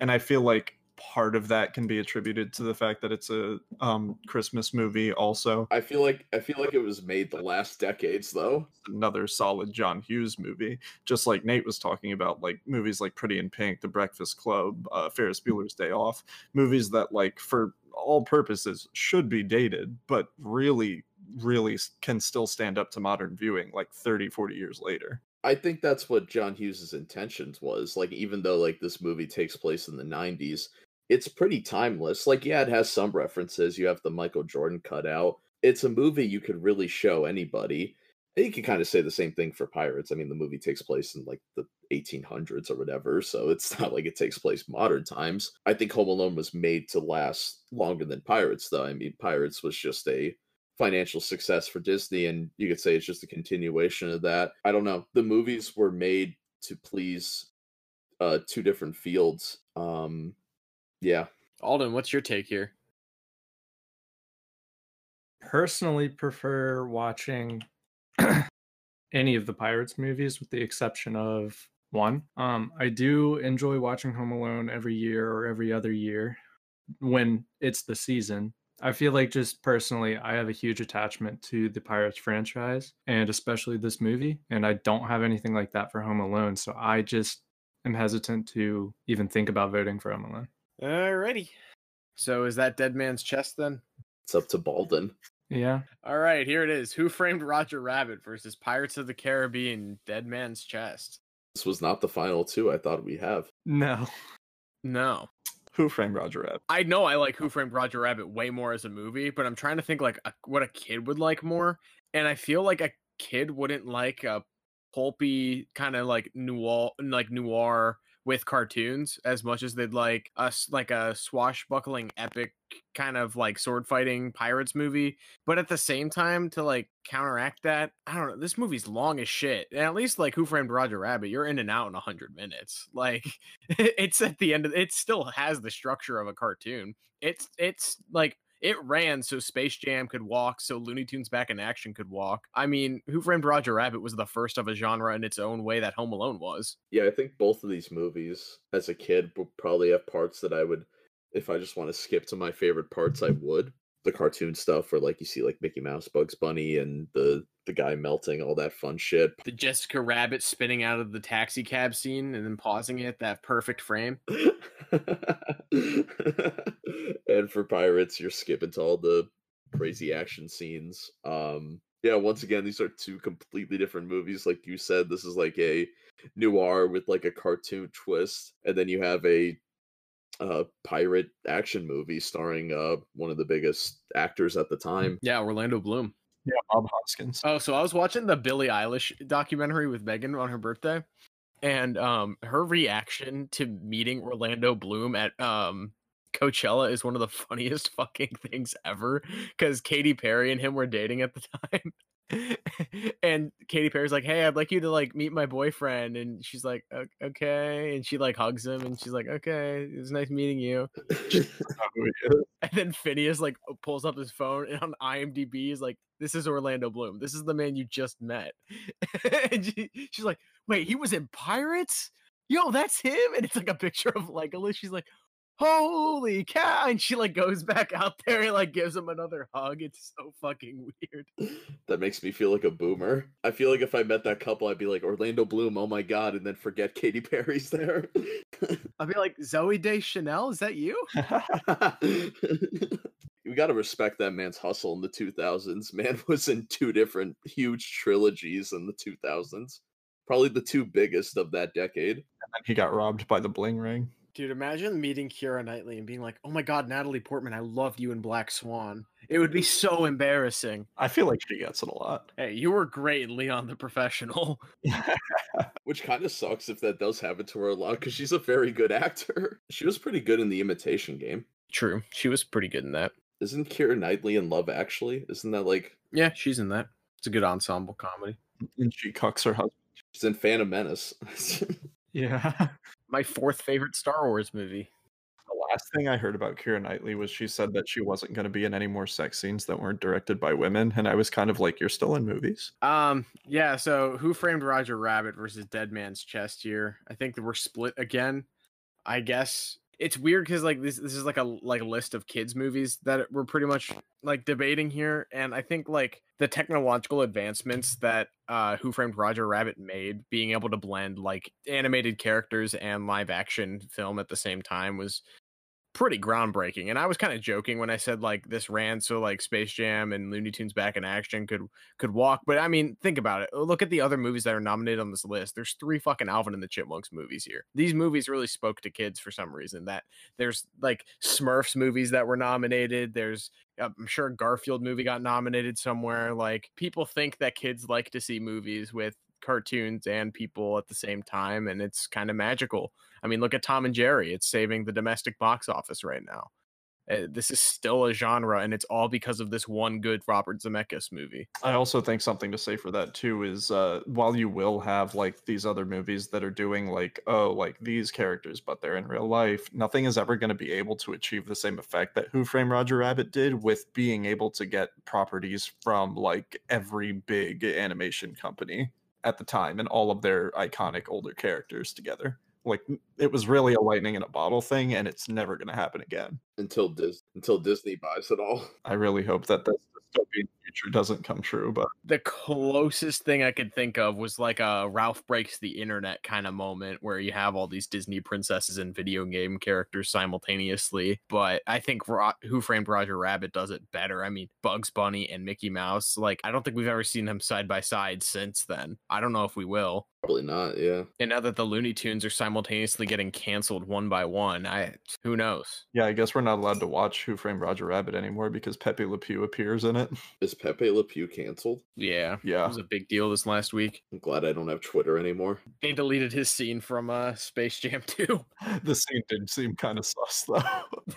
Speaker 4: And I feel like part of that can be attributed to the fact that it's a um, Christmas movie, also.
Speaker 3: i feel like i feel like it was made the last decades though
Speaker 4: another solid John Hughes movie, just like Nate was talking about, like movies like Pretty in Pink, The Breakfast Club, uh, Ferris Bueller's Day Off, movies that, like, for all purposes, should be dated, but really, really s- can still stand up to modern viewing, like 30, 40 years later.
Speaker 3: i think that's what john hughes's intentions was like even though like this movie takes place in the 90s it's pretty timeless like yeah it has some references you have the michael jordan cutout it's a movie you could really show anybody and you could kind of say the same thing for pirates i mean the movie takes place in like the 1800s or whatever, so it's not like it takes place modern times. I think Home Alone was made to last longer than Pirates, though. I mean, Pirates was just a financial success for Disney, and you could say it's just a continuation of that. I don't know. The movies were made to please uh two different fields. Um yeah.
Speaker 1: Alden, what's your take here?
Speaker 5: personally prefer watching any of the Pirates movies with the exception of one. Um, I do enjoy watching Home Alone every year or every other year when it's the season. I feel like, just personally, I have a huge attachment to the Pirates franchise and especially this movie. And I don't have anything like that for Home Alone. So I just am hesitant to even think about voting for Home Alone.
Speaker 2: Alrighty. So is that Dead Man's Chest then?
Speaker 3: It's up to Baldwin.
Speaker 5: Yeah.
Speaker 2: All right, here it is. Who framed Roger Rabbit versus Pirates of the Caribbean Dead Man's Chest?
Speaker 3: This was not the final two I thought we have.
Speaker 5: No.
Speaker 2: No.
Speaker 4: Who framed Roger Rabbit?
Speaker 2: I know I like Who Framed Roger Rabbit way more as a movie, but I'm trying to think like a, what a kid would like more, and I feel like a kid wouldn't like a pulpy kind of like noir like noir with cartoons as much as they'd like us like a swashbuckling epic kind of like sword fighting pirates movie but at the same time to like counteract that i don't know this movie's long as shit and at least like who framed roger rabbit you're in and out in 100 minutes like it's at the end of it still has the structure of a cartoon it's it's like it ran so Space Jam could walk, so Looney Tunes Back in Action could walk. I mean, Who Framed Roger Rabbit was the first of a genre in its own way that Home Alone was.
Speaker 3: Yeah, I think both of these movies as a kid would probably have parts that I would if I just want to skip to my favorite parts, I would. The cartoon stuff where like you see like Mickey Mouse, Bugs Bunny, and the the guy melting, all that fun shit.
Speaker 2: The Jessica Rabbit spinning out of the taxi cab scene and then pausing it, that perfect frame.
Speaker 3: and for pirates, you're skipping to all the crazy action scenes. Um yeah, once again, these are two completely different movies. Like you said, this is like a noir with like a cartoon twist, and then you have a uh pirate action movie starring uh one of the biggest actors at the time.
Speaker 2: Yeah, Orlando Bloom.
Speaker 4: Yeah, Bob Hoskins.
Speaker 2: Oh, so I was watching the Billie Eilish documentary with Megan on her birthday, and um, her reaction to meeting Orlando Bloom at um, Coachella is one of the funniest fucking things ever. Because Katy Perry and him were dating at the time, and Katy Perry's like, "Hey, I'd like you to like meet my boyfriend," and she's like, "O- "Okay," and she like hugs him, and she's like, "Okay, it was nice meeting you." And then Phineas like pulls up his phone and on IMDb is like, "This is Orlando Bloom. This is the man you just met." and she, she's like, "Wait, he was in Pirates? Yo, that's him!" And it's like a picture of Legolas. She's like, "Holy cow!" And she like goes back out there and like gives him another hug. It's so fucking weird.
Speaker 3: that makes me feel like a boomer. I feel like if I met that couple, I'd be like Orlando Bloom, oh my god, and then forget Katy Perry's there.
Speaker 2: I'll be like, "Zoe Deschanel, is that you?"
Speaker 3: we got to respect that man's hustle in the 2000s. Man was in two different huge trilogies in the 2000s. Probably the two biggest of that decade.
Speaker 4: And he got robbed by the bling ring.
Speaker 2: Dude, imagine meeting Kira Knightley and being like, "Oh my God, Natalie Portman, I loved you in Black Swan." It would be so embarrassing.
Speaker 4: I feel like she gets it a lot.
Speaker 2: Hey, you were great in Leon the Professional.
Speaker 3: Which kind of sucks if that does happen to her a lot because she's a very good actor. She was pretty good in the imitation game.
Speaker 2: True. She was pretty good in that.
Speaker 3: Isn't Kira Knightley in Love Actually? Isn't that like
Speaker 2: Yeah, she's in that. It's a good ensemble comedy.
Speaker 4: And she cucks her husband.
Speaker 3: she's in Phantom Menace?
Speaker 5: Yeah.
Speaker 2: My fourth favorite Star Wars movie.
Speaker 4: The last thing I heard about Kira Knightley was she said that she wasn't going to be in any more sex scenes that weren't directed by women. And I was kind of like, you're still in movies.
Speaker 2: Um, yeah, so Who Framed Roger Rabbit versus Dead Man's Chest here. I think that we're split again. I guess it's weird because like this this is like a like a list of kids movies that we're pretty much like debating here, and I think like the technological advancements that uh, Who Framed Roger Rabbit made, being able to blend like animated characters and live action film at the same time was pretty groundbreaking. And I was kind of joking when I said like this ran so like Space Jam and Looney Tunes Back in Action could could walk. But I mean, think about it. Look at the other movies that are nominated on this list. There's three fucking Alvin and the Chipmunks movies here. These movies really spoke to kids for some reason. That there's like Smurfs movies that were nominated. There's uh, I'm sure a Garfield movie got nominated somewhere. Like people think that kids like to see movies with cartoons and people at the same time, and it's kind of magical. I mean, look at Tom and Jerry; it's saving the domestic box office right now. Uh, this is still a genre, and it's all because of this one good Robert Zemeckis movie.
Speaker 4: I also think something to say for that too is uh, while you will have like these other movies that are doing like oh like these characters but they're in real life, nothing is ever going to be able to achieve the same effect that Who Framed Roger Rabbit did with being able to get properties from like every big animation company at the time and all of their iconic older characters together. Like it was really a lightning in a bottle thing, and it's never going to happen again.
Speaker 3: until Dis- until Disney buys it all.
Speaker 4: I really hope that this dystopian future doesn't come true, but.
Speaker 2: the closest thing I could think of was like a Ralph breaks the internet kind of moment where you have all these Disney princesses and video game characters simultaneously. But I think Ro- Who Framed Roger Rabbit does it better. I mean, Bugs Bunny and Mickey Mouse. Like, I don't think we've ever seen them side by side since then. I don't know if we will.
Speaker 3: Probably not. Yeah.
Speaker 2: And now that the Looney Tunes are simultaneously getting canceled one by one, I who knows?
Speaker 4: Yeah, I guess we're not allowed to watch Who Framed Roger Rabbit anymore because Pepe Le Pew appears in it.
Speaker 3: Is Pepe Le Pew canceled?
Speaker 2: Yeah. It
Speaker 4: Yeah.
Speaker 2: was a big deal this last week.
Speaker 3: I'm glad I don't have Twitter anymore.
Speaker 2: They deleted his scene from uh, Space Jam 2.
Speaker 4: The scene did seem kind of sus, though.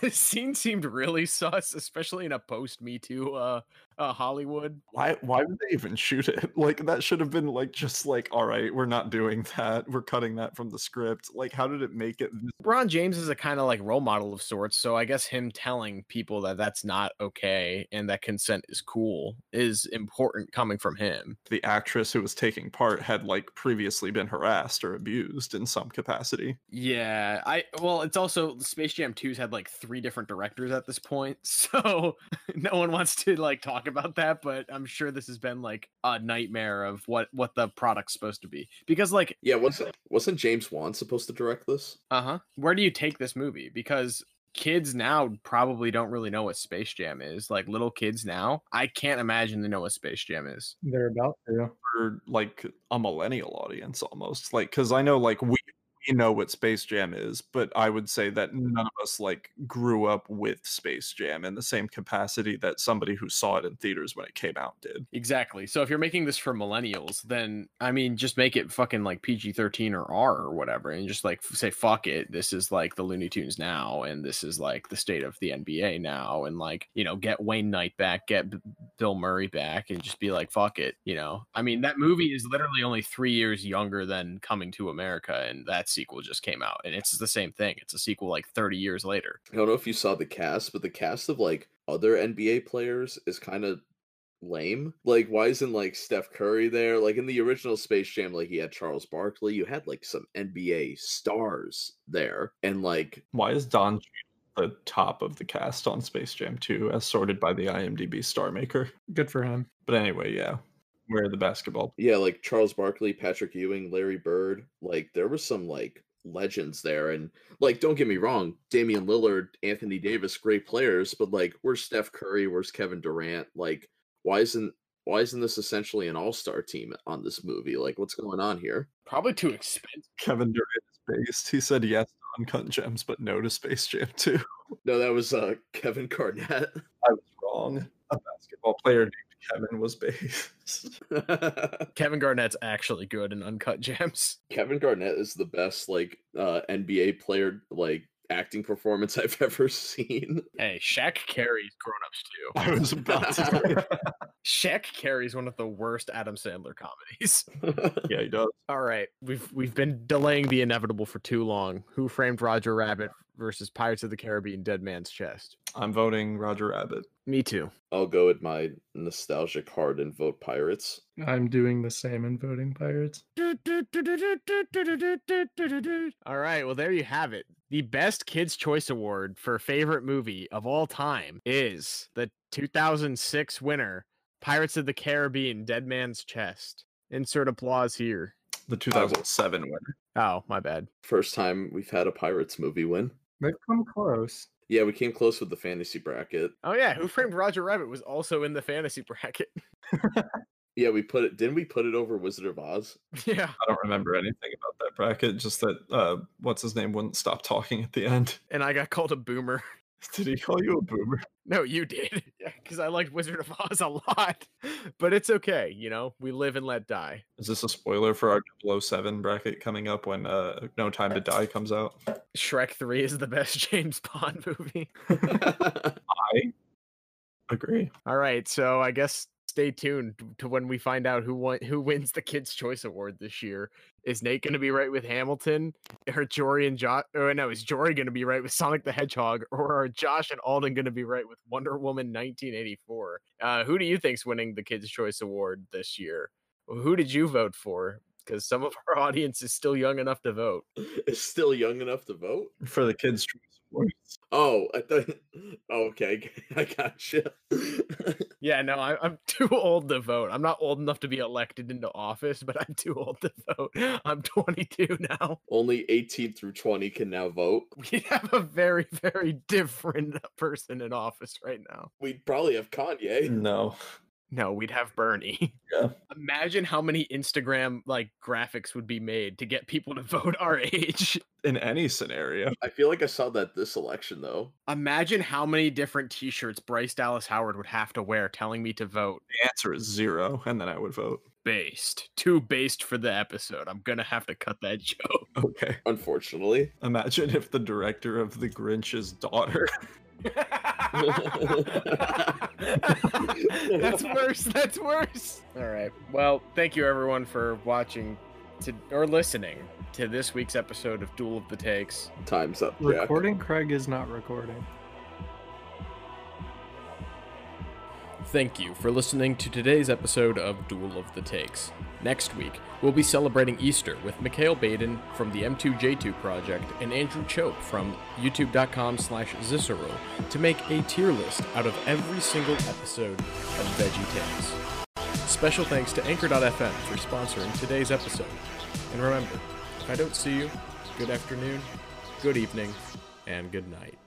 Speaker 2: the scene seemed really sus, especially in a post Me Too uh, uh, Hollywood.
Speaker 4: Why why would they even shoot it? Like that should have been like just like, all right, we're not doing that. We're cutting that from the script. Like, how did it make it this
Speaker 2: LeBron James is a kind of like role model of sorts, so I guess him telling people that that's not okay and that consent is cool is important coming from him.
Speaker 4: the actress who was taking part had like previously been harassed or abused in some capacity?
Speaker 2: Yeah, I well, it's also Space Jam 2's had like three different directors at this point, so no one wants to like talk about that, but I'm sure this has been like a nightmare of what what the product's supposed to be. Because like
Speaker 3: Yeah. Wasn't wasn't James Wan supposed to direct this?
Speaker 2: Uh-huh. Where do you take this movie? Because kids now probably don't really know what Space Jam is. Like little kids now, I can't imagine they know what Space Jam is.
Speaker 5: They're about to.
Speaker 4: For like a millennial audience almost. Like, cause I know like we we know what Space Jam is, but I would say that none of us like grew up with Space Jam in the same capacity that somebody who saw it in theaters when it came out did.
Speaker 2: Exactly. So if you're making this for millennials, then I mean just make it fucking like PG-13 or R or whatever and just like say fuck it. This is like the Looney Tunes now and this is like the state of the NBA now and like, you know, get Wayne Knight back, get B- Bill Murray back and just be like fuck it, you know. I mean, that movie is literally only 3 years younger than Coming to America and that sequel just came out and it's the same thing. It's a sequel like 30 years later.
Speaker 3: I don't know if you saw the cast, but the cast of like other NBA players is kind of lame. Like, why isn't like Steph Curry there? Like in the original Space Jam, like he had Charles Barkley. You had like some NBA stars there, and like
Speaker 4: Why is Don Cheadle the top of the cast on Space Jam 2 as sorted by the IMDb star maker?
Speaker 5: Good for him.
Speaker 4: But anyway, yeah. Where the basketball
Speaker 3: yeah, like Charles Barkley, Patrick Ewing, Larry Bird. Like there was some like legends there, and like don't get me wrong, Damian Lillard, Anthony Davis, great players, but like where's Steph Curry? Where's Kevin Durant? Like why isn't why isn't this essentially an all star team on this movie? Like what's going on here?
Speaker 2: Probably too expensive.
Speaker 4: Kevin Durant is based. He said yes to Uncut Gems, but no to Space Jam 2.
Speaker 3: No, that was uh Kevin Garnett.
Speaker 4: I was wrong. A basketball player named Kevin was based.
Speaker 2: Kevin Garnett's actually good in Uncut Gems.
Speaker 3: Kevin Garnett is the best like uh NBA player like acting performance I've ever seen.
Speaker 2: Hey, Shaq carries grown-ups too.
Speaker 4: I was about to. say that.
Speaker 2: Shaq carries one of the worst Adam Sandler comedies.
Speaker 4: yeah, he does.
Speaker 2: All right, we've we've been delaying the inevitable for too long. Who framed Roger Rabbit versus Pirates of the Caribbean: Dead Man's Chest?
Speaker 4: I'm voting Roger Rabbit.
Speaker 2: Me too.
Speaker 3: I'll go with my nostalgic heart and vote Pirates.
Speaker 5: I'm doing the same and voting pirates.
Speaker 2: All right, well there you have it. The best Kids Choice Award for favorite movie of all time is the 2006 winner Pirates of the Caribbean: Dead Man's Chest. Insert applause here.
Speaker 4: The 2007 winner.
Speaker 2: Oh, my bad.
Speaker 3: First time we've had a Pirates movie win.
Speaker 5: They've come close.
Speaker 3: Yeah, we came close with the fantasy bracket.
Speaker 2: Oh yeah, Who Framed Roger Rabbit was also in the fantasy bracket.
Speaker 3: Yeah, we put it. Didn't we put it over Wizard of Oz?
Speaker 2: yeah.
Speaker 4: I don't remember anything about that bracket. Just that uh, what's his name wouldn't stop talking at the end.
Speaker 2: and I got called a boomer.
Speaker 4: Did he call you a boomer?
Speaker 2: No, you did. Because I liked Wizard of Oz a lot. But it's okay, you know? We live and let die.
Speaker 4: Is this a spoiler for our 007 bracket coming up when uh, No Time to Die comes out?
Speaker 2: Shrek 3 is the best James Bond movie.
Speaker 4: Agree.
Speaker 2: All right, so I guess stay tuned to when we find out who won- who wins the Kids Choice Award this year. Is Nate going to be right with Hamilton? Are Jory and Josh? Oh no, is Jory going to be right with Sonic the Hedgehog, or are Josh and Alden going to be right with Wonder Woman 1984? Uh, who do you think's winning the Kids Choice Award this year? Who did you vote for? Because some of our audience is still young enough to vote.
Speaker 3: Is still young enough to vote?
Speaker 4: For the kids' choice awards.
Speaker 3: Oh, I thought. Okay, I gotcha.
Speaker 2: Yeah, no, I, I'm too old to vote. I'm not old enough to be elected into office, but I'm too old to vote. I'm 22 now.
Speaker 3: Only 18 through 20 can now vote.
Speaker 2: We have a very, very different uh, person in office right now.
Speaker 3: We'd probably have Kanye.
Speaker 4: No.
Speaker 2: No, we'd have Bernie.
Speaker 4: Yeah.
Speaker 2: Imagine how many Instagram like graphics would be made to get people to vote our age.
Speaker 4: In any scenario.
Speaker 3: I feel like I saw that this election though.
Speaker 2: Imagine how many different t-shirts Bryce Dallas Howard would have to wear telling me to vote.
Speaker 4: The answer is zero, and then I would vote.
Speaker 2: Based. Too based for the episode. I'm gonna have to cut that joke.
Speaker 4: Okay.
Speaker 3: Unfortunately,
Speaker 4: Imagine if the director of The Grinch's daughter.
Speaker 2: that's worse. That's worse. All right. Well, thank you everyone for watching to, or listening to this week's episode of Duel of the Takes.
Speaker 3: time's up. Jack.
Speaker 5: Recording Craig is not recording.
Speaker 1: Thank you for listening to today's episode of Duel of the Takes. Next week, we'll be celebrating Easter with Mikhail Baden from the M2J2 Project and Andrew Chope from youtube.com slash Zisserl to make a tier list out of every single episode of Veggie Tales. Special thanks to Anchor.fm for sponsoring today's episode. And remember, if I don't see you, good afternoon, good evening, and good night.